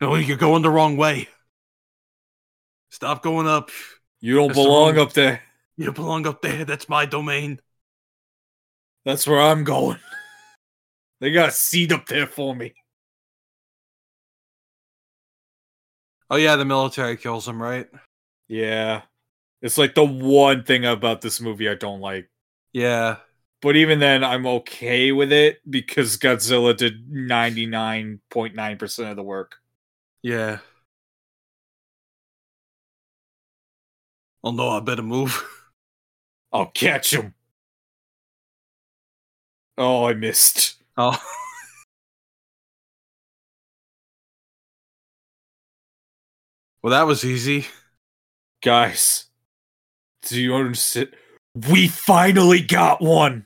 [SPEAKER 1] No, you're going the wrong way. Stop going up.
[SPEAKER 2] You don't
[SPEAKER 1] That's the
[SPEAKER 2] belong
[SPEAKER 1] wrong-
[SPEAKER 2] up there.
[SPEAKER 1] You belong up there. That's my domain.
[SPEAKER 2] That's where I'm going. They got a seat up there for me.
[SPEAKER 1] Oh yeah, the military kills him, right?
[SPEAKER 2] Yeah. It's like the one thing about this movie I don't like.
[SPEAKER 1] Yeah.
[SPEAKER 2] But even then, I'm okay with it because Godzilla did 99.9% of the work.
[SPEAKER 1] Yeah. Oh no, I better move.
[SPEAKER 2] I'll catch him. Oh, I missed.
[SPEAKER 1] Oh. well, that was easy.
[SPEAKER 2] Guys, do you understand? We finally got one.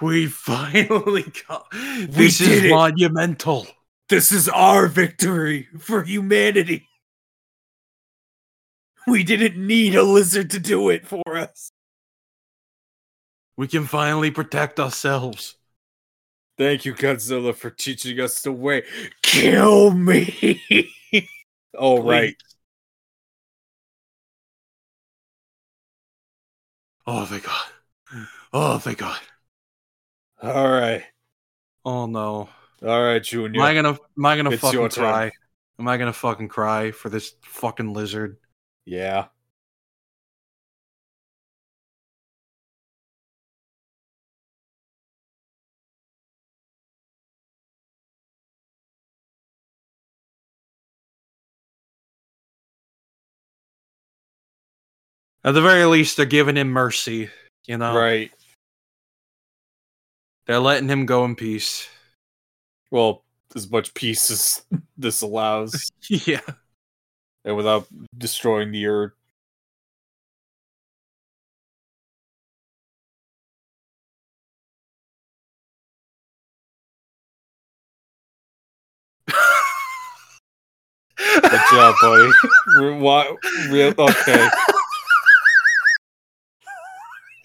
[SPEAKER 1] We finally got.
[SPEAKER 2] This
[SPEAKER 1] This
[SPEAKER 2] is
[SPEAKER 1] is monumental.
[SPEAKER 2] This is our victory for humanity. We didn't need a lizard to do it for us.
[SPEAKER 1] We can finally protect ourselves.
[SPEAKER 2] Thank you, Godzilla, for teaching us the way. Kill me. All right.
[SPEAKER 1] Oh, thank God. Oh, thank God.
[SPEAKER 2] All right.
[SPEAKER 1] Oh no.
[SPEAKER 2] All right, Junior.
[SPEAKER 1] Am I gonna? Am I gonna
[SPEAKER 2] It's your
[SPEAKER 1] fucking
[SPEAKER 2] turn.
[SPEAKER 1] cry? Am I gonna fucking cry for this fucking lizard?
[SPEAKER 2] yeah.
[SPEAKER 1] At the very least, they're giving him mercy. You know,
[SPEAKER 2] Right.
[SPEAKER 1] they're letting him go in peace.
[SPEAKER 2] Well, as much peace as this allows,
[SPEAKER 1] yeah.
[SPEAKER 2] and without destroying the earth. Good job, buddy. Re- why- real- okay.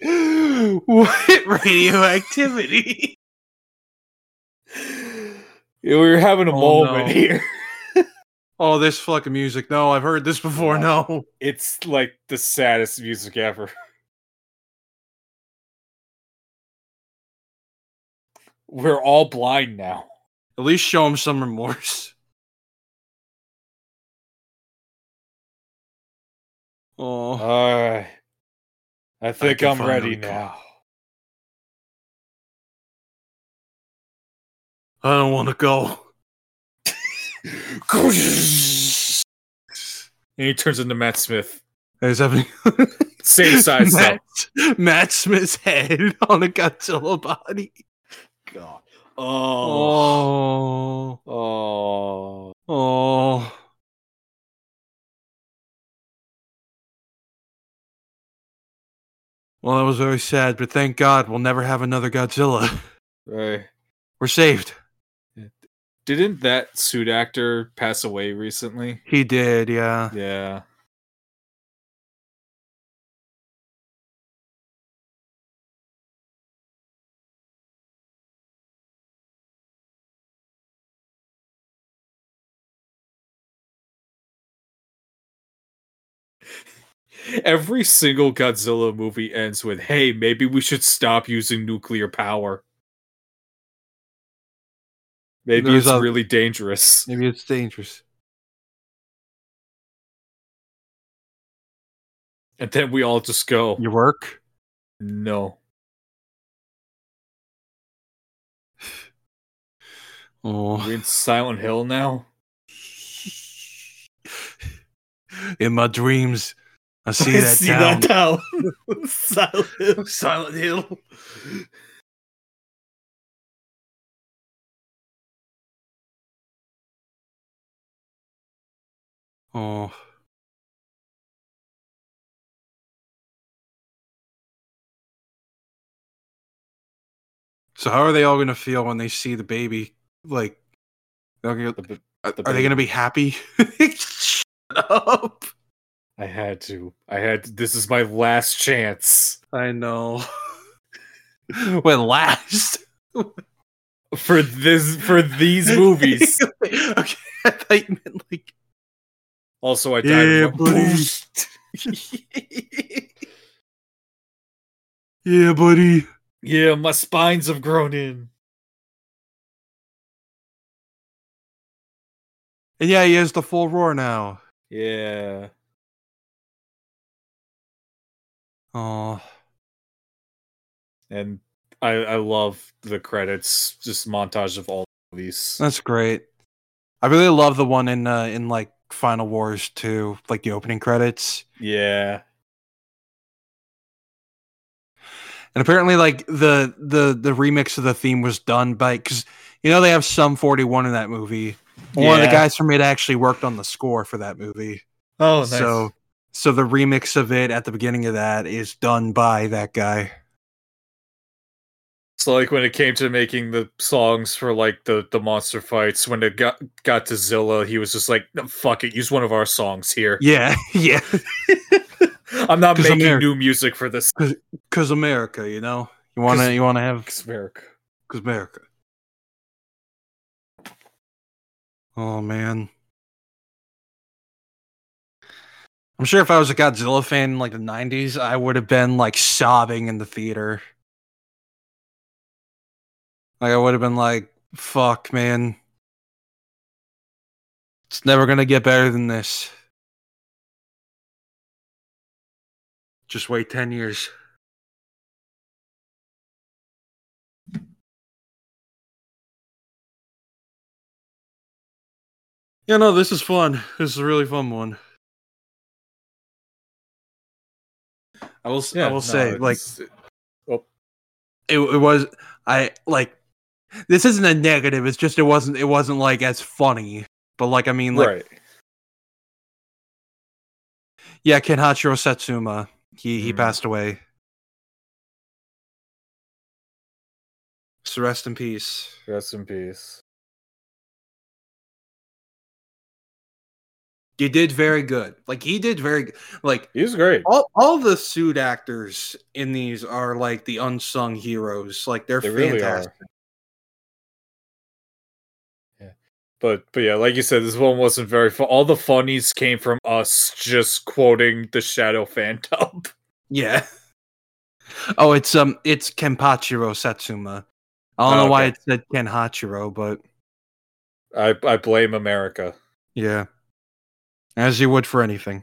[SPEAKER 1] what radioactivity?
[SPEAKER 2] We were having a
[SPEAKER 1] Oh,
[SPEAKER 2] moment
[SPEAKER 1] no.
[SPEAKER 2] here.
[SPEAKER 1] Oh, this fucking music. No, I've heard this before. No.
[SPEAKER 2] It's like the saddest music ever. We're all blind now.
[SPEAKER 1] At least show him some remorse. Oh,
[SPEAKER 2] All right. I Uh, think
[SPEAKER 1] can
[SPEAKER 2] I'm
[SPEAKER 1] finally
[SPEAKER 2] ready
[SPEAKER 1] go.
[SPEAKER 2] now.
[SPEAKER 1] I don't want to go.
[SPEAKER 2] And he turns into Matt Smith.
[SPEAKER 1] There's having
[SPEAKER 2] Same size though.
[SPEAKER 1] Matt, Matt Smith's head on a Godzilla body.
[SPEAKER 2] God. Oh.
[SPEAKER 1] Oh,
[SPEAKER 2] Oh.
[SPEAKER 1] oh. Well, that was very sad, but thank God we'll never have another Godzilla.
[SPEAKER 2] Right.
[SPEAKER 1] We're saved.
[SPEAKER 2] Didn't that suit actor pass away recently?
[SPEAKER 1] He did, yeah.
[SPEAKER 2] Yeah. Every single Godzilla movie ends with, hey, maybe we should stop using nuclear power. Maybe
[SPEAKER 1] There's
[SPEAKER 2] it's
[SPEAKER 1] a-
[SPEAKER 2] really dangerous.
[SPEAKER 1] Maybe it's dangerous.
[SPEAKER 2] And then we all just go,
[SPEAKER 1] Your work?
[SPEAKER 2] no.
[SPEAKER 1] Oh.
[SPEAKER 2] We're in Silent Hill now?
[SPEAKER 1] In my dreams, I see
[SPEAKER 2] I
[SPEAKER 1] that town.
[SPEAKER 2] town. Silent Hill. Silent Hill.
[SPEAKER 1] Oh. So how are they all gonna feel when they see the baby? Like, they're gonna-
[SPEAKER 2] The b-
[SPEAKER 1] are,
[SPEAKER 2] the
[SPEAKER 1] are they
[SPEAKER 2] baby.
[SPEAKER 1] gonna be happy? Shut up!
[SPEAKER 2] I had to. I had to. This is my last chance
[SPEAKER 1] I know. when last
[SPEAKER 2] for this for these movies.
[SPEAKER 1] okay, I thought you meant like
[SPEAKER 2] Also, I died.
[SPEAKER 1] Yeah,
[SPEAKER 2] Yeah,
[SPEAKER 1] buddy. yeah, buddy.
[SPEAKER 2] yeah, my spines have grown in.
[SPEAKER 1] And yeah, he has the full roar now.
[SPEAKER 2] Yeah.
[SPEAKER 1] Oh,
[SPEAKER 2] And I I love the credits, just montage of all these.
[SPEAKER 1] that's great. I really love the one in uh, in like Final Wars 2, like the opening credits.
[SPEAKER 2] Yeah.
[SPEAKER 1] And apparently, like the the the remix of the theme was done by because you know they have some 41 in that movie. One of
[SPEAKER 2] Yeah.
[SPEAKER 1] the guys from it actually worked on the score for that movie.
[SPEAKER 2] Oh, nice.
[SPEAKER 1] So so the remix of it at the beginning of that is done by that guy.
[SPEAKER 2] So like when it came to making the songs for like the the monster fights, when it got got to Zilla, he was just like, "No, "Fuck it, use one of our songs here."
[SPEAKER 1] Yeah, yeah.
[SPEAKER 2] I'm not
[SPEAKER 1] 'Cause
[SPEAKER 2] making
[SPEAKER 1] America-
[SPEAKER 2] new music for this.
[SPEAKER 1] Cause America, you know? You wanna
[SPEAKER 2] 'Cause-
[SPEAKER 1] you wanna have
[SPEAKER 2] America.
[SPEAKER 1] cause America. Oh man. I'm sure if I was a Godzilla fan in like the nineties, I would have been like sobbing in the theater. Like I would have been like, fuck man. It's never gonna get better than this. Just wait ten years. Yeah, no, this is fun. This is a really fun one. I will. s I
[SPEAKER 2] Yeah,
[SPEAKER 1] will
[SPEAKER 2] no,
[SPEAKER 1] say, like,
[SPEAKER 2] it's-
[SPEAKER 1] it, it was. I like. This isn't a negative. It's just it wasn't. It wasn't like as funny. But like, I mean, like,
[SPEAKER 2] right.
[SPEAKER 1] yeah, Kenhachiro Satsuma. He he
[SPEAKER 4] Mm-hmm.
[SPEAKER 2] Mhm.
[SPEAKER 1] passed away. So rest in peace.
[SPEAKER 2] Rest in peace.
[SPEAKER 1] You did very good. Like he did very g- like
[SPEAKER 2] He was great.
[SPEAKER 4] all all the suit actors in these are like the unsung heroes. Like they're
[SPEAKER 2] They really
[SPEAKER 4] fantastic.
[SPEAKER 2] are. Yeah, But but yeah, like you said, this one wasn't very fun. All the funnies came from us just quoting the Shadow Phantom.
[SPEAKER 1] Yeah. Oh, it's um, it's Kenpachiro Satsuma. I don't
[SPEAKER 2] Oh,
[SPEAKER 1] know why
[SPEAKER 2] okay.
[SPEAKER 1] it said Kenhachiro, but
[SPEAKER 2] I I blame America.
[SPEAKER 1] yeah, as you would for anything.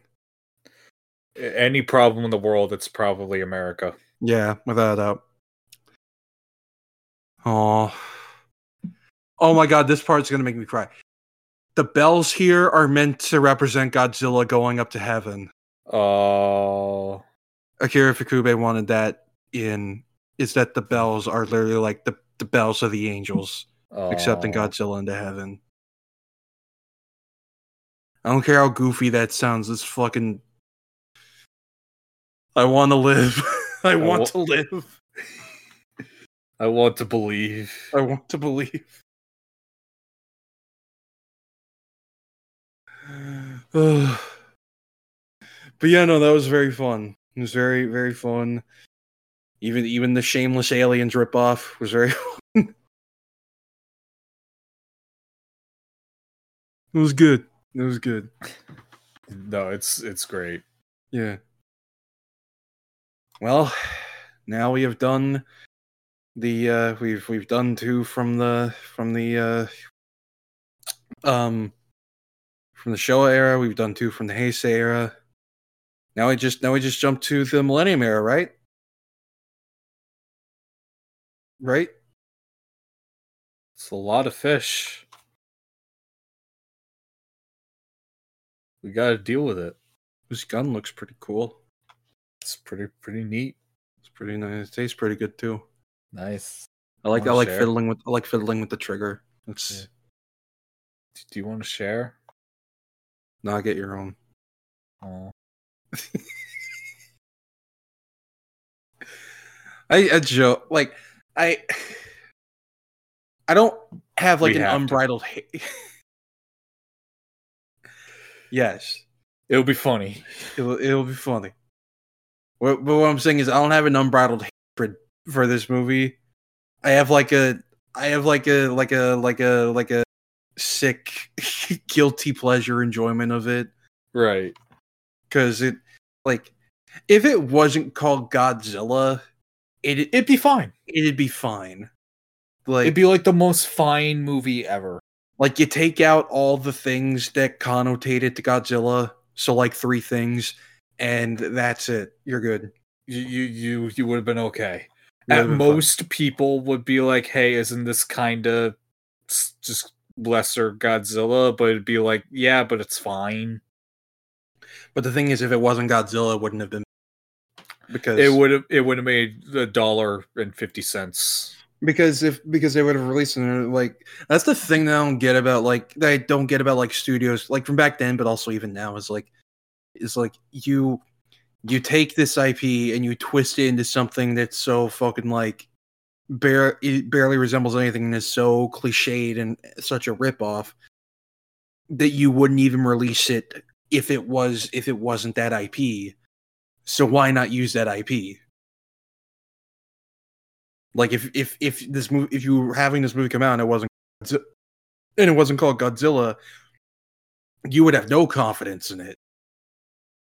[SPEAKER 2] A- Any problem in the world, it's probably America.
[SPEAKER 1] Yeah, without a doubt. Oh, oh my God, this part's gonna make me cry. The bells here are meant to represent Godzilla going up to heaven.
[SPEAKER 2] Oh,
[SPEAKER 1] Akira Fukube wanted that in. Is that the bells are literally like the the bells of the angels? accepting
[SPEAKER 2] oh.
[SPEAKER 1] Godzilla into heaven. I don't care how goofy that sounds. It's fucking. I want to live. I
[SPEAKER 2] wa-
[SPEAKER 1] want to live.
[SPEAKER 2] I want to believe.
[SPEAKER 1] I want to believe. Ugh. but yeah, no, that was very fun. It was very, very fun. Even even the shameless aliens ripoff was very It was good. It was good.
[SPEAKER 2] No, it's it's great.
[SPEAKER 1] Yeah. Well, now we have done the uh we've we've done two from the from the uh um from the Showa era, we've done two from the Heisei era. Now we just now we just jump to the Millennium era, right? Right?
[SPEAKER 2] It's a lot of fish. We got to deal with it.
[SPEAKER 1] This gun looks pretty cool.
[SPEAKER 2] It's pretty pretty neat.
[SPEAKER 1] It's pretty nice. It tastes pretty good too.
[SPEAKER 2] Nice.
[SPEAKER 1] I like I
[SPEAKER 2] Wanna
[SPEAKER 1] like
[SPEAKER 2] share?
[SPEAKER 1] fiddling with I like fiddling with the trigger. Let's
[SPEAKER 2] Yeah. D- Do you want to share?
[SPEAKER 1] not get your own.
[SPEAKER 2] Oh.
[SPEAKER 1] I, I joke like I I don't have like
[SPEAKER 2] We
[SPEAKER 1] an
[SPEAKER 2] have to.
[SPEAKER 1] unbridled hate. yes,
[SPEAKER 2] It'll be funny.
[SPEAKER 1] it'll it'll be funny. What, but what I'm saying is I don't have an unbridled hatred for this movie. I have like a I have like a like a like a like a sick guilty pleasure enjoyment of it
[SPEAKER 2] Right.
[SPEAKER 1] because it like if it wasn't called Godzilla, it
[SPEAKER 2] It'd be fine.
[SPEAKER 1] it'd be fine. Like
[SPEAKER 2] It'd be like the most fine movie ever.
[SPEAKER 1] like you take out all the things that connotated to Godzilla, so like three things, and that's it. You're good.
[SPEAKER 2] You you you, you would have been okay.
[SPEAKER 1] You're
[SPEAKER 2] At
[SPEAKER 1] having fun.
[SPEAKER 2] most, people would be like, "Hey, isn't this kind of just lesser Godzilla?" But it'd be like, "Yeah, but it's fine."
[SPEAKER 1] But the thing is, if it wasn't Godzilla, it wouldn't have been because
[SPEAKER 2] It would have it would have made a dollar and fifty cents.
[SPEAKER 1] because if because they would have released it and, like that's the thing that I don't get about like that I don't get about like studios like from back then, but also even now is like is like you you take this IP and you twist it into something that's so fucking like bare it barely resembles anything and is so cliched and such a ripoff that you wouldn't even release it if it was if it wasn't that IP. So why not use that IP? Like if if if this movie if you were having this movie come out and it wasn't Godzi- and it wasn't called Godzilla, you would have no confidence in it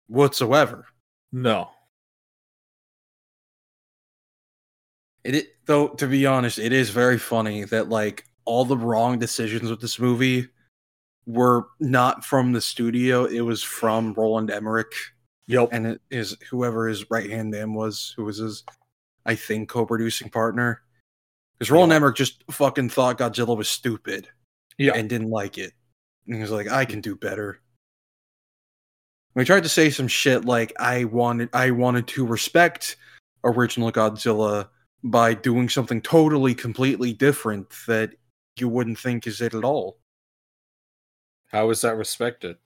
[SPEAKER 1] whatsoever.
[SPEAKER 2] No,
[SPEAKER 1] It, it though to be honest, it is very funny that like all the wrong decisions with this movie were not from the studio. It was from Roland Emmerich
[SPEAKER 2] yep,
[SPEAKER 1] and it is whoever his right hand man was, who was his, I think, co-producing partner. Because Roland
[SPEAKER 2] Yeah.
[SPEAKER 1] Emmerich just fucking thought Godzilla was stupid,
[SPEAKER 2] Yeah.
[SPEAKER 1] and didn't like it, and he was like, "I can do better." We tried to say some shit like, "I wanted, I wanted to respect original Godzilla by doing something totally, completely different that you wouldn't think is it at all."
[SPEAKER 2] How is that respected?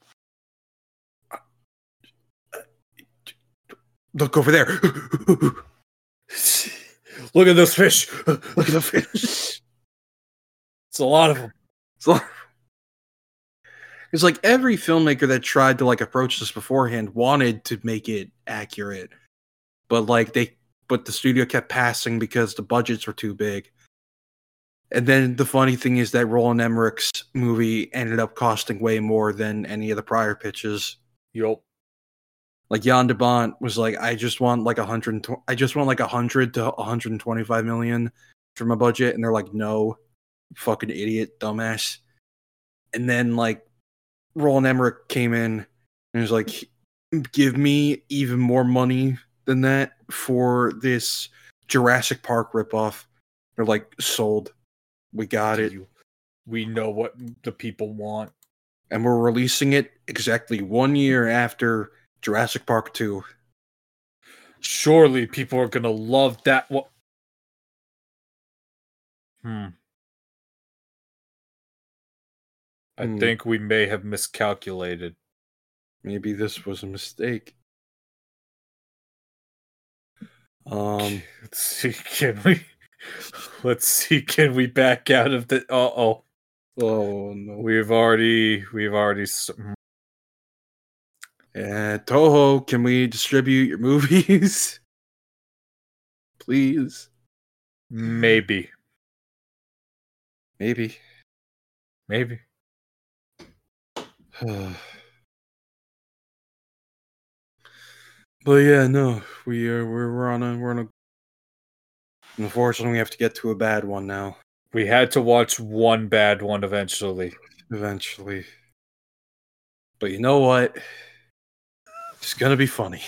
[SPEAKER 1] Look over there. Look
[SPEAKER 2] Look at this fish. Look
[SPEAKER 1] at the fish.
[SPEAKER 2] It's a lot of them.
[SPEAKER 1] It's like, it's like every filmmaker that tried to like approach this beforehand wanted to make it accurate, but like they, but the studio kept passing because the budgets were too big. And then the funny thing is that Roland Emmerich's movie ended up costing way more than any of the prior pitches.
[SPEAKER 2] Yep.
[SPEAKER 1] Like Jan de Bont was like, I just want like a hundred. and tw- I just want like a hundred to one hundred and twenty-five million for my budget, and they're like, no, fucking idiot, dumbass. And then like Roland Emmerich came in and was like, give me even more money than that for this Jurassic Park ripoff. They're like, sold. We got it.
[SPEAKER 2] You- we know what the people want.
[SPEAKER 1] and we're releasing it exactly one year after Jurassic Park 2.
[SPEAKER 2] Surely people are gonna love that. What? Hmm. I
[SPEAKER 1] Hmm.
[SPEAKER 2] think we may have miscalculated.
[SPEAKER 1] Maybe this was a mistake. Um,
[SPEAKER 2] Let's see. Can we? Let's see. Can we back out of the? Uh oh.
[SPEAKER 1] oh no.
[SPEAKER 2] We've already. We've already. s- mm.
[SPEAKER 1] Uh, Toho, can we distribute your movies? Please.
[SPEAKER 2] Maybe.
[SPEAKER 1] Maybe.
[SPEAKER 2] Maybe.
[SPEAKER 1] but yeah, no, we are we're, we're on a we're on a. Unfortunately, we have to get to a bad one now.
[SPEAKER 2] We had to watch one bad one eventually.
[SPEAKER 1] Eventually, but you know what? It's gonna be funny.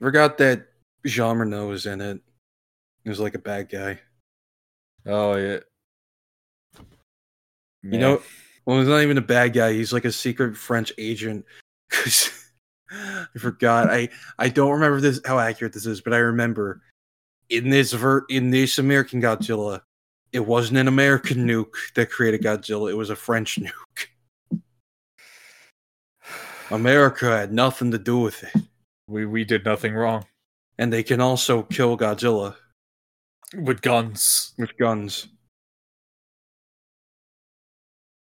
[SPEAKER 1] Forgot that Jean Reno was in it. He was like a bad guy.
[SPEAKER 2] Oh yeah.
[SPEAKER 1] You know, well, he's not even a bad guy. He's like a secret French agent. 'Cause I forgot. I I don't remember this how accurate this is, but I remember in this ver in this American Godzilla, it wasn't an American nuke that created Godzilla. It was a French nuke. America had nothing to do with it,
[SPEAKER 2] we we did nothing wrong
[SPEAKER 1] and they can also kill Godzilla
[SPEAKER 2] with guns.
[SPEAKER 1] with guns.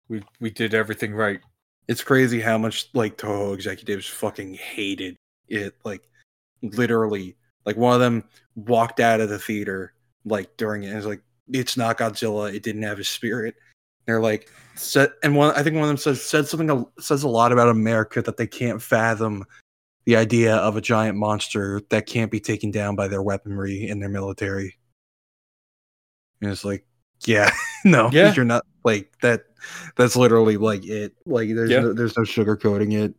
[SPEAKER 2] We we did everything right.
[SPEAKER 1] it's crazy how much like Toho executives fucking hated it. Like literally, like one of them walked out of the theater like during it and was like, "It's not Godzilla. It didn't have his spirit." They're like, said, and one I think one of them says said something a- says a lot about America that they can't fathom the idea of a giant monster that can't be taken down by their weaponry and their military. And it's like, yeah, no,
[SPEAKER 2] Yeah.
[SPEAKER 1] you're not like that. That's literally like it. Like there's
[SPEAKER 2] Yeah.
[SPEAKER 1] no, there's no sugarcoating it.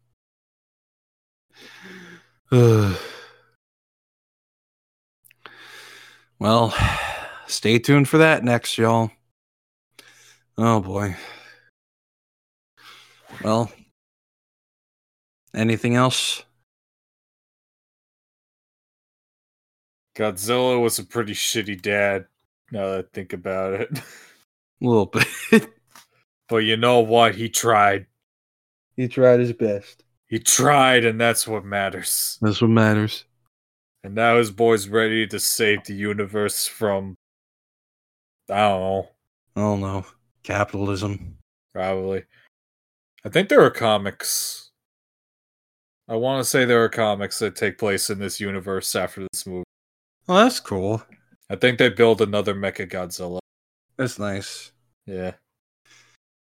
[SPEAKER 1] Ugh. well, stay tuned for that next, y'all. Oh boy. Well, anything else?
[SPEAKER 2] Godzilla was a pretty shitty dad. Now that I think about it,
[SPEAKER 1] A little bit.
[SPEAKER 2] but you know what? He tried.
[SPEAKER 1] he tried his best.
[SPEAKER 2] He tried, and that's what matters.
[SPEAKER 1] That's what matters.
[SPEAKER 2] And now his boy's ready to save the universe from. I don't know.
[SPEAKER 1] Oh no, capitalism.
[SPEAKER 2] Probably. I think there are comics. I want to say there are comics that take place in this universe after this movie.
[SPEAKER 1] Oh, that's cool.
[SPEAKER 2] I think they build another Mecha Godzilla.
[SPEAKER 1] That's nice.
[SPEAKER 2] Yeah.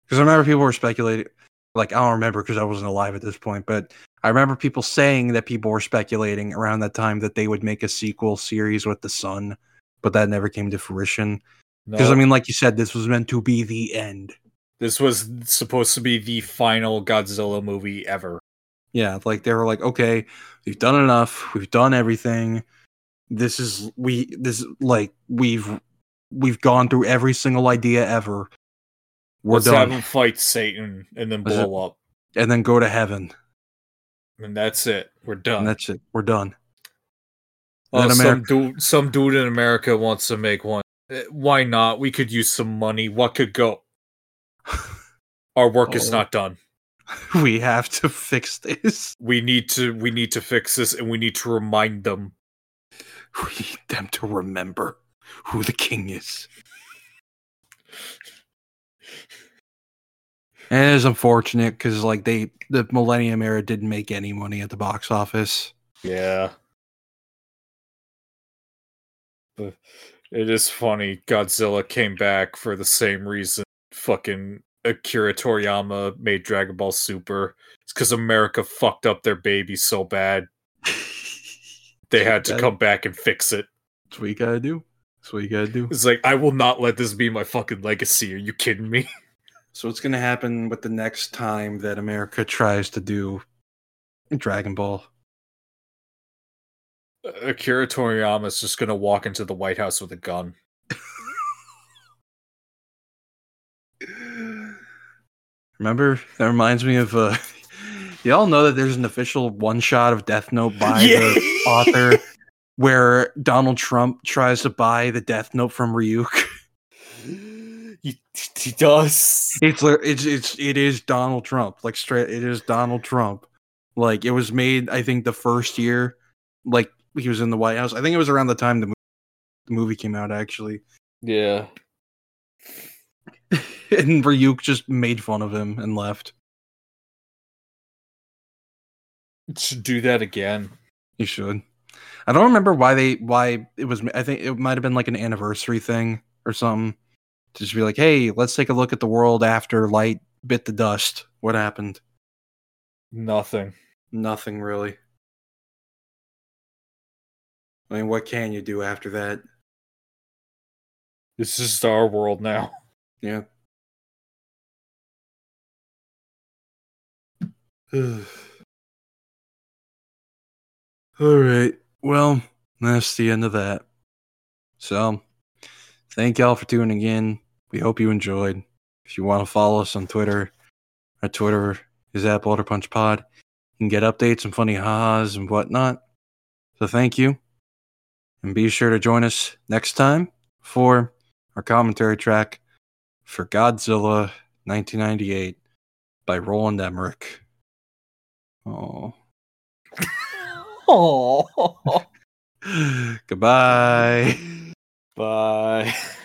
[SPEAKER 1] Because I remember people were speculating. Like I don't remember because I wasn't alive at this point, but I remember people saying that people were speculating around that time that they would make a sequel series with the Sun, but that never came to fruition. Because
[SPEAKER 2] No,
[SPEAKER 1] I mean, like you said, this was meant to be the end.
[SPEAKER 2] this was supposed to be the final Godzilla movie ever.
[SPEAKER 1] Yeah, like they were like, okay, we've done enough. We've done everything. This is we this like we've we've gone through every single idea ever. We're
[SPEAKER 2] Let's
[SPEAKER 1] done,
[SPEAKER 2] have him fight Satan and then
[SPEAKER 1] Was it-
[SPEAKER 2] blow up.
[SPEAKER 1] and then go to heaven,
[SPEAKER 2] And that's it. We're done.
[SPEAKER 1] and that's it. We're done.
[SPEAKER 2] Oh,
[SPEAKER 1] And then
[SPEAKER 2] some
[SPEAKER 1] America-
[SPEAKER 2] dude, some dude in America wants to make one. Eh, Why not? We could use some money. What could go? Our work is
[SPEAKER 1] Oh.
[SPEAKER 2] not done.
[SPEAKER 1] we have to fix this.
[SPEAKER 2] We need to. We need to fix this, and we need to remind them.
[SPEAKER 1] We need them to remember who the king is. And it is unfortunate because, like, they the Millennium Era didn't make any money at the box office.
[SPEAKER 2] Yeah. But it is funny. Godzilla came back for the same reason. Fucking Akira Toriyama made Dragon Ball Super. It's because America fucked up their baby so bad. They had to
[SPEAKER 1] That-
[SPEAKER 2] come back and fix it.
[SPEAKER 1] That's what you gotta do. That's what you gotta do.
[SPEAKER 2] It's like I will not let this be my fucking legacy. Are you kidding me?
[SPEAKER 1] So what's gonna happen with the next time that America tries to do Dragon Ball?
[SPEAKER 2] Akira Toriyama is just gonna walk into the White House with a gun.
[SPEAKER 1] Remember, that reminds me of uh, y'all know that there's an official one shot of Death Note by the author where Donald Trump tries to buy the Death Note from Ryuk.
[SPEAKER 2] He, he does.
[SPEAKER 1] It's li- it's it's it is Donald Trump. Like straight, it is Donald Trump. Like it was made, I think, the first year, like he was in the White House. I think it was around the time the movie, the movie came out, actually.
[SPEAKER 2] Yeah.
[SPEAKER 1] And Ryuk just made fun of him and left.
[SPEAKER 2] Should do that again.
[SPEAKER 1] He should. I don't remember why they why it was. I think it might have been like an anniversary thing or something. To just be like, hey, let's take a look at the world after light bit the dust. What happened?
[SPEAKER 2] Nothing.
[SPEAKER 1] Nothing really. I mean, what can you do after that?
[SPEAKER 2] It's just our world now.
[SPEAKER 1] Yeah. All right. Well, that's the end of that. So, thank y'all for tuning in. We hope you enjoyed. If you want to follow us on Twitter, our Twitter is at Boulder Punch Pod. You can get updates and funny ha-has and whatnot. So, thank you. And be sure to join us next time for our commentary track for Godzilla 1998 by Roland Emmerich. Oh.
[SPEAKER 2] Oh.
[SPEAKER 1] Goodbye.
[SPEAKER 2] Bye.